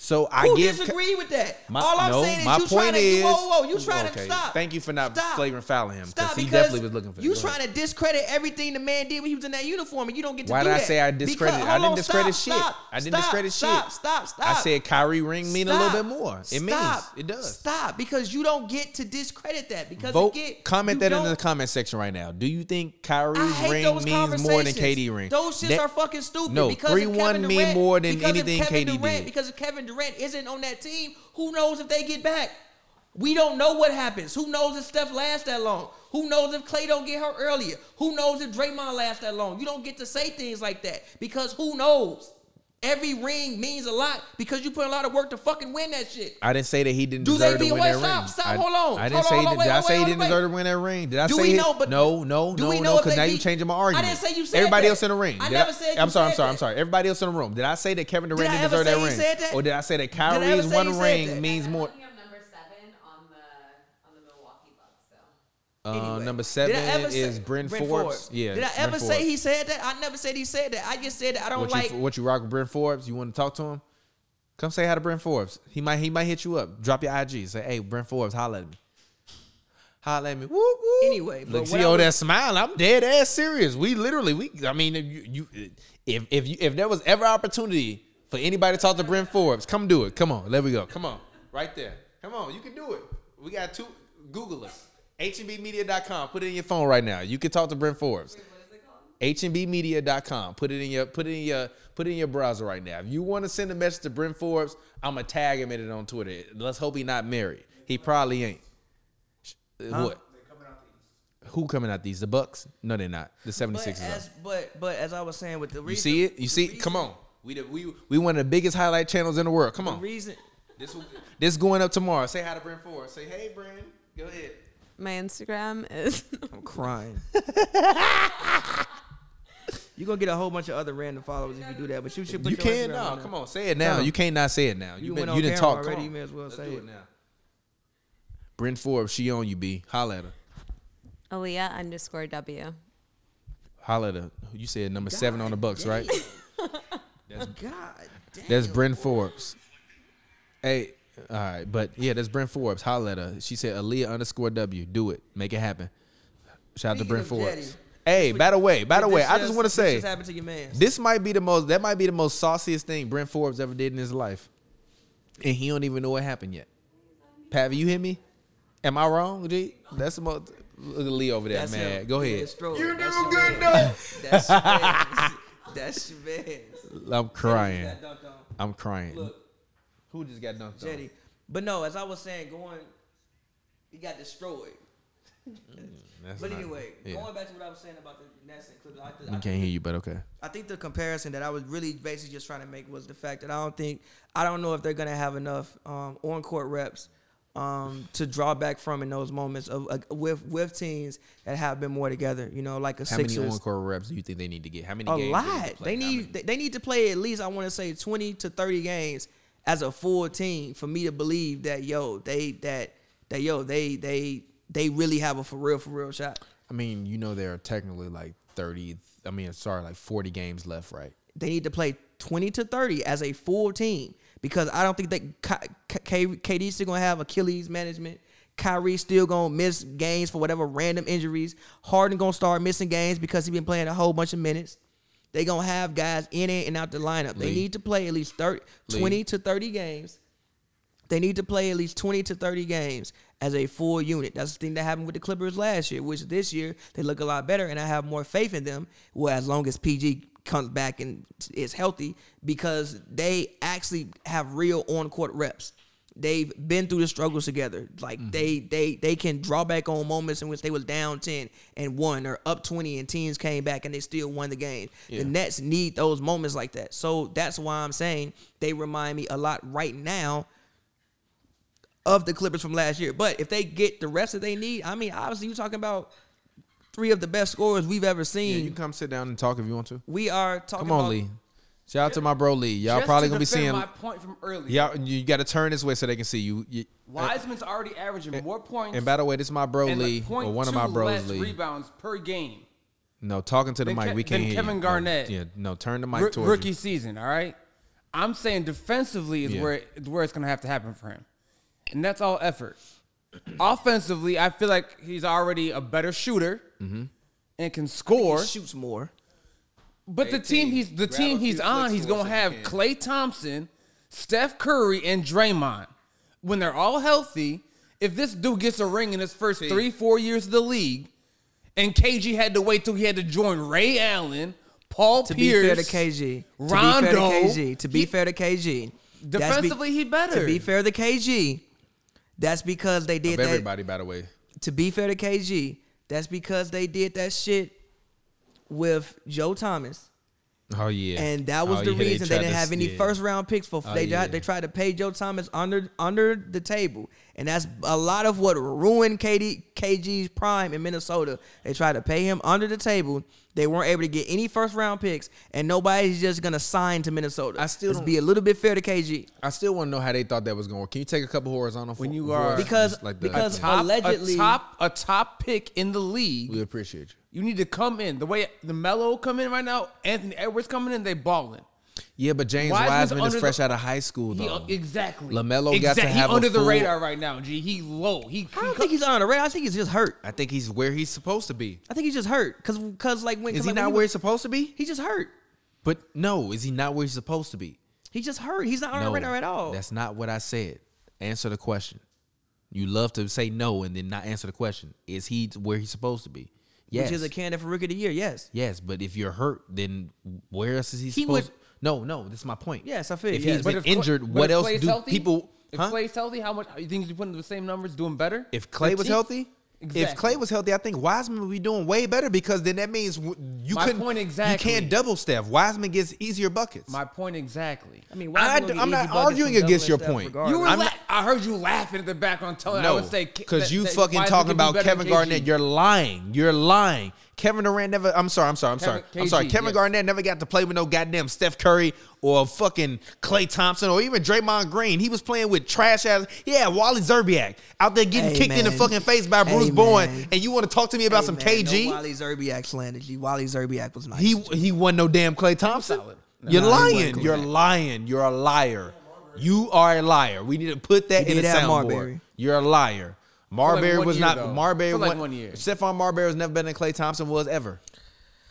A: so I
B: Who
A: give.
B: disagree with that?
A: My,
B: All I'm
A: no,
B: saying is
A: my
B: you
A: point
B: trying to
A: is,
B: whoa, whoa, you trying
A: okay,
B: to stop.
A: Thank you for not
B: Stop.
A: flagrant fouling him
B: Stop
A: because he
B: because
A: definitely was looking for that.
B: You
A: Go ahead.
B: trying to discredit everything the man did when he was in that uniform, and you don't get to
A: Why
B: do
A: did I
B: that.
A: say I discredited?
B: Because-
A: I
B: hold
A: didn't
B: on,
A: discredit
B: stop,
A: shit.
B: Stop,
A: I didn't
B: stop,
A: discredit
B: Stop,
A: shit.
B: stop, stop.
A: I said Kyrie ring mean a little bit more. It
B: Stop.
A: means it does.
B: Stop because you don't get to discredit that because
A: Vote.
B: again,
A: comment
B: you
A: that in the
B: don't-
A: comment section right now. Do you think Kyrie's
B: I hate
A: ring
B: those
A: means more than
B: conversations.
A: KD ring?
B: Those shits
A: That-
B: are fucking stupid.
A: No,
B: because
A: three
B: if
A: one
B: Kevin
A: mean
B: Durant-
A: more than
B: because if
A: anything
B: Kevin
A: KD
B: Durant,
A: did.
B: Because if Kevin Durant isn't on that team, who knows if they get back? We don't know what happens. Who knows if Steph lasts that long? Who knows if Clay don't get hurt earlier? Who knows if Draymond lasts that long? You don't get to say things like that because who knows? Every ring means a lot because you put a lot of work to fucking win that shit.
A: I didn't say that he didn't
B: Do they
A: deserve
B: be-
A: to win
B: wait,
A: that
B: stop,
A: ring.
B: stop,
A: I-
B: hold on,
A: I didn't
B: hold
A: say
B: on,
A: he
B: hold
A: didn't.
B: on,
A: Did I
B: wait,
A: say he
B: wait, wait,
A: didn't
B: wait.
A: deserve to win that ring? Did I
B: Do
A: say
B: we
A: he-
B: know, but-
A: no, no,
B: Do
A: no,
B: we know
A: no?
B: if
A: Because
B: they
A: now
B: be-
A: you changing my
B: I
A: argument.
B: didn't say you said
A: Everybody
B: that.
A: else in the ring.
B: I
A: Did
B: never said you
A: I'm sorry. I'm
B: said
A: sorry.
B: that.
A: I'm sorry. Everybody else in the room. Did I say that Kevin Durant
B: I
A: didn't
B: ever
A: deserve
B: say
A: that
B: you
A: ring?
B: said that?
A: Or did I say that
B: I ever
A: Kyrie's
B: say you
A: one
B: said
A: ring
B: that?
A: means more?
F: I'm number seven on the on the Milwaukee
A: Uh,
B: Anyway.
A: number
B: Did
A: seven
B: I ever say-
A: is Brent, Forbes. Yeah.
B: Did I
A: it's Brent
B: ever
A: Forbes.
B: say he said that? I never said he said that. I just said that I don't
A: What
B: like.
A: you what you rock with Brent Forbes? You want to talk to him? Come say hi to Brent Forbes. He might he might hit you up. Drop your IG. Say hey Brent Forbes, holla at me. Holla at me. Woo woo.
B: Anyway, but
A: look
B: what
A: see
B: I
A: all
B: was-
A: that smile. I'm dead ass serious. We literally we. I mean if you, you if if you if there was ever opportunity for anybody to talk to Brent Forbes, come do it. Come on, there we go. Come on, right there. Come on, you can do it. We got two. Google us. HNBmedia.com. Put it in your phone right now. You can talk to Brent Forbes
F: What is it called?
A: hmbmedia.com. Put it in your put it in your put it in your browser right now. If you want to send a message to Brent Forbes, I'ma tag him in it on Twitter. Let's hope he not married. He probably ain't. Sh- uh, What? Who coming out these? The Bucks? No, they're not. The
B: But
A: 76ers. are.
B: as, but but as I was saying with the
A: You
B: reason,
A: see it? You see? it? Come on. We the, we we one of the biggest highlight channels in the world. Come
B: the
A: on.
B: reason
A: This will- this going up tomorrow. Say hi to Brent Forbes. Say hey, Brent. Go ahead.
F: My Instagram is
B: I'm crying. You're gonna get a whole bunch of other random followers if you do that, but you should. Put
A: You
B: your
A: can
B: Instagram
A: now.
B: on there.
A: Come on, say it now.
B: Tell 'em.
A: You can't not say it now. You,
B: You
A: been,
B: went on
A: you didn't
B: camera
A: talk Come
B: already.
A: on.
B: You may as well
A: Let's
B: say
A: do it
B: it.
A: now. Brent Forbes, she on you, B. Holla at her.
F: Aaliyah underscore W.
A: Holla at her. You said number seven on the Bucks, right?
B: God damn.
A: That's Brent Forbes. Hey, all right, but yeah, that's Brent Forbes. Holla at her. She said Aaliyah underscore W. Do it. Make it happen. Shout out to
B: Speaking
A: Brent
B: of
A: Forbes.
B: Jetty,
A: Hey, by the way, by the
B: This
A: way, I just
B: just-
A: want to
B: this
A: say
B: just happened to your man.
A: This might be the most. That might be the most sauciest thing Brent Forbes ever did in his life, and he don't even know what happened yet. Pav, you hear me? Am I wrong, G? That's the most. Look at Lee over there,
B: That's
A: man.
B: him.
A: Go
B: Yeah,
A: ahead.
B: it's Stroller. That's your man. That's your man. That's your man.
A: I'm crying.
B: That dunked on.
A: I'm crying.
B: Look.
A: Who just got dunked
B: Jetty. But no, as I was saying, going, he got destroyed.
A: on? That's
B: But
A: not-
B: anyway,
A: yeah.
B: going back to what I was saying about the Nets and Clippers, I, th- I
A: we can't hear you, but okay.
B: I think the comparison that I was really basically just trying to make was the fact that I don't think I don't know if they're gonna have enough um, on court reps um, to draw back from in those moments of uh, with with teams that have been more together. You know, like a
A: How
B: Sixers.
A: many encore reps do you think they need to get? How many?
B: a
A: games
B: lot.
A: They need. to
B: They
A: play? How
B: need they, they need to play at least I want to say twenty to thirty games as a full team for me to believe that yo they that that yo they they they really have a for real for real shot.
A: I mean, you know, there are technically like thirty. I mean, sorry, like forty games left, right?
B: They need to play 20 to 30 as a full team because I don't think that Ky- K- K- KD still going to have Achilles management. Kyrie still going to miss games for whatever random injuries. Harden going to start missing games because he been playing a whole bunch of minutes. They going to have guys in and out the lineup. They
A: Lee.
B: need to play at least 30,
A: Lee.
B: 20 to 30 games. They need to play at least 20 to 30 games as a full unit. That's the thing that happened with the Clippers last year, which this year they look a lot better, and I have more faith in them. Well, as long as PG comes back and is healthy, because they actually have real on court reps. They've been through the struggles together. Like they they they can draw back on moments in which they was down ten and one or up twenty and teams came back and they still won the game.
A: Yeah.
B: The Nets need those moments like that. So that's why I'm saying they remind me a lot right now of the Clippers from last year. But if they get the rest that they need, I mean, obviously you're talking about three of the best scorers we've ever
A: Yeah,
B: seen.
A: you can come sit down and talk if you want to.
B: we are talking
A: Come on,
B: about
A: Lee. Shout out to my bro Lee. Y'all
E: Just
A: probably
E: to
A: gonna be
E: defend
A: seeing.
E: my point from earlier.
A: Y'all, you got to turn this way so they can see you. You-
E: Wiseman's already averaging more points
A: And by the way, this is my bro
E: and
A: Lee,
E: like
A: or one of my
E: 0.2
A: bros
E: less
A: Lee.
E: rebounds per game.
A: No, talking to the
E: Then
A: mic.
E: Ke-
A: we can't
E: then
A: hear
E: Kevin
A: you. No,
E: Garnett.
A: yeah, no, turn the mic
E: Ro-
A: towards
E: rookie
A: you.
E: season, all right? I'm saying defensively is
A: Yeah.
E: where it- where it's going to have to happen for him. And that's all effort. Offensively, I feel like he's already a better shooter
A: Mm-hmm.
E: and can score.
B: he shoots more.
E: But the team he's the
A: grab
E: team
A: a few
E: he's on,
A: flicks
E: he's
A: for us if
E: gonna
A: you
E: have
A: can.
E: Clay Thompson, Steph Curry, and Draymond. When they're all healthy, if this dude gets a ring in his first three, four years of the league, and KG had to wait till he had to join Ray Allen, Paul
B: To
E: Pierce,
B: be fair to KG, to
E: Rondo,
B: be fair to KG, to be
E: he-
B: fair to KG, that's be-
E: defensively he better.
B: To be fair to KG, that's because they did
A: Of
B: that.
A: everybody, by the way.
B: to be fair to KG, that's because they did that shit with Joe Thomas
A: Oh yeah.
B: and that was
A: Oh,
B: the
A: yeah,
B: reason they,
A: tried
B: didn't
A: to-
B: have any
A: yeah.
B: first round picks for.
A: Oh,
B: they
A: yeah.
B: tried, they tried to pay Joe Thomas under under the table, and that's a lot of what ruined KD, KG's prime in Minnesota. They tried to pay him under the table. They weren't able to get any first round picks, and nobody's just gonna sign to Minnesota.
A: I still
B: Let's
A: don't-
B: be a little bit fair to KG
A: I still want to know how they thought that was going to work. Can you take a couple horizontal
E: When
A: fo-
E: you are-
A: horizons,
B: Because-
A: just the-
B: because-
A: Yeah.
E: Top,
B: Allegedly-
E: a top a top pick in the league.
A: we appreciate you.
E: You need to come in the way the Mello come in right now. Anthony Edwards coming in, they balling.
A: Yeah, but James
E: Wiseman's
A: Wiseman is
E: under
A: fresh
E: the-
A: out of high school
E: He, uh,
A: though.
E: exactly.
A: LaMelo got to
E: Exact- he
A: have a
E: under the
A: full-
E: radar right now. G, he low. He.
B: I don't think he's on the radar. I think he's just hurt.
A: I think he's where he's supposed to be.
B: I think he's just hurt because because like when
A: Is
B: 'cause,
A: he
B: like, when
A: not
B: he
A: where
B: was-
A: he's supposed to be?
B: he's just hurt.
A: But no, is he not where he's supposed to be?
B: He's just hurt. He's not on
A: No,
B: the radar at all.
A: That's not what I said. Answer the question. You love to say no and then not answer the question. Is he where he's supposed to be? Yes.
B: Which is a candidate for rookie of the year. Yes.
A: Yes, but if you're hurt, then where else is he,
B: He
A: supposed?
B: would-
A: no, no, this is my point.
B: Yes, I feel
A: If
B: you,
A: he's
B: yes.
A: been
E: if Cla-
A: injured,
E: but
A: what
E: if
A: else
E: Clay's
A: do
E: healthy,
A: people?
E: If
A: huh?
E: Clay's healthy, how much? You think he's putting the same numbers, doing better?
A: if Clay was
E: Team-
A: healthy, if
E: Exactly.
A: Clay was healthy, I think Wiseman would be doing way better because then that means w- you
E: My
A: couldn't.
E: point exactly.
A: You can't double step. Wiseman gets easier buckets.
E: my point exactly.
B: I mean,
A: I,
B: why
A: am not arguing against your point.
E: You were
A: I'm
E: la- I heard you laughing at the back on telling. I
A: No,
E: would say
A: because you fucking talking about Kevin Garnett. You're lying. You're lying. Kevin Durant never. I'm sorry. I'm sorry. I'm sorry.
E: Kevin-
A: I'm sorry.
E: KG,
A: Kevin
E: yes.
A: Garnett never got to play with no goddamn Steph Curry or fucking Clay Thompson or even Draymond Green. He was playing with trash ass. Yeah, Wally Zerbiak out there getting
B: Hey,
A: kicked in the
B: man.
A: fucking face by
B: Hey,
A: Bruce
B: man.
A: Bowen, and you want to talk to me about
B: Hey,
A: some
B: man,
A: KG?
B: No Wally Zerbiak slander. G. Wally Zerbiak was nice.
A: he he won no damn Clay Thompson.
E: solid.
A: You're
B: Nah, he wasn't
A: lying.
B: cool.
A: You're lying. You're a liar. You are a liar. We need to put that
B: He
A: in
B: did
A: a
B: have
A: soundboard.
B: Marbury.
A: You're a liar. Marbury
E: one
A: was
E: year,
A: not
E: though.
A: Marbury.
E: For like
A: won-
E: one year.
A: Stephon Marbury has never better than Clay Thompson was ever.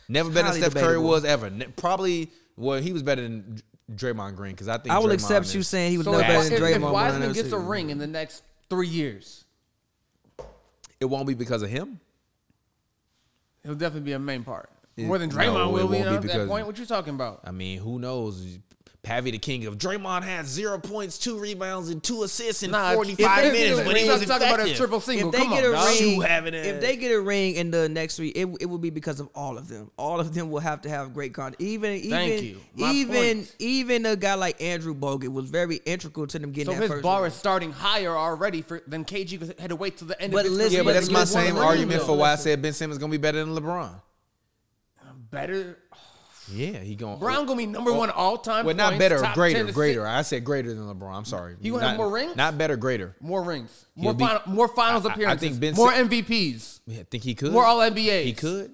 A: Never better than
B: Highly
A: Steph Curry
B: debatable.
A: was ever. Ne- Probably well, he was better than Dr- Draymond Green because I think
B: I will
A: Draymond
B: accept
A: is-
B: you saying he was
E: So
B: no
E: if,
B: better than
E: if,
B: Draymond.
E: if
B: but I
E: Wiseman
B: never
E: gets
B: said
E: a
B: he was.
E: ring in the next three years,
A: it won't be because of him.
E: he'll definitely be a main part.
A: It-
E: More than
A: no,
E: Draymond
A: it
E: will be.
A: won't
E: you
A: be
E: know, At that
A: because-
E: point, what you talking about?
A: I mean, who knows? Pavi the king of Draymond had zero points, two rebounds, and two assists in
E: Nah, if-
A: 45
E: if-
A: minutes when
E: we're
A: he
E: not
A: was
E: talking
A: effective.
E: about a triple single.
B: If they
E: Come
B: get
E: on,
B: a
E: dog.
A: You
B: ring,
A: having it.
B: if they get a ring in the next week, it, it will be because of all of them. All of them will have to have great content. Even even
E: Thank you. My
B: even
E: point.
B: even a guy like Andrew Bogut was very integral to them getting
E: So
B: that
E: his
B: first
E: bar
B: ring.
E: is starting higher already for than KG 'cause had to wait till the end
B: But
E: of his
B: listen-
E: career.
A: Yeah, but that's
B: you
A: my
B: just wanna
A: same
B: win,
A: argument
B: though.
A: for why I said Ben Simmons gonna be better than LeBron.
E: better.
A: Yeah, he going
E: Brown gonna be number one all time.
A: Oh, Well, not better, greater, greater. I said greater than LeBron. I'm sorry.
E: He gonna have
A: Not-
E: more rings?
A: Not better, greater.
E: More rings, more
A: He'll be-
E: final, more finals
A: I- I- I
E: appearances,
A: think Ben
E: more
A: Sim-
E: MVPs,
A: Yeah, I think he could.
E: more All NBAs.
A: He could.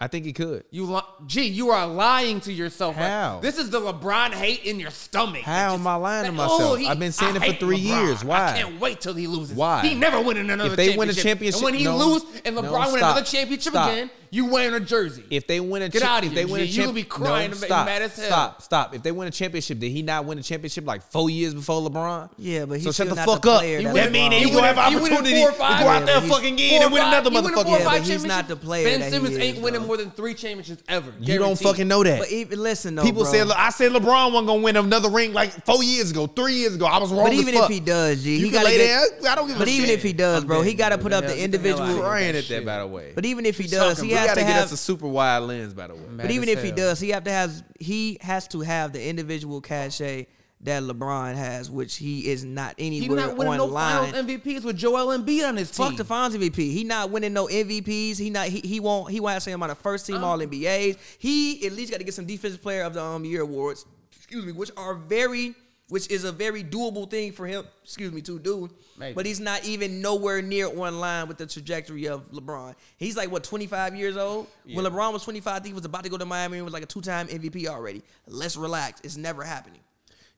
A: I think he could.
E: You, li- gee, you are lying to yourself. right?
A: How?
E: This is the LeBron hate in your stomach.
A: How
E: It
A: am I lying to
E: that-
A: myself?
E: oh, he-
A: I've been saying
E: I
A: it for
E: hate
A: three
E: LeBron.
A: years. Why?
E: I can't wait till he loses.
A: Why?
E: He never win another.
A: If they
E: championship.
A: win a championship-
E: and when he
A: no.
E: loses, and
A: No,
E: LeBron win
A: stop.
E: another championship
A: Stop.
E: again, you wearing a jersey.
A: If they win a
E: Get
A: cha-
E: outta
A: if
E: here,
A: they win a
E: G. You
A: champ-
E: gonna be crying
A: no,
E: and ma-
A: stop,
E: mad as hell.
A: Stop, stop. If they win a championship, did he not win a championship like four years before LeBron?
B: Yeah, but he's
A: so shut
B: still
A: the
B: not
A: fuck
B: the
A: up.
B: player
A: That,
B: that
A: that mean
B: LeBron
A: he
B: was.
A: gonna have
E: He winning
A: opportunity
E: four
A: to go
E: or five.
A: out
E: Yeah,
A: there
B: but he's-
A: fucking again and win another
E: He winning four
A: motherfucker.
E: or
B: Yeah,
E: five
B: but he's not
E: championships.
B: the player
E: Ben
B: that he
E: Simmons
B: is,
E: ain't winning
B: though.
E: more than three championships ever.
A: You don't
E: Guaranteed.
A: fucking know that.
B: But even listen though,
A: People
B: Oh, bro.
A: said, I said LeBron wasn't gonna win another ring like four years ago, three years ago. I was wrong.
B: But
A: as
B: even
A: fuck.
B: if he does, G,
A: you
B: he
A: can
B: gotta
A: lay
B: get.
A: there. I don't give a
B: But even
A: shit.
B: if he does, bro, he
E: dead,
B: gotta
E: dude.
B: put up
E: Get
B: the
E: the
A: I'm
E: hell out of
B: individual.
E: here.
A: crying at
E: Shit.
A: that, by the way.
B: But even if he
E: You
B: does,
E: talking,
B: he
E: bro.
A: we
B: has
A: gotta
B: to
A: get
B: have.
A: us a super wide lens, by the way.
E: Man.
B: But
E: Mad
B: even
E: as
B: if he
E: hell.
B: does, he have to has he has to have the individual cachet that LeBron has, which he is not
E: He's
B: anywhere
E: not winning no
B: online.
E: Finals MVPs with Joel Embiid on his
B: Fuck
E: team.
B: the Finals MVP. He not winning no MVPs. He not he, he won't he won't have him on the first team All NBAs. He at least got to get some Defensive Player of the um, Year awards. Excuse me, which are very which is a very doable thing for him. Excuse me to do.
E: Maybe.
B: But he's not even nowhere near on line with the trajectory of LeBron. He's like what 25 years old. When LeBron was 25, I think he was about to go to Miami and was like a two time MVP already. Let's relax. It's never happening.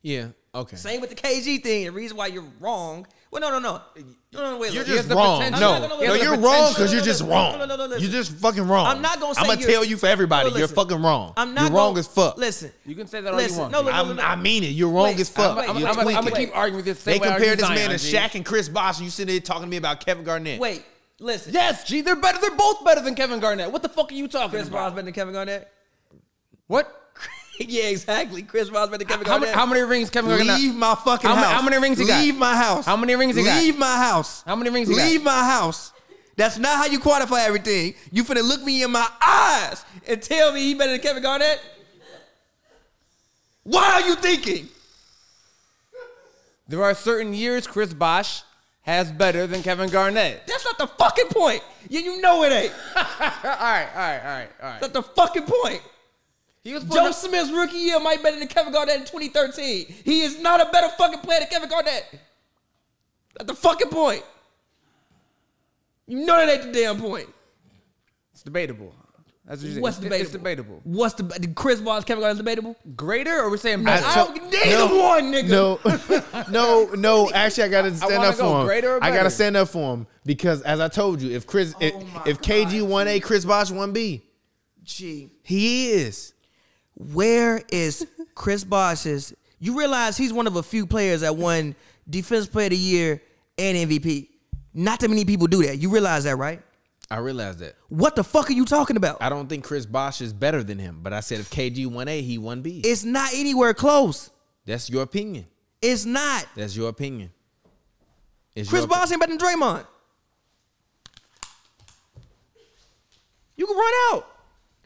A: Yeah. Okay.
B: Same with the KG thing. The reason why you're wrong. Well, no, no, no. No, no, wait.
A: You're
B: look.
A: just
E: the
A: wrong.
E: potential.
A: No,
E: No, no, no,
A: no,
E: no, no,
A: you're
E: no,
A: wrong
E: no,
A: because
B: no,
A: you're
B: no,
A: just
B: no,
A: wrong.
B: no, no, no, listen.
A: You're just fucking wrong.
B: I'm not gonna say
A: I'm gonna
B: you're-
A: tell you for everybody.
B: No,
A: you're
B: listen.
A: fucking wrong.
B: I'm not
A: You're wrong
B: gonna-
A: as fuck.
B: Listen,
E: You can say that all
B: listen,
E: you want.
B: No, no, no, no,
A: I'm,
B: no.
A: I mean it. You're wrong
B: Wait,
A: as fuck.
B: I'm- I'm-
A: You're
E: I'm- I'm- I'm gonna
A: tweaking.
E: keep arguing this
A: They
E: same way I
A: compared
E: argue
A: this man to
E: Zion, G.
A: Shaq and Chris Bosh, and you sitting there talking to me about Kevin Garnett.
B: Wait, listen.
E: Yes, G, they're better. They're both better than Kevin Garnett. What the fuck are you talking
B: Chris
E: about?
B: Brown's better than Kevin Garnett.
E: What?
B: yeah, exactly. Chris Brown's better than Kevin
E: How, many,
B: Garnett.
E: how many rings Kevin Garnett?
B: Leave my fucking
E: How many-
B: house.
E: how many rings he got?
B: Leave my house.
E: How many rings he got?
B: Leave my house.
E: How many rings he got?
B: Leave my house. That's not how you quantify everything. You finna look me in my eyes and tell me he better than Kevin Garnett?
E: Why are you thinking? There are certain years Chris Bosch has better than Kevin Garnett.
B: That's not the fucking point. Yeah, you know it ain't.
E: Uh, all right, all right, all right, all right.
B: That's the fucking point.
E: He was putting
B: Joe
E: up-
B: Smith's rookie year might better than Kevin Garnett in 2013. He is not a better fucking player than Kevin Garnett. That's the fucking point. You know that ain't the damn point.
E: It's debatable. That's what you said.
B: What's
E: It's-
B: debatable?
E: It's debatable.
B: What's the did Chris Bosh Kevin Garnett is debatable?
E: Greater, or we're saying
B: I,
E: better?
B: don't neither one, nigga.
A: No, no, no. Actually, I gotta stand
E: wanna
A: up
E: go
A: for him.
E: greater or
A: I
E: better?
A: gotta stand up for him because, as I told you, if Chris, if,
B: my
A: if KG one A, Chris Bosh one B,
B: Gee,
A: he is.
B: where is Chris Bosh's? You realize he's one of a few players that won Defense Player of the Year and MVP. Not that many people do that. You realize that, right?
A: I realize that.
B: What the fuck are you talking about?
A: I don't think Chris Bosh is better than him, but I said if KG one A, he one B.
B: It's not anywhere close.
A: That's your opinion.
B: It's not.
A: That's your opinion. It's
B: Chris
A: your
B: Bosh ain't better than Draymond. You can run out.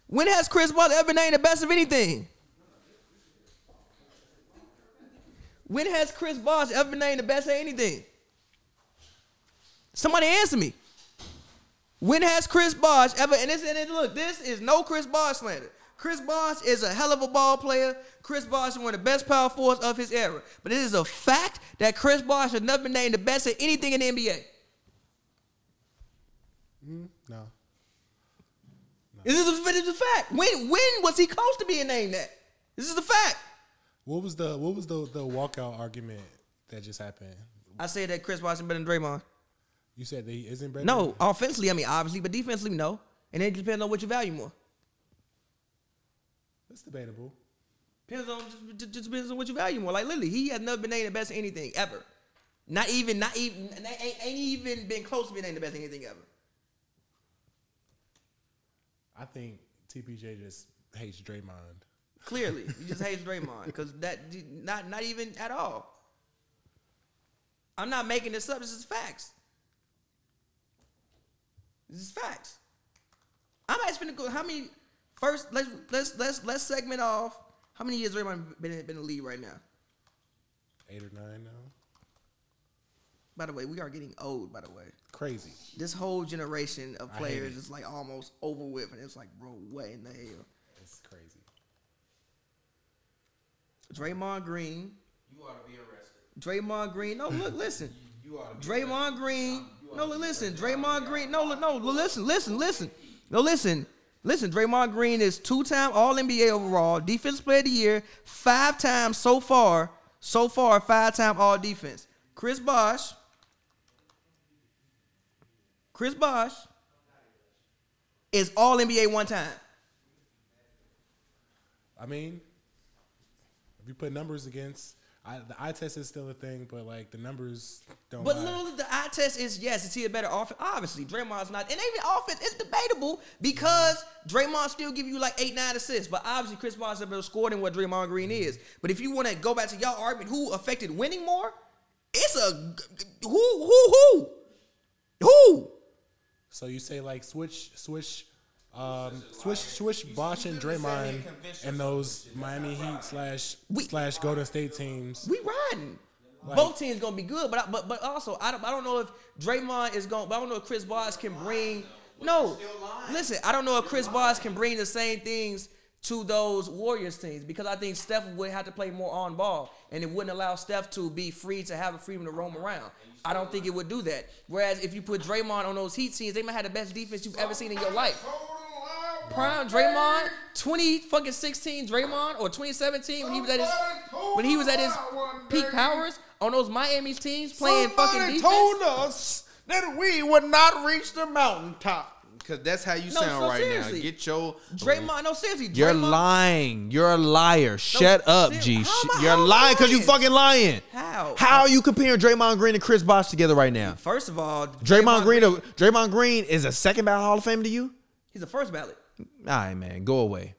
B: When has Chris Bosh ever been named the best of anything? When has Chris Bosh ever been named the best of anything? Somebody answer me. When has Chris Bosh ever? And this and it, look, this is no Chris Bosh slander. Chris Bosh is a hell of a ball player. Chris Bosh is one of the best power forwards of his era. But it is a fact that Chris Bosh has never been named the best at anything in the NBA.
C: No.
B: This is a, this is a fact. When when was he close to being named that? This is a fact.
C: What was the what was the the walkout argument that just happened?
B: I said that Chris Bosh is better than Draymond.
C: You said that he isn't better.
B: No, offensively, I mean obviously, but defensively, no. And it depends on what you value more.
C: it's debatable.
B: Depends on just- just, just depends on what you value more. Like literally, he has never been named the best at anything ever. Not even, not even, ain't, ain't even been close to being named the best at anything ever.
C: I think TPJ just hates Draymond.
B: Clearly, he just hates Draymond because that d- not not even at all. I'm not making this up. This is facts. This is facts. I'm asking to go. How many first? Let's let's let's let's segment off. How many years Draymond been in- been in the league right now?
C: Eight or nine now.
B: By the way, we are getting old. By the way,
C: Crazy.
B: this whole generation of
C: hate
B: players
C: it.
B: is like almost over with, and it's like, bro, what in the hell?
C: It's crazy.
B: Draymond Green,
A: You ought to be arrested.
B: Draymond Green. No, look, listen.
A: You ought to
B: Draymond Green. No, li- listen. Draymond Green. No, li- no. li- Listen, listen, listen. No, listen. Listen, Draymond Green is two-time All-NBA overall, Defense Player of the Year, five times so far, so far, five-time All-Defense. Chris Bosh. Chris Bosh is All-NBA one time.
C: I mean, if you put numbers against, I, the eye test is still a thing, but like the numbers don't.
B: But
C: lie.
B: literally, the eye test is yes. Is he a better offense? Obviously, Draymond's not. And even offense, it's debatable because Draymond still give you like eight, nine assists. But obviously, Chris Paul's a better scorer than what Draymond Green
C: Mm-hmm.
B: is. But if you want to go back to y'all argument, who affected winning more? It's a who, who, who, who?
C: So you say like switch, switch, um, switch, switch Bosch and Draymond and those Miami Heat slash
B: We-
C: slash Golden State teams.
B: We riding. Both teams gonna be good, but I, but but also I don't I don't know if Draymond is going. But I don't know if Chris Bosh can bring. No, listen, I don't know if Chris Bosh can bring the same things to those Warriors teams because I think Steph would have to play more on ball, and it wouldn't allow Steph to be free to have a freedom to roam around. I don't think it would do that. Whereas if you put Draymond on those Heat teams, they might have the best defense you've ever seen in your life prime Draymond, 20 fucking 16 Draymond or 2017 when he was at his when he was at his peak powers on those Miami teams playing fucking defense.
A: us that we would not reach the mountaintop. Because that's how you
B: No,
A: sound
B: so
A: right
B: seriously.
A: now. Get your
B: Draymond, no seriously,
A: You're
B: Draymond,
A: lying. You're a liar. Shut up,
B: ser-
A: G.
B: how am I-
A: Sh- You're
B: how am I
A: lying because you
B: lying?
A: fucking lying.
B: How?
A: How are you comparing Draymond Green and Chris Bosh together right now?
B: First of all,
A: Draymond, Green, Draymond Green is a second ballot Hall of Fame to you?
B: he's the first ballot.
A: All right, man, go away.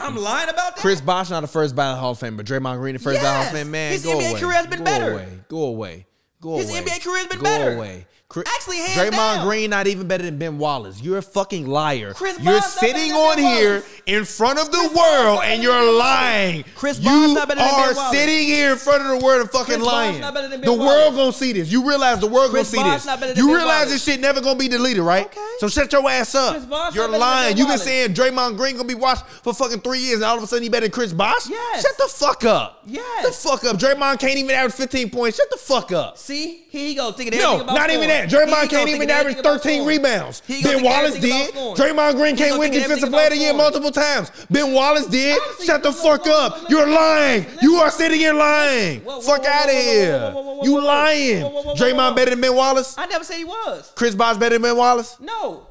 B: I'm lying about that.
A: Chris Bosh not a first ballot Hall of Fame, but Draymond Green the first
B: Yes!
A: ballot Hall of Fame. Man,
B: His
A: go
B: NBA
A: away.
B: career has been
A: go
B: better.
A: Away. Go away. Go
B: His
A: away.
B: NBA career has been
A: go
B: better.
A: away. Chris,
D: Actually, hands
A: Draymond
D: down.
A: Green not even better than Ben Wallace. You're a fucking liar.
D: Chris
A: you're
D: Bosh not better
A: sitting
D: than
A: on
D: Ben
A: here
D: Wallace.
A: in front of the world and you're lying.
B: Chris
A: you
B: Bosh not better than Ben
A: are
B: Wallace.
A: sitting here in front of the world and fucking
B: Chris Bosh
A: lying.
B: not better than Ben
A: the world
B: Wallace.
A: gonna see this. You realize the world
B: Chris
A: gonna see
B: Bosh
A: this.
B: not better than
A: you
B: Ben
A: realize
B: Wallace.
A: this shit never gonna be deleted, right?
B: Okay.
A: So shut your ass up.
B: Chris Bosh
A: you're
B: not better than
A: lying.
B: Ben
A: You've been
B: Wallace.
A: saying Draymond Green gonna be watched for fucking three years, and all of a sudden he better than Chris Bosh.
B: Yes.
A: Shut the fuck up.
B: Yes.
A: The fuck up. Draymond can't even average 15 points. Shut the fuck up.
B: See, here he go thinking
A: No,
B: everything about
A: not even that.
B: scoring. Here he
A: Draymond
B: go
A: can't
B: thinking
A: even average
B: everything about
A: 13
B: scoring.
A: rebounds.
B: He gonna
A: Ben
B: think
A: Wallace
B: everything
A: did.
B: about scoring.
A: Draymond Green
B: He
A: can't
B: gonna
A: win
B: think
A: Defensive
B: everything
A: Player of
B: about
A: the Year
B: scoring.
A: multiple times. Ben Wallace did.
B: Obviously,
A: Shut the
B: whoa, whoa,
A: fuck
B: whoa,
A: up.
B: whoa,
A: You're lying. You are sitting here lying.
B: Whoa, whoa,
A: Fuck
B: whoa,
A: out of
B: whoa, whoa,
A: here.
B: whoa, whoa, whoa,
A: You
B: whoa, whoa.
A: lying.
B: Whoa, whoa, whoa, whoa,
A: Draymond
B: whoa.
A: better than Ben Wallace?
B: I never said he was.
A: Chris Bosh better than Ben Wallace?
B: No.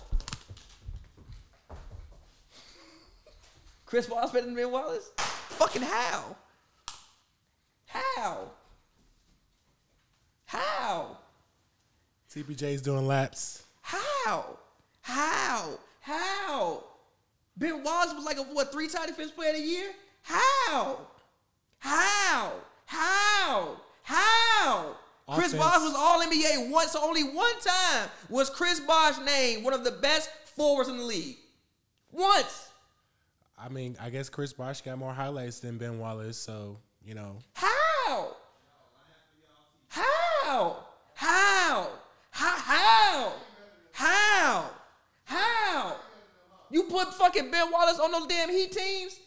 B: Chris Wallace better than Ben Wallace? Fucking how? How? How?
C: TPJ's doing laps.
B: How? How? How? Ben Wallace was like a what three time defense player of the year? How? How? How? How? Chris
C: Offense.
B: Bosh was all NBA once, so only one time was Chris Bosh named one of the best forwards in the league. Once.
C: I mean, I guess Chris Bosh got more highlights than Ben Wallace, so you know.
B: How? How? How? How? How? How? How? You put fucking Ben Wallace on those damn Heat teams?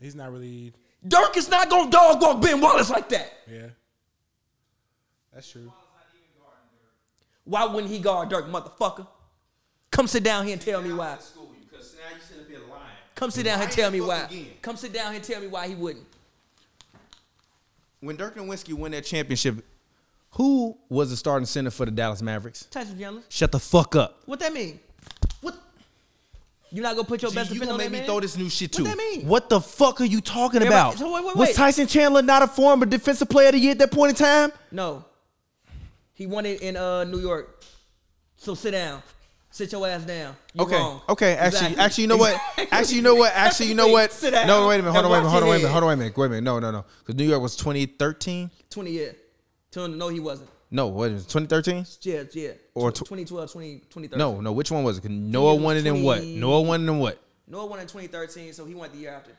C: He's not really.
B: Dirk is not gonna dog walk Ben Wallace like that.
C: Yeah, that's true.
B: Why wouldn't he guard Dirk, motherfucker? Come sit down here and tell me why.
G: school you because now you should have been lying.
B: Come sit down here and tell me
G: Fuck
B: why.
G: again.
B: Come sit down here and tell me why he wouldn't.
A: When Dirk Nowitzki won that championship, who was the starting center for the Dallas Mavericks?
B: Tyson Chandler,
A: Shut the fuck up.
B: what that mean? What? You not gonna put your best
A: you gonna
B: defender on
A: make
B: that
A: me
B: man?
A: throw this new shit too?
B: What that mean?
A: What the fuck are you talking
B: Yeah, but-
A: about?
B: so wait, wait,
A: Was
B: wait.
A: Tyson Chandler not a former defensive player of the year at that point in time?
B: No. He won it in uh, New York. So sit down. Sit your ass down. You're
A: okay.
B: wrong.
A: Okay. Actually,
B: Exactly.
A: actually, you know what?
B: Exactly.
A: Actually, you know what? Actually, you know what?
B: Sit down
A: No, wait a minute. Hold
B: and
A: on. Wait a minute.
B: watch
A: Hold on.
B: your
A: Wait a minute.
B: head.
A: Hold on. Wait a minute. Wait a minute. No, no, no. Because New York was 2013.
B: 20 years. No, he wasn't.
A: No, what is it? 2013?
B: Yeah, yeah.
A: Or
B: Tw-
A: tw-
B: 2012, 20, 2013.
A: No, no. Which one was it? 'Cause Noah
B: It was
A: won it in what?
B: 20
A: Noah won it in what?
B: Noah won in 2013, so he won the year after.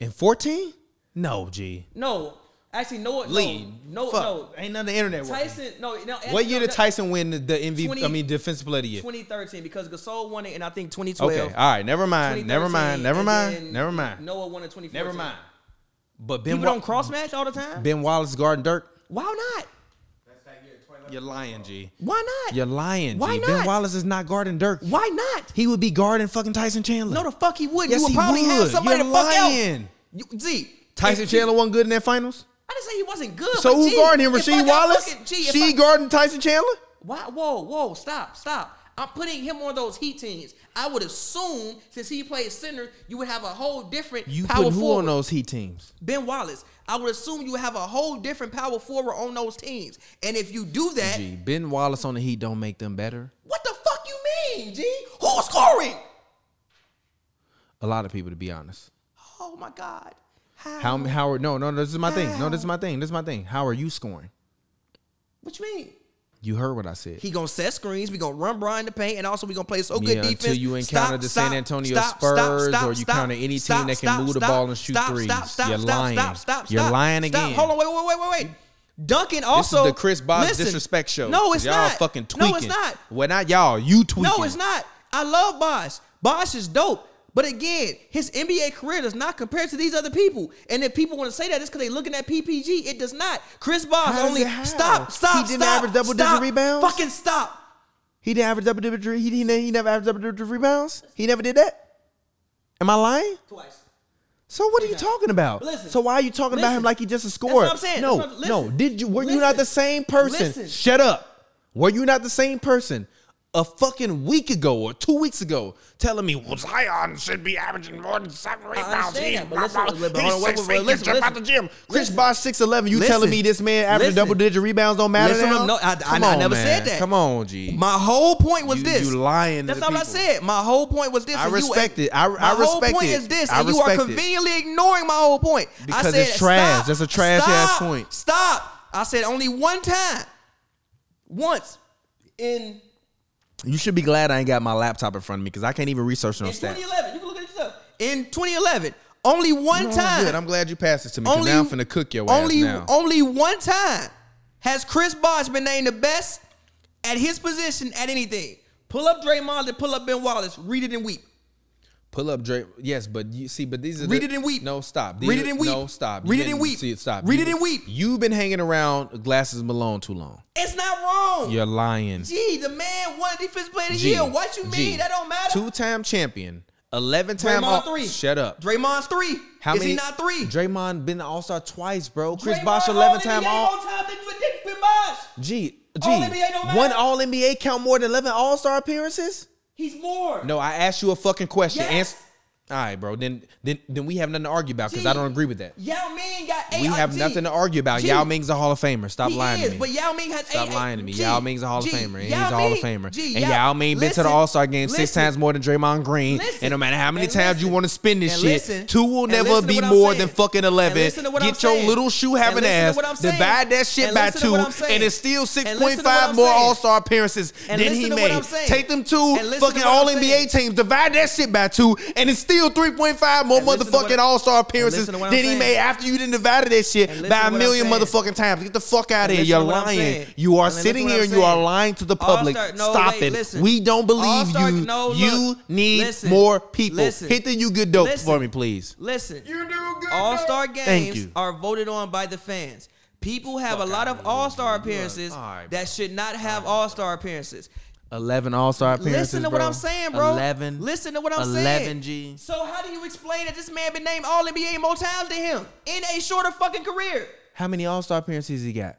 A: In 14? No, G.
B: No. Actually, Noah.
A: Lee.
B: No, no,
A: Fuck.
B: no.
A: Ain't none of the internet. working.
B: Tyson. No, no. actually,
A: What year
B: no,
A: did
B: no,
A: Tyson win the, the MVP? I
B: 20
A: mean, defensive player of the year.
B: 2013, because Gasol won it, and I think 2012.
A: Okay. All right. Never mind. Never
B: 2013,
A: mind. Never
B: and
A: mind.
B: then
A: Never mind.
B: Noah won in 2014.
A: Never mind. But Ben
B: People
A: Wa-
B: don't cross match all the time?
A: Ben Wallace, Garden Dirk.
B: Why not?
A: You're lying, G.
B: Why not?
A: You're lying.
B: Why
A: G. Ben
B: not?
A: Wallace is not guarding Dirk.
B: Why not?
A: He would be guarding fucking Tyson Chandler.
B: No, the fuck he wouldn't.
A: Yes,
B: you would
A: he
B: probably have
A: would.
B: somebody
A: You're
B: to fuck
A: lying.
B: out. You, Z.
A: Tyson
B: if-
A: Chandler wasn't good in that finals.
B: I didn't say he wasn't good.
A: So
B: but
A: who
B: G,
A: guarding him?
B: if I
A: Rasheed
B: got
A: Wallace?
B: fucking- G, if
A: She
B: I-
A: guarding Tyson Chandler?
B: Why, whoa, whoa, stop, stop. I'm putting him on those Heat teams. I would assume since he plays center, you would have a whole different
A: You
B: power
A: put who
B: forward.
A: on those Heat teams?
B: Ben Wallace. I would assume you have a whole different power forward on those teams. And if you do that,
A: G. Ben Wallace on the Heat don't make them better.
B: what the fuck you mean, G? Who's scoring?
A: A lot of people, to be honest.
B: Oh my God. How?
A: How how are no no no, this is my thing. No, this is my thing. This is my thing. How are you scoring?
B: What you mean?
A: You heard what I said.
B: He gonna set screens. We gonna run Brian the paint, and also we gonna play so good
A: Yeah,
B: defense.
A: until you encounter
B: Stop,
A: the
B: stop,
A: San Antonio
B: stop,
A: Spurs
B: stop, stop,
A: or you
B: stop,
A: counter any team
B: stop,
A: that can
B: stop,
A: move the
B: stop,
A: ball and shoot
B: stop,
A: threes.
B: Stop, stop,
A: You're
B: stop,
A: lying.
B: Stop, stop,
A: You're
B: stop,
A: lying
B: stop.
A: again.
B: Hold on, wait, wait, wait, wait, wait. Duncan
A: This
B: also
A: is the Chris Bosh
B: Listen,
A: disrespect show.
B: No, it's
A: y'all
B: not.
A: fucking tweaking.
B: No, it's not.
A: Well, not y'all. You tweaking.
B: No, it's not. I love Bosh. Bosh is dope. But again, his NBA career does not compare to these other people. And if people want to say that, it's because they're looking at PPG. It does not. Chris Bosh
A: How does
B: only
A: it how?
B: stop, stop,
A: He didn't
B: stop,
A: average double-digit
B: stop.
A: rebounds?
B: Fucking stop.
A: He didn't average double digit. He, he, ne- he never averaged double digit rebounds. He never did that. Am I lying?
B: Twice.
A: So what are you talking about?
B: Listen.
A: so why are you talking about him
B: Listen.
A: like he just a
B: what
A: scorer?
B: I'm saying.
A: No,
B: That's what I'm-
A: no.
B: listen.
A: Did you? Were you not
B: Listen.
A: the same person?
B: Listen.
A: Shut up. Were you not the same person a fucking week ago or two weeks ago telling me well, Zion should be averaging more than seven rebounds?
B: understand
A: He's,
B: that, but listen,
A: blah, blah, he's
B: but hold on, wait,
A: six
B: wait,
A: feet.
B: listen,
A: just out the
B: listen.
A: gym. Chris
B: Listen.
A: Bosh six eleven. You telling
B: Listen.
A: me this man averaging
B: Listen.
A: double digit rebounds don't matter
B: Listen,
A: now?
B: no, I- I-
A: Come
B: I
A: on,
B: never
A: man.
B: said that.
A: Come on, G.
B: My whole point was
A: You-
B: this.
A: you lying to
B: That's
A: the
B: all I
A: people.
B: said. My whole point was this.
A: I
B: and you-
A: respect it. I- I
B: my
A: respect
B: whole point
A: it.
B: is this,
A: I
B: and you are
A: respect it.
B: conveniently ignoring my whole point. I
A: Because
B: said,
A: it's trash.
B: Stop,
A: That's a trash
B: stop,
A: ass point.
B: Stop. I said only one time. once in
A: You should be glad I ain't got my laptop in front of me because I can't even research no
B: in
A: stats.
B: 2011. You can look at it yourself. In 2011, only one time.
A: Good. I'm glad you passed this to me. 'cause now I'm finna cook your ass
B: only, oh.
A: now.
B: Only one time has Chris Bosh been named the best at his position at anything. Pull up Draymond and pull up Ben Wallace. Read it and weep.
A: Pull up Drake. Yes, but you see, but these are
B: Read
A: the-
B: it and weep.
A: No, stop.
B: Read it and weep.
A: No, stop. You
B: Read it and
A: didn't-
B: weep.
A: See, stop.
B: Read
A: You-
B: it and weep.
A: You've been hanging around glasses Malone too long.
B: It's not wrong.
A: You're lying.
B: Gee, the man won defense player of the
A: G.
B: year. What you mean?
A: G.
B: That don't matter.
A: Two-time champion, eleven-time.
B: Draymond
A: all-
B: three.
A: Shut up.
B: Draymond's three.
A: How
B: Is
A: many?
B: he not three?
A: Draymond been All Star twice, bro. Chris
B: Draymond
A: Bosh
B: all
A: eleven-time
B: NBA
A: All.
B: all-time thing for Dick- Ben Bosh.
A: G. G.
B: All-NBA don't matter.
A: One All NBA count more than eleven All Star appearances?
B: He's more.
A: No, I asked you a fucking question.
B: Yes.
A: Ans- all right, bro. Then then then we have nothing to argue about because
B: G.
A: I don't agree with that.
B: Yao Ming got eight.
A: We
B: uh,
A: have
B: G.
A: nothing to argue about.
B: G.
A: Yao Ming's a Hall of Famer. Stop
B: he
A: lying
B: is,
A: to me.
B: but Yao Ming has
A: Stop
B: eight.
A: lying to me.
B: G,
A: Yao Ming's a Hall
B: G,
A: of Famer. And
B: Yao
A: he's a Hall
B: Ming-
A: of Famer.
B: G,
A: and Yao Ming been to the
B: listen,
A: All Star game six
B: listen,
A: times more than Draymond Green.
B: listen,
A: and no matter how many
B: and
A: times
B: listen,
A: you want to spin this
B: and
A: shit,
B: listen,
A: two will
B: and
A: never
B: listen to
A: be
B: what I'm
A: more
B: saying,
A: than fucking
B: and
A: eleven.
B: listen to what I'm
A: Get your
B: saying,
A: little shoe
B: and
A: having
B: listen to
A: ass.
B: what I'm saying,
A: Divide that shit
B: and
A: by
B: listen to
A: two,
B: what I'm saying,
A: and it's still
B: and
A: six
B: listen to
A: point
B: what
A: five
B: I'm
A: more
B: saying,
A: All Star appearances
B: and
A: than
B: listen
A: he
B: to what
A: made.
B: I'm saying,
A: Take them two
B: and listen to
A: fucking
B: what I'm
A: All NBA
B: saying.
A: teams. Divide that shit by two, and it's still three point five more
B: And listen to what-
A: motherfucking All Star
B: and listen
A: appearances
B: to
A: than
B: what I'm
A: he
B: saying.
A: made after you didn't divide that shit
B: And
A: by
B: listen to
A: a
B: what I'm
A: million
B: saying.
A: motherfucking times. Get the fuck out of
B: And
A: here. You're
B: listen to what I'm
A: lying.
B: saying.
A: You are
B: And listen to
A: sitting
B: what
A: here
B: I'm
A: and you are
B: saying.
A: lying to the public.
B: All-Star- no,
A: Stop
B: wait,
A: it.
B: listen.
A: We don't believe
B: All-Star-
A: you.
B: no, look.
A: you need
B: Listen.
A: more people.
B: Listen.
A: Hit the you good dope
B: Listen.
A: for me, please.
B: Listen.
G: You're doing good.
B: All star
A: Thank
B: games
A: you.
B: are voted on by the fans. People have a lot of all star appearances
A: All right, bro.
B: that should not have all star appearances.
A: Eleven All Star appearances.
B: Listen to what
A: bro.
B: I'm saying, bro.
A: Eleven.
B: Listen to what I'm saying.
A: Eleven G.
B: So how do you explain that this man been named All NBA more times than him in a shorter fucking career?
A: How many All Star appearances he got?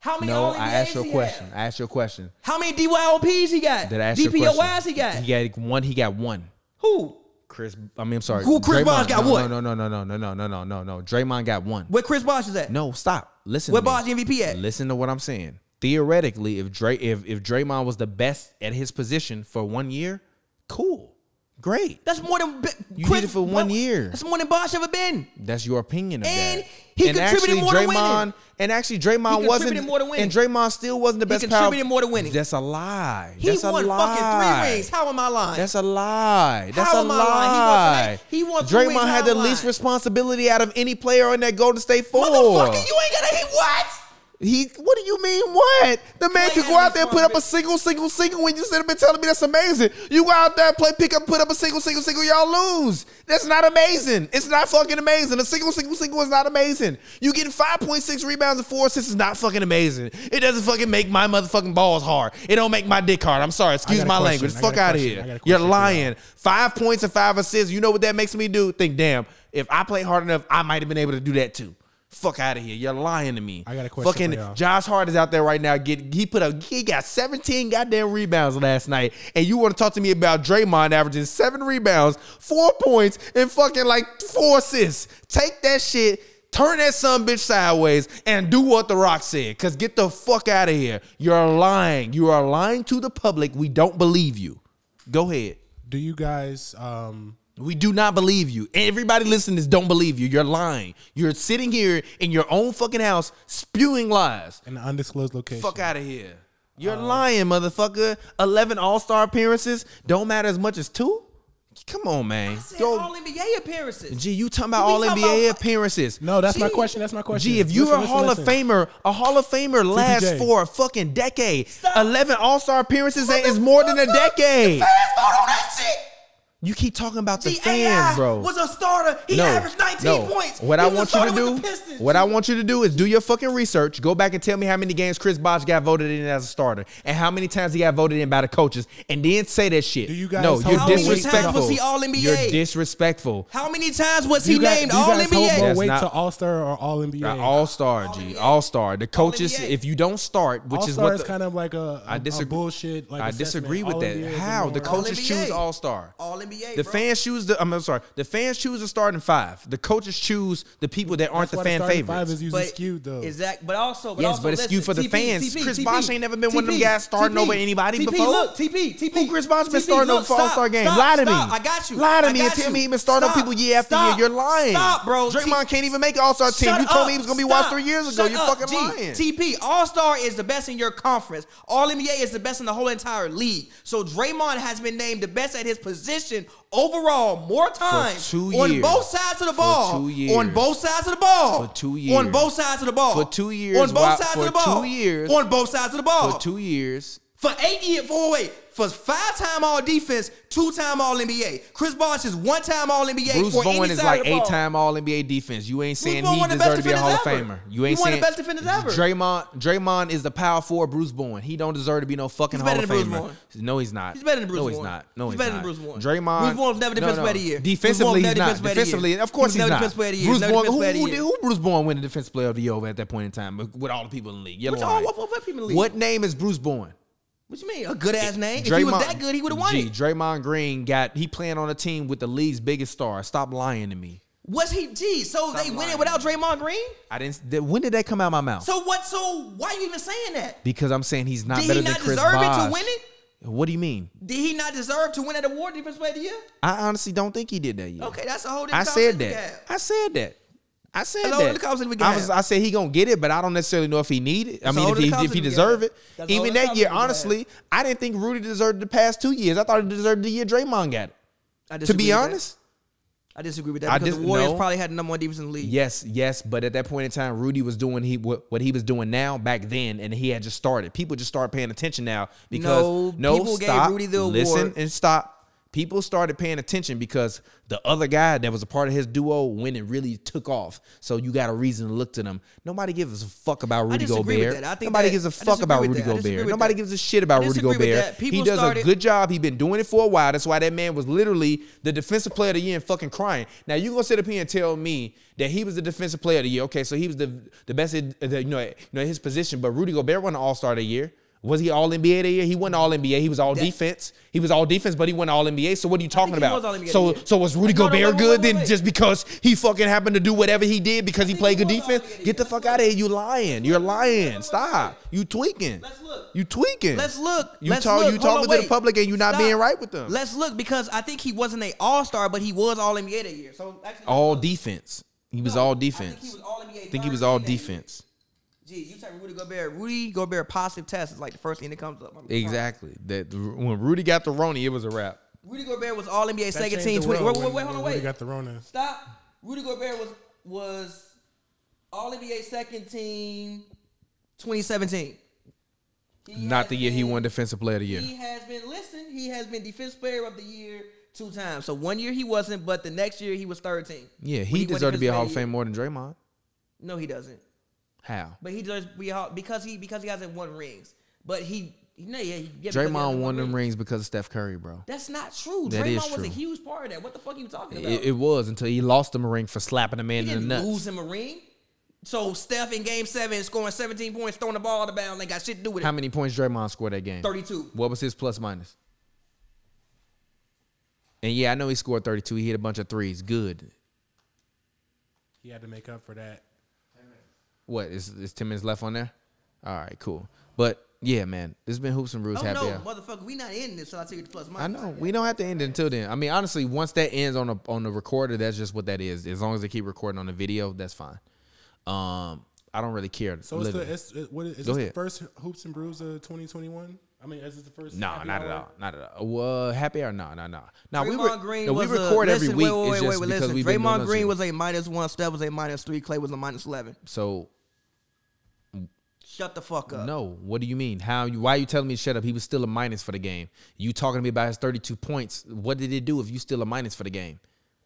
B: How many
A: No,
B: All
A: I
B: NBAs
A: asked
B: he
A: your
B: have?
A: question. I asked your question.
B: How many DYOPs he got?
A: Did I ask your question?
B: DPOYs he got?
A: He got one. He got one.
B: Who?
A: Chris, I mean, I'm sorry.
B: Who Chris
A: Draymond.
B: Bosh got
A: no,
B: what?
A: No, no, no, no, no, no, no, no, no, no. Draymond got one.
B: Where Chris Bosh is at?
A: No, stop. Listen.
B: Where
A: to
B: Bosh
A: me.
B: MVP at?
A: Listen to what I'm saying. Theoretically, if Dray, if if Draymond was the best at his position for one year, cool, great.
B: That's more than B-
A: You
B: Chris,
A: did it for one
B: what-
A: year.
B: That's more than Bosh ever been.
A: That's your opinion of
B: And
A: that.
B: he contributed more to winning.
A: Draymond, And actually, Draymond
B: He
A: wasn't.
B: contributed more to winning.
A: And Draymond still wasn't the best.
B: contributed
A: power-
B: more to winning.
A: That's a lie.
B: He
A: That's a
B: won
A: lie.
B: fucking three rings. How am I lying?
A: That's a lie. That's
B: How
A: a
B: am I
A: lie.
B: lying? He wants to win.
A: Draymond
B: How
A: had the
B: am I
A: least
B: lying?
A: responsibility out of any player on that Golden State four.
B: Motherfucker, you ain't got to hit what?
A: He, what do you mean? What the man
B: Play
A: could go
B: and
A: out there and put up a
B: responsibility.
A: single, single, single. When you sit up and telling me that's amazing, you go out there and play pick up, put up a single, single, single. Y'all lose. That's not amazing. It's not fucking amazing. A single, single, single is not amazing. You getting five point six rebounds and four assists is not fucking amazing. It doesn't fucking make my motherfucking balls hard. It don't make my dick hard. I'm sorry. Excuse
C: I got a
A: my
C: question.
A: language.
C: I got
A: Fuck
C: a
A: out of
C: question. I got a
A: here.
C: question
A: You're
C: for y'all.
A: lying. Five points and five assists. You know what that makes me do? Think, damn, if I play hard enough, I might have been able to do that too. Fuck out of here. You're lying to me.
C: I got a question
A: Fucking
C: for y'all.
A: Josh Hart is out there right now. Get he put up. He got 17 goddamn rebounds last night, and you want to talk to me about Draymond averaging seven rebounds, four points, and fucking like four assists? Take that shit. Turn that son bitch sideways and do what The Rock said. Cause get the fuck out of here. You're lying. You are lying to the public. We don't believe you. Go ahead.
C: Do you guys? Um,
A: We do not believe you. Everybody listening is don't believe you. You're lying. You're sitting here in your own fucking house spewing lies.
C: in an undisclosed location.
A: Fuck out of here. You're
B: Um,
A: lying, motherfucker. 11 All Star appearances don't matter as much as two? Come on, man.
B: Said
A: Go.
B: All NBA appearances.
A: Gee, you talking about
B: We
A: All
B: talking
A: NBA
B: about-
A: appearances.
C: No, that's my
B: Gee.
C: question. That's my question.
A: Gee, if you're
C: Listen,
A: a
C: listen,
A: Hall of
C: listen.
A: Famer, a Hall of Famer lasts
C: TPJ.
A: for a fucking decade.
B: Stop.
A: 11 All Star appearances
B: What the
A: is more than a
B: fuck up?
A: decade.
B: Fans vote on that shit.
A: You keep talking about the
B: The
A: fans,
B: AI
A: bro.
B: was a starter. He averaged 19 points.
A: What
B: He
A: I
B: was
A: want
B: a
A: you to
B: starter with
A: do,
B: the Pistons.
A: what I want you to do is do your fucking research. Go back and tell me how many games Chris Bosh got voted in as a starter, and how many times he got voted in by the coaches, and then say that shit.
C: Do you guys
A: no,
C: hold
A: you're
C: How many times was he
A: disrespectful.
B: All-NBA?
A: You're disrespectful.
B: How many times was
C: Do
B: he
C: you guys-
B: named
C: do you
B: All
C: guys hold
B: NBA?
C: More
A: That's
C: weight
A: not-
C: to All Star or All NBA.
A: All star, G, all star. The coaches,
B: All-NBA.
A: if you don't start, which
C: All
A: is
C: Star
A: what
C: is
A: the-
C: kind of like a, a,
A: I disagree.
C: a bullshit. Like
A: I
C: assessment.
A: disagree with
C: All
A: that.
C: NBA is
A: How the
C: more-
A: coaches
B: All-NBA.
A: choose all star?
B: All
H: NBA.
A: The
H: bro.
A: fans choose the. I'm, sorry. The fans choose the starting five. The coaches choose the people that aren't
C: That's why
A: the fan
C: starting
A: favorites.
C: Five is usually skewed though.
B: Exact, but also, but
A: Yes,
B: also,
A: but it's skewed for
B: listen,
A: the
B: TP,
A: fans.
B: TP,
A: Chris
B: TP,
A: Bosch ain't never been one of them
B: TP,
A: guys starting
B: TP,
A: over anybody
B: TP,
A: before.
B: Look, TP, TP.
A: Who Chris Bosch been
B: TP,
A: starting
B: look,
A: over for
B: stop,
A: All-Star game?
B: Stop,
A: Lie to me.
B: stop, I got you.
A: Lie to
B: I
A: me and
B: got
A: tell
B: you.
A: me he been starting
B: Stop,
A: over people year after
B: stop,
A: year. You're lying.
B: Stop, bro.
A: Draymond
B: T-
A: can't even make an All-Star team.
B: Shut
A: you told
B: up.
A: me he was gonna be
B: Stop.
A: washed three years ago.
B: Shut
A: You're
B: up,
A: fucking
B: G.
A: lying.
B: TP All Star is the best in your conference. All NBA is the best in the whole entire league. So Draymond has been named the best at his position overall more times
A: two
B: on
A: years.
B: both sides of the
A: For
B: ball.
A: two years.
B: On both sides of the ball.
A: For two
B: On
A: years.
B: both sides of the ball.
A: For two years,
B: On both
A: why-
B: sides
A: for
B: of the ball.
A: two years.
B: On both sides of the ball.
A: For two years,
B: For eight years, for wait, for five time All Defense, two time All NBA. Chris Bosh is one time All NBA.
A: Bruce
B: for
A: Bowen
B: any
A: is
B: side
A: like
B: of the ball.
A: eight-time All-NBA defense. You ain't saying
B: Bowen
A: he
B: one of the best
A: deserves to be a Hall of Famer.
B: defenders ever.
A: You
B: He
A: ain't
B: one
A: saying
B: of the best defenders ever.
A: Draymond, Draymond is the power forward. Bruce Bowen. He don't deserve to be no fucking
B: He's
A: Hall
B: better
A: of
B: than Bruce
A: Famer.
B: Bowen.
A: No, he's not.
B: He's better than Bruce
A: No,
B: Bowen.
A: he's not. No,
B: He's
A: he's,
B: better than
A: not.
B: Bruce Bowen.
A: Draymond.
B: Bruce Bowen's never defensive
A: no, no.
B: player of the year. Bruce
A: Defensively,
B: Bowen's
A: he's
B: never
A: not.
B: defensive player of the year.
A: Defensively, of course
B: He's
A: he's
B: never
A: not.
B: defensive player of the year.
A: Bruce
B: He's never
A: Bowen.
B: defensive
A: Who
B: player of the
A: who
B: year.
A: did- who Bruce Bowen win the defensive player of the year over at that point in time with- with all the people in the league? You're
B: Which all
A: lying.
B: what, what people in the league?
A: What name is Bruce Bowen?
B: What you mean? A good ass name. if he was that good, he would have won
A: Gee,
B: it.
A: Draymond Green got he playing on a team with the league's biggest star. Stop lying to me.
B: Was he? Gee, so they win
A: lying.
B: it without Draymond Green.
A: I didn't. That, when did that come out of my mouth?
B: So what? So why are you even saying that?
A: because I'm saying he's not
B: Did
A: better
B: he not
A: than Chris
B: deserve it
A: Bosh.
B: to win it?
A: What do you mean?
B: Did he not deserve to win that award, defensive player of the year?
A: I honestly don't think he did that yet.
B: Okay, that's a whole different.
A: I said
B: conversation we
A: that.
B: have.
A: I said that. I said
B: That's all the conversation we
A: that.
B: can
A: I, was,
B: have.
A: I said he gonna get it, but I don't necessarily know if he need it. I
B: all
A: mean, if
B: the
A: he if
B: conversation
A: he
B: we can
A: deserve
B: have.
A: it.
B: That's all
A: Even
B: the
A: that year,
B: conversation we can
A: honestly, I didn't think Rudy deserved the past two years. I thought he deserved the year Draymond got it.
B: I
A: To
B: disagree
A: be
B: with that.
A: honest,
B: I disagree with that
A: I
B: because
A: dis-
B: the Warriors
A: no.
B: probably had the number one defense in the league.
A: yes, yes, but at that point in time, Rudy was doing he what, what he was doing now back then, and he had just started. People just started paying attention now because
B: No,
A: no,
B: people gave
A: stop,
B: Rudy the award.
A: listen and stop. People started paying attention because the other guy that was a part of his duo when it really took off. So you got a reason to look to them. Nobody gives a fuck about
B: I
A: Rudy
B: disagree with
A: Gobert.
B: that. I think
A: Nobody
B: that-
A: gives
B: I
A: a fuck
B: disagree
A: about
B: with
A: Rudy
B: that. I disagree
A: Gobert.
B: with
A: Nobody
B: that.
A: gives a shit about
B: I
A: Rudy
B: disagree with
A: Gobert.
B: that.
A: He
B: People
A: does a
B: started-
A: good job. He's been doing it for a while. That's why that man was literally the defensive player of the year and fucking crying. Now you gonna sit up here and tell me that he was the defensive player of the year? Okay, so he was the the best, at, the, you know, at- you know, at his position. But Rudy Gobert won the All Star of the year. Was he All NBA the year? He wasn't All NBA. He was All defense. He was All defense, but he wasn't All NBA. So what are you talking
B: he
A: about?
B: was All-NBA
A: so
B: the year.
A: so was Rudy
B: No, no,
A: Gobert
B: wait, wait,
A: good
B: wait,
A: then
B: wait.
A: just because he fucking happened to do whatever he did because he played good defense? Get the fuck out of here! You lying? You're lying! Stop! You tweaking?
B: Let's look.
A: You tweaking?
B: Let's look.
A: You
B: Let's
A: talk.
B: look.
A: You
B: Hold on,
A: talking to the
B: wait.
A: public and you not
B: Stop.
A: being right with them.
B: Let's look because I think he wasn't a All Star, but he was All NBA that year. So actually,
A: all defense. He was all defense.
B: I think he was All NBA.
A: I think he was all
B: first year that year.
A: defense.
B: Gee, you type Rudy Gobert. Rudy Gobert positive test is like the first thing that comes up. I'm sorry.
A: Exactly. That when Rudy got the Roni, it was a wrap.
B: Rudy Gobert was All NBA
C: That
B: second
C: changed
B: team.
C: the
B: 20. Wait,
C: world
B: wait,
C: when-
B: wait, hold
C: when
B: on,
C: Rudy
B: wait.
C: Got the Rona.
B: Stop. Rudy Gobert was was All NBA second team 2017. He
A: Not
B: has
A: the year he
B: been-
A: won Defensive Player of the Year.
B: He has been listen. He has been Defense Player of the Year two times. So one year he wasn't, but the next year he was 13.
A: Yeah,
B: When
A: he,
B: won
A: deserved to be a
B: Defensive
A: Hall of
B: Player
A: Fame more than Draymond.
B: the Year. No, he doesn't.
A: How?
B: But he deserves to be a Hall because he because he hasn't won rings. But he no yeah, he, yeah because he
A: Draymond
B: hasn't
A: won them
B: rings.
A: rings because of Steph Curry, bro.
B: That's not true.
A: That
B: Draymond
A: is
B: was
A: true.
B: a huge part of that. What the fuck are you talking about?
A: It, it was until he lost him a ring for slapping a man
B: He
A: in the
B: didn't
A: nuts.
B: lose him a ring. So Steph in game seven scoring 17 points, throwing the ball out of bounds, ain't got shit to do with
A: How
B: it.
A: many points Draymond scored that game?
B: 32.
A: What was his plus minus? And yeah, I know he scored 32. He hit a bunch of threes. Good.
C: He had to make up for that.
A: What is is ten minutes left on there? All right, cool. But yeah, man, this has been hoops and brews.
B: Oh
A: happy.
B: no,
A: hour.
B: motherfucker, we not in this until I tell you the plus minus.
A: I know we don't have to end it until then. I mean, honestly, once that ends on the on the recorder, that's just what that is. As long as they keep recording on the video, that's fine. Um, I don't really care.
C: So it's the
A: literally.
C: it's, it, what is, is
A: Go
C: this the
A: ahead.
C: first hoops and brews of 2021? I mean, is this the first?
A: No,
C: happy
A: not at
C: hour?
A: all. Not at all. Uh, Well, happy hour? No, no, no. No, we were.
B: Draymond Green
A: no, we
B: was a-
A: record every
B: listen,
A: week.
B: Wait, wait,
A: it's
B: wait,
A: just
B: wait,
A: because
B: listen.
A: we've been doing
B: Draymond
A: this
B: Green
A: shit.
B: was a minus one, Steph was a minus three, Clay was a minus eleven.
A: So
B: Shut the fuck up.
A: no, what do you mean? How? You, why are you telling me to shut up? He was still a minus for the game. You talking to me about his thirty-two points? What did it do if you still a minus for the game?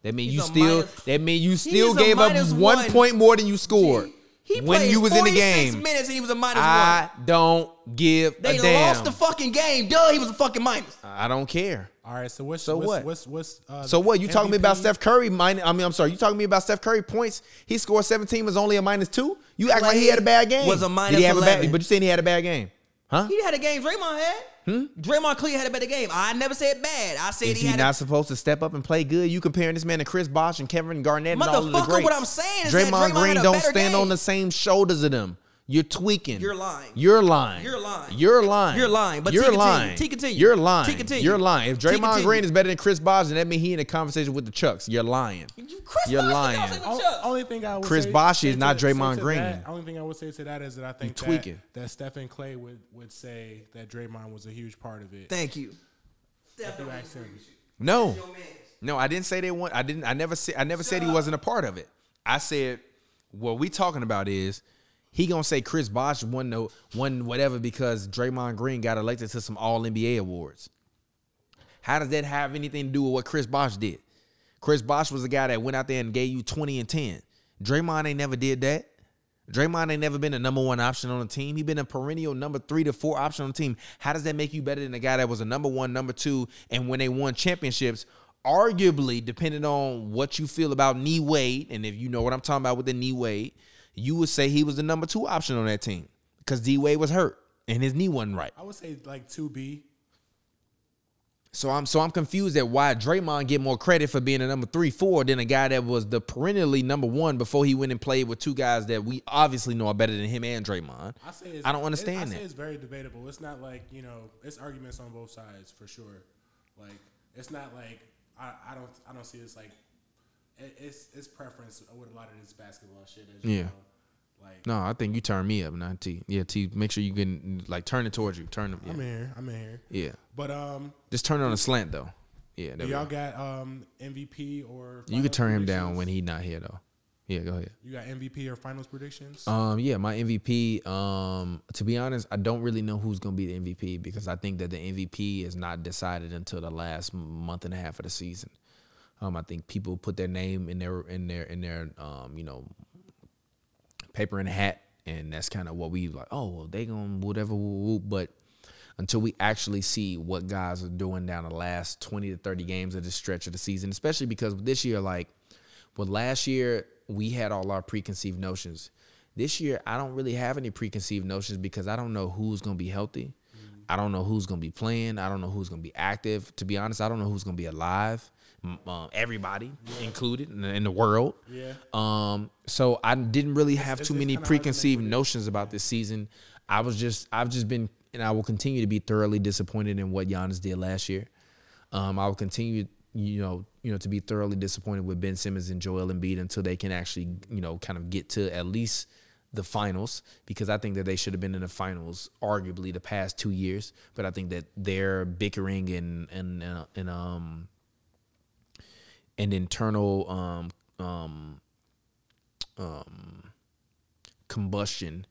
A: That mean
B: He's
A: you
B: a
A: still.
B: minus-
A: that mean you
B: is
A: still
B: a
A: gave up
B: minus
A: one,
B: one.
A: point more than you scored
B: He
A: when
B: played
A: you was in the
B: 46
A: game.
B: minutes and he was a minus
A: I
B: one.
A: don't give
B: They
A: a damn.
B: lost the fucking game. Duh, he was a fucking minus.
A: I don't care.
C: All right. So what's
A: So
C: what's,
A: what?
C: What's what's uh,
A: So what? You talking to me about
C: MVP?
A: Steph Curry? Minus, I mean, I'm sorry. You talking to me about Steph Curry points? He scored 17, was only a minus two. You act like he had a bad game.
B: Was a minus
A: Did he have a bad-
B: 11.
A: but you saying he had a bad game,
I: Huh?
B: He had a game Draymond had. Draymond clearly had a better game. I never said bad. I said
A: Hmm? Is
B: he
A: he
B: had
A: not
B: a
A: supposed to step up and play good? You comparing this man to Chris Bosh and Kevin Garnett and all of the
B: Motherfucker,
A: greats.
B: what I'm saying is that
A: Draymond,
B: Draymond
A: Green
B: had a
A: don't
B: better
A: stand
B: game.
A: on the same shoulders of them. You're tweaking.
B: You're lying.
A: You're lying.
B: You're lying.
A: You're lying.
B: You're lying. But
A: you're
B: T continue.
A: lying.
B: T continue.
A: You're lying.
B: T continue.
A: You're lying. If
B: T
A: Draymond
B: continue.
A: Green is better than Chris Bosh, then that means he in a conversation with the Chucks. You're lying.
B: Chris
A: You're
B: Bosh,
A: lying.
B: y'all say what
C: O-
B: Chuck-
C: Only thing I would
A: Chris
C: say-
A: Bosh
C: say
A: is not
C: to- say
A: Draymond
C: to
A: Green.
C: That, only thing I would say to that is that I think that,
A: tweaking.
C: that Steph and Clay would, would say that Draymond was a huge part of it.
B: Thank you.
C: If you ask him.
A: No. No, I didn't say they want. I didn't. I never said. I never said he wasn't a part of it. I said what we talking about is he gonna say Chris Bosh won no won whatever because Draymond Green got elected to some All NBA awards. How does that have anything to do with what Chris Bosh did? Chris Bosh was the guy that went out there and gave you twenty and ten. Draymond ain't never did that. Draymond ain't never been a number one option on a team. He been a perennial number three to four option on the team. How does that make you better than the guy that was a number one, number two, and when they won championships, arguably, depending on what you feel about knee weight, and if you know what I'm talking about with the knee weight, you would say he was the number two option on that team because D Wade was hurt and his knee wasn't right.
C: I would say like 2B.
A: So I'm so I'm confused at why Draymond get more credit for being a number three, four than a guy that was the perennially number one before he went and played with two guys that we obviously know are better than him and Draymond.
C: I say it's,
A: I don't
C: it, I
A: understand
C: Say
A: that.
C: it's very debatable. It's not like you know, it's arguments on both sides for sure. Like it's not like I, I don't I don't see this like it, it's it's preference with a lot of this basketball shit. As you
A: Yeah.
C: Know. Like
A: No, I think you turn me up, not T. Yeah, T. Make sure you can like turn it towards you. Turn them. Yeah.
C: I'm in here. I'm in here.
A: yeah.
C: But um,
A: Just turn it on a slant though. Yeah. There
C: do
A: we
C: y'all
A: go.
C: got um MVP or
A: You can
C: finals
A: turn him down
C: predictions?
A: when he not here though. Yeah. Go ahead.
C: you got MVP or finals predictions.
A: Um, yeah, my MVP. Um, to be honest, I don't really know who's gonna be the MVP because I think that the MVP is not decided until the last month and a half of the season. Um, I think people put their name in their in their in their um, you know, paper and hat, and that's kind of what we like. Oh, well, they gonna whatever, woo, woo, but until we actually see what guys are doing down the last twenty to thirty games of the stretch of the season, especially because this year, like, well, last year we had all our preconceived notions. This year, I don't really have any preconceived notions because I don't know who's gonna be healthy. I don't know who's gonna be playing. I don't know who's gonna be active. To be honest, I don't know who's gonna be alive. M- Uh, everybody included in the, in the world.
C: Yeah.
A: Um, so I didn't really have
C: it's-
A: too
C: it's
A: many
C: kinda hard to make
A: preconceived notions about this season. I was just, I've just been, and I will continue to be thoroughly disappointed in what Giannis did last year. Um, I will continue, you know, you know, to be thoroughly disappointed with Ben Simmons and Joel Embiid until they can actually, you know, kind of get to at least the finals because I think that they should have been in the finals arguably the past two years. But I think that their bickering and and uh, and um and internal um um combustion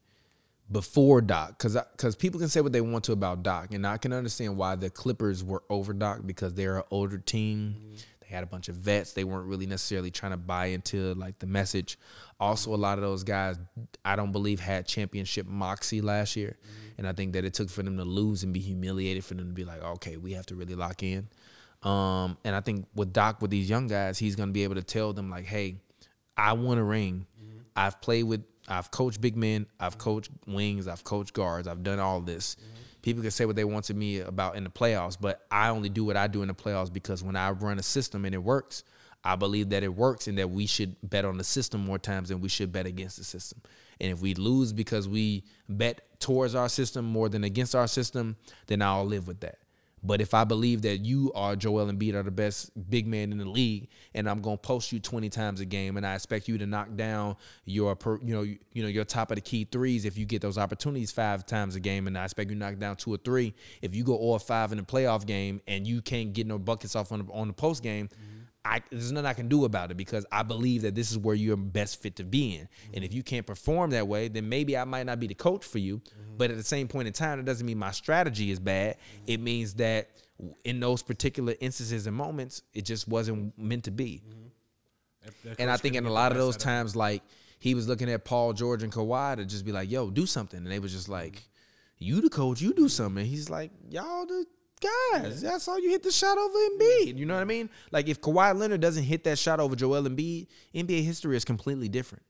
A: before Doc, because because people can say what they want to about Doc, and I can understand why the Clippers were over Doc because they're an older team. They had a bunch of vets. They weren't really necessarily trying to buy into like the message. Also, a lot of those guys, I don't believe, had championship moxie last year, and I think that it took for them to lose and be humiliated for them to be like, okay, we have to really lock in. Um, and I think with Doc, with these young guys, he's gonna be able to tell them like, hey, I want a ring. I've played with, I've coached big men, I've coached wings, I've coached guards, I've done all this. People can say what they want to me about in the playoffs, but I only do what I do in the playoffs because when I run a system and it works, I believe that it works and that we should bet on the system more times than we should bet against the system. And if we lose because we bet towards our system more than against our system, then I'll live with that. But if I believe that you are Joel Embiid are the best big man in the league, and I'm gonna post you 20 times a game, and I expect you to knock down your per, you know you, you know your top of the key threes if you get those opportunities five times a game, and I expect you to knock down two or three if you go all five in the playoff game and you can't get no buckets off on the, on the post game. I, there's nothing I can do about it because I believe that this is where you're best fit to be in. And if you can't perform that way, then maybe I might not be the coach for you. But at the same point in time, it doesn't mean my strategy is bad. It means that w- in those particular instances and moments, it just wasn't meant to be.
C: If the
A: And I
C: coach
A: think in
C: couldn't
A: a
C: get
A: lot of
C: the
A: those
C: best out
A: times, like he was looking at Paul George and Kawhi to just be like, "Yo, do something," and they was just like, "You the coach, you do something." And he's like, "Y'all the guys, that's all you hit the shot over Embiid." You know what I mean? Like if Kawhi Leonard doesn't hit that shot over Joel Embiid, NBA history is completely different.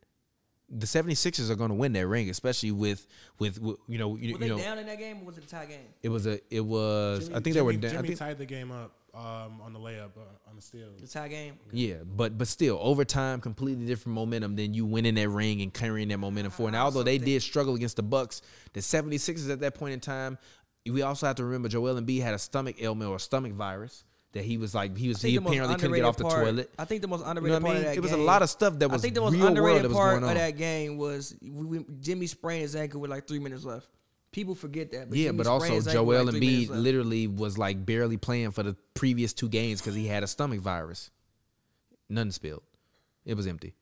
A: the 76ers are going to win that ring, especially with with, with you know you, you
B: Were they
A: know
B: down in that game or was it a tie game?
A: it was a it was I think they were down. I
C: Jimmy
A: think,
C: tied the game up um, on the layup uh, on the steal.
B: The tie game.
A: Yeah, but but still, over time, completely different momentum than you winning that ring and carrying that momentum forward. And
B: Uh-huh.
A: although they did struggle against the Bucks, the 76ers at that point in time, we also have to remember Joel Embiid had a stomach ailment or stomach virus that he was like he was he
B: the most
A: apparently couldn't get
B: underrated
A: off the
B: part-
A: toilet.
B: I think the most underrated
A: You know what I
B: part
A: mean?
B: of that
A: It was a
B: game-
A: lot of stuff that was
B: I think the most
A: real world
B: underrated
A: that was
B: part
A: going on.
B: of that game was we, we, Jimmy sprained his ankle with like three minutes left. People forget that.
A: Yeah,
B: Jimmy
A: but
B: sprained
A: also
B: his ankle with,
A: Joel
B: like, three
A: Embiid
B: minutes left.
A: literally was like barely playing for the previous two games because he had a stomach virus. Nothing spilled. It was empty.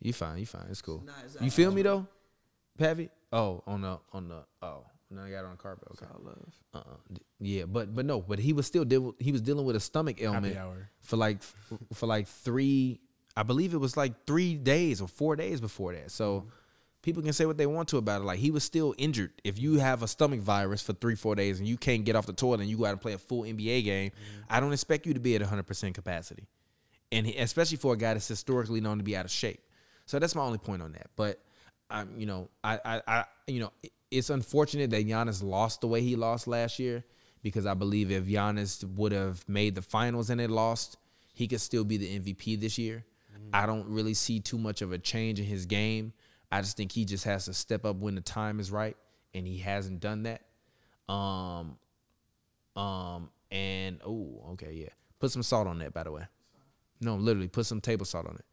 A: You fine. You fine. It's cool.
B: Nah, it's
A: you feel me though, Pavi? Oh, on the on the oh. No, I got it on the carpet. Okay.
B: I love.
A: Uh, yeah, but but no, but he was still deal, he was dealing with a stomach ailment
C: hour.
A: for like for like three. I believe it was like three days or four days before that. So people can say what they want to about it. Like he was still injured. If you have a stomach virus for three four days and you can't get off the toilet and you go out and play a full NBA game, I don't expect you to be at 100 percent capacity, and he- especially for a guy that's historically known to be out of shape. So that's my only point on that. But I'm you know I I, I you know it- it's unfortunate that Giannis lost the way he lost last year because I believe if Giannis would have made the finals and it lost, he could still be the MVP this year. I don't really see too much of a change in his game. I just think he just has to step up when the time is right, and he hasn't done that. Um, um, and oh, okay, yeah. Put some salt on that, by the way. No, literally, put some table salt on it.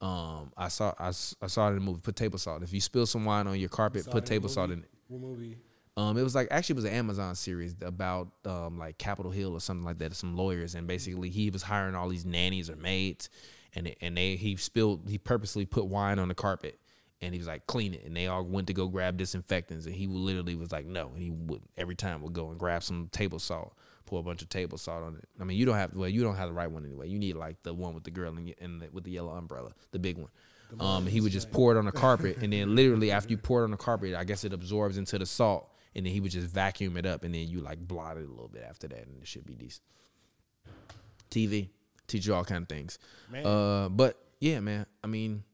A: Um, I saw I, s- I saw it in the movie. Put table salt. If you spill some wine on your carpet,
C: Saw it in
A: put
C: a
A: table salt
C: movie.
A: in it.
C: What movie?
A: Um, it was like actually it was an Amazon series about um like Capitol Hill or something like that. Some lawyers and basically he was hiring all these nannies or maids, and and they he spilled he purposely put wine on the carpet, and he was like clean it, and they all went to go grab disinfectants, and he literally was like no, and he would every time would go and grab some table salt, pour a bunch of table salt on it. I mean you don't have well you don't have the right one anyway. You need like the one with the girl and, and the, with the yellow umbrella, the big one. Um, he would just pour it on the carpet, and then literally after you pour it on the carpet, I guess it absorbs into the salt, and then he would just vacuum it up, and then you like blot it a little bit after that, and it should be decent. TV teach you all kind of things, uh, but yeah, man. I mean,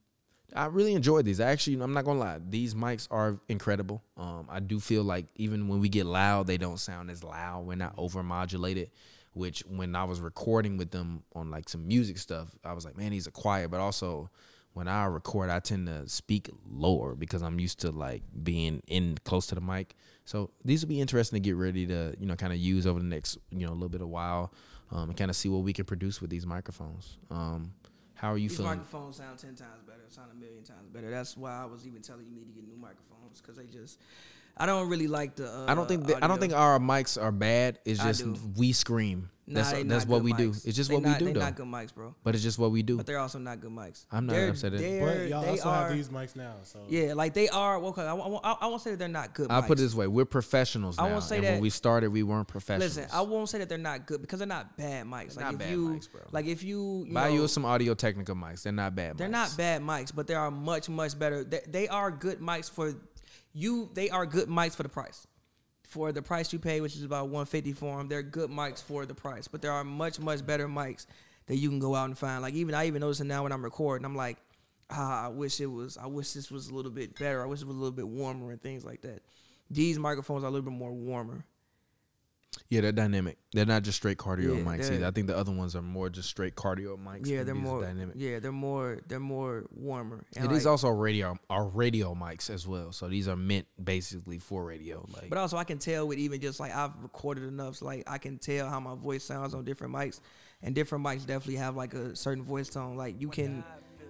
A: I really enjoyed these. I actually, I'm not gonna lie, these mics are incredible. Um, I do feel like even when we get loud, they don't sound as loud. We're not overmodulated. Which when I was recording with them on like some music stuff, I was like, man, these are quiet. But also, when I record, I tend to speak lower because I'm used to like being in close to the mic. So these will be interesting to get ready to you know kind of use over the next you know little bit of while, um, and kind of see what we can produce with these microphones. Um, how are you
B: These
A: feeling?
B: microphones sound ten times better. Sound a million times better. That's why I was even telling you need to get new microphones because they just. I don't really like the. Uh,
A: I don't think that, I don't
B: audio.
A: think our mics are bad. It's
B: I
A: just
B: do.
A: we scream.
B: Nah,
A: that's
B: they
A: that's
B: not
A: what
B: good
A: we do.
B: mics.
A: It's just
B: They
A: what
B: not,
A: we
B: they
A: do though.
B: not good mics, bro.
A: But it's just what we do.
B: But they're also not good mics.
A: I'm not
B: they're,
A: upset at it.
B: They're,
C: But y'all
B: they
C: also
B: are,
C: have these mics now. So
B: Yeah, like they are. well, Okay, I, won't- I, won't- I won't say that they're not good.
A: I put it
B: mics.
A: this way: we're professionals now.
B: I won't say
A: and when
B: that-
A: we started, we weren't professionals.
B: Listen, I won't say that they're not good because they're not bad mics.
A: They're not
B: like if
A: bad
B: you,
A: mics, bro.
B: Like if you, you
A: buy
B: know,
A: you some Audio Technica mics. They're not bad.
B: They're
A: mics.
B: not bad mics, but they are much much better. They, they are good mics for you. They are good mics for the price. For the price you pay, which is about one fifty for them, they're good mics for the price. But there are much much better mics that you can go out and find. Like even I even notice it now when I'm recording. I'm like, ah, I wish it was. I wish this was a little bit better. I wish it was a little bit warmer and things like that. These microphones are a little bit more warmer.
A: Yeah, they're dynamic. They're not just straight cardio
B: Yeah,
A: mics
B: they're-
A: either. I think the other ones are more just straight cardio mics.
B: Yeah,
A: and
B: they're
A: these are
B: more
A: dynamic.
B: Yeah, they're more. They're more warmer.
A: It is also radio, our radio mics as well. So these are meant basically for radio. Like,
B: But also, I can tell with even just like I've recorded enough, so like I can tell how my voice sounds on different mics, and different mics definitely have like a certain voice tone. Like you can,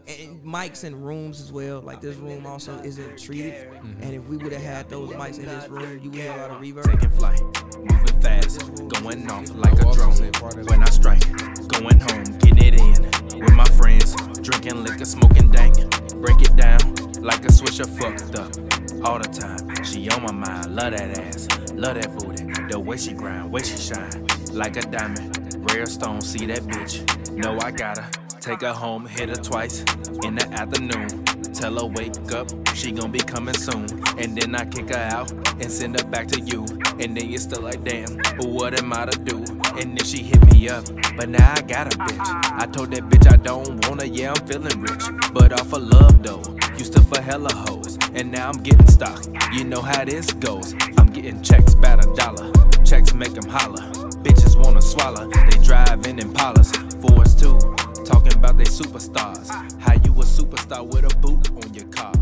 B: and- and mics in rooms as well. Like this room also isn't treated, and if we would have had those mics in this room, you would have a lot of reverb.
J: taking flight, moving fast, going off like a drone. When I strike, going home, getting it in with my friends, drinking liquor, smoking dank. Break it down like a swisher fucked up all the time. She on my mind, love that ass, love that booty, the way she grind, way she shine, like a diamond, rare stone. See that bitch? No, I gotta take her home, hit her twice in the afternoon. Tell her wake up, she gon' be coming soon. And then I kick her out and send her back to you. And then you're still like, damn, but what am I to do?
A: And then she hit me up, but now I got a bitch. I told that bitch I don't wanna, yeah, I'm feeling rich. But off of love though, used to for hella hoes. And now I'm getting stock, you know how this goes. I'm getting checks by the dollar, checks make 'em holler. Bitches wanna swallow, they drive in Impalas, Fords too. Talking about they superstars. How you a superstar with a boot on your car?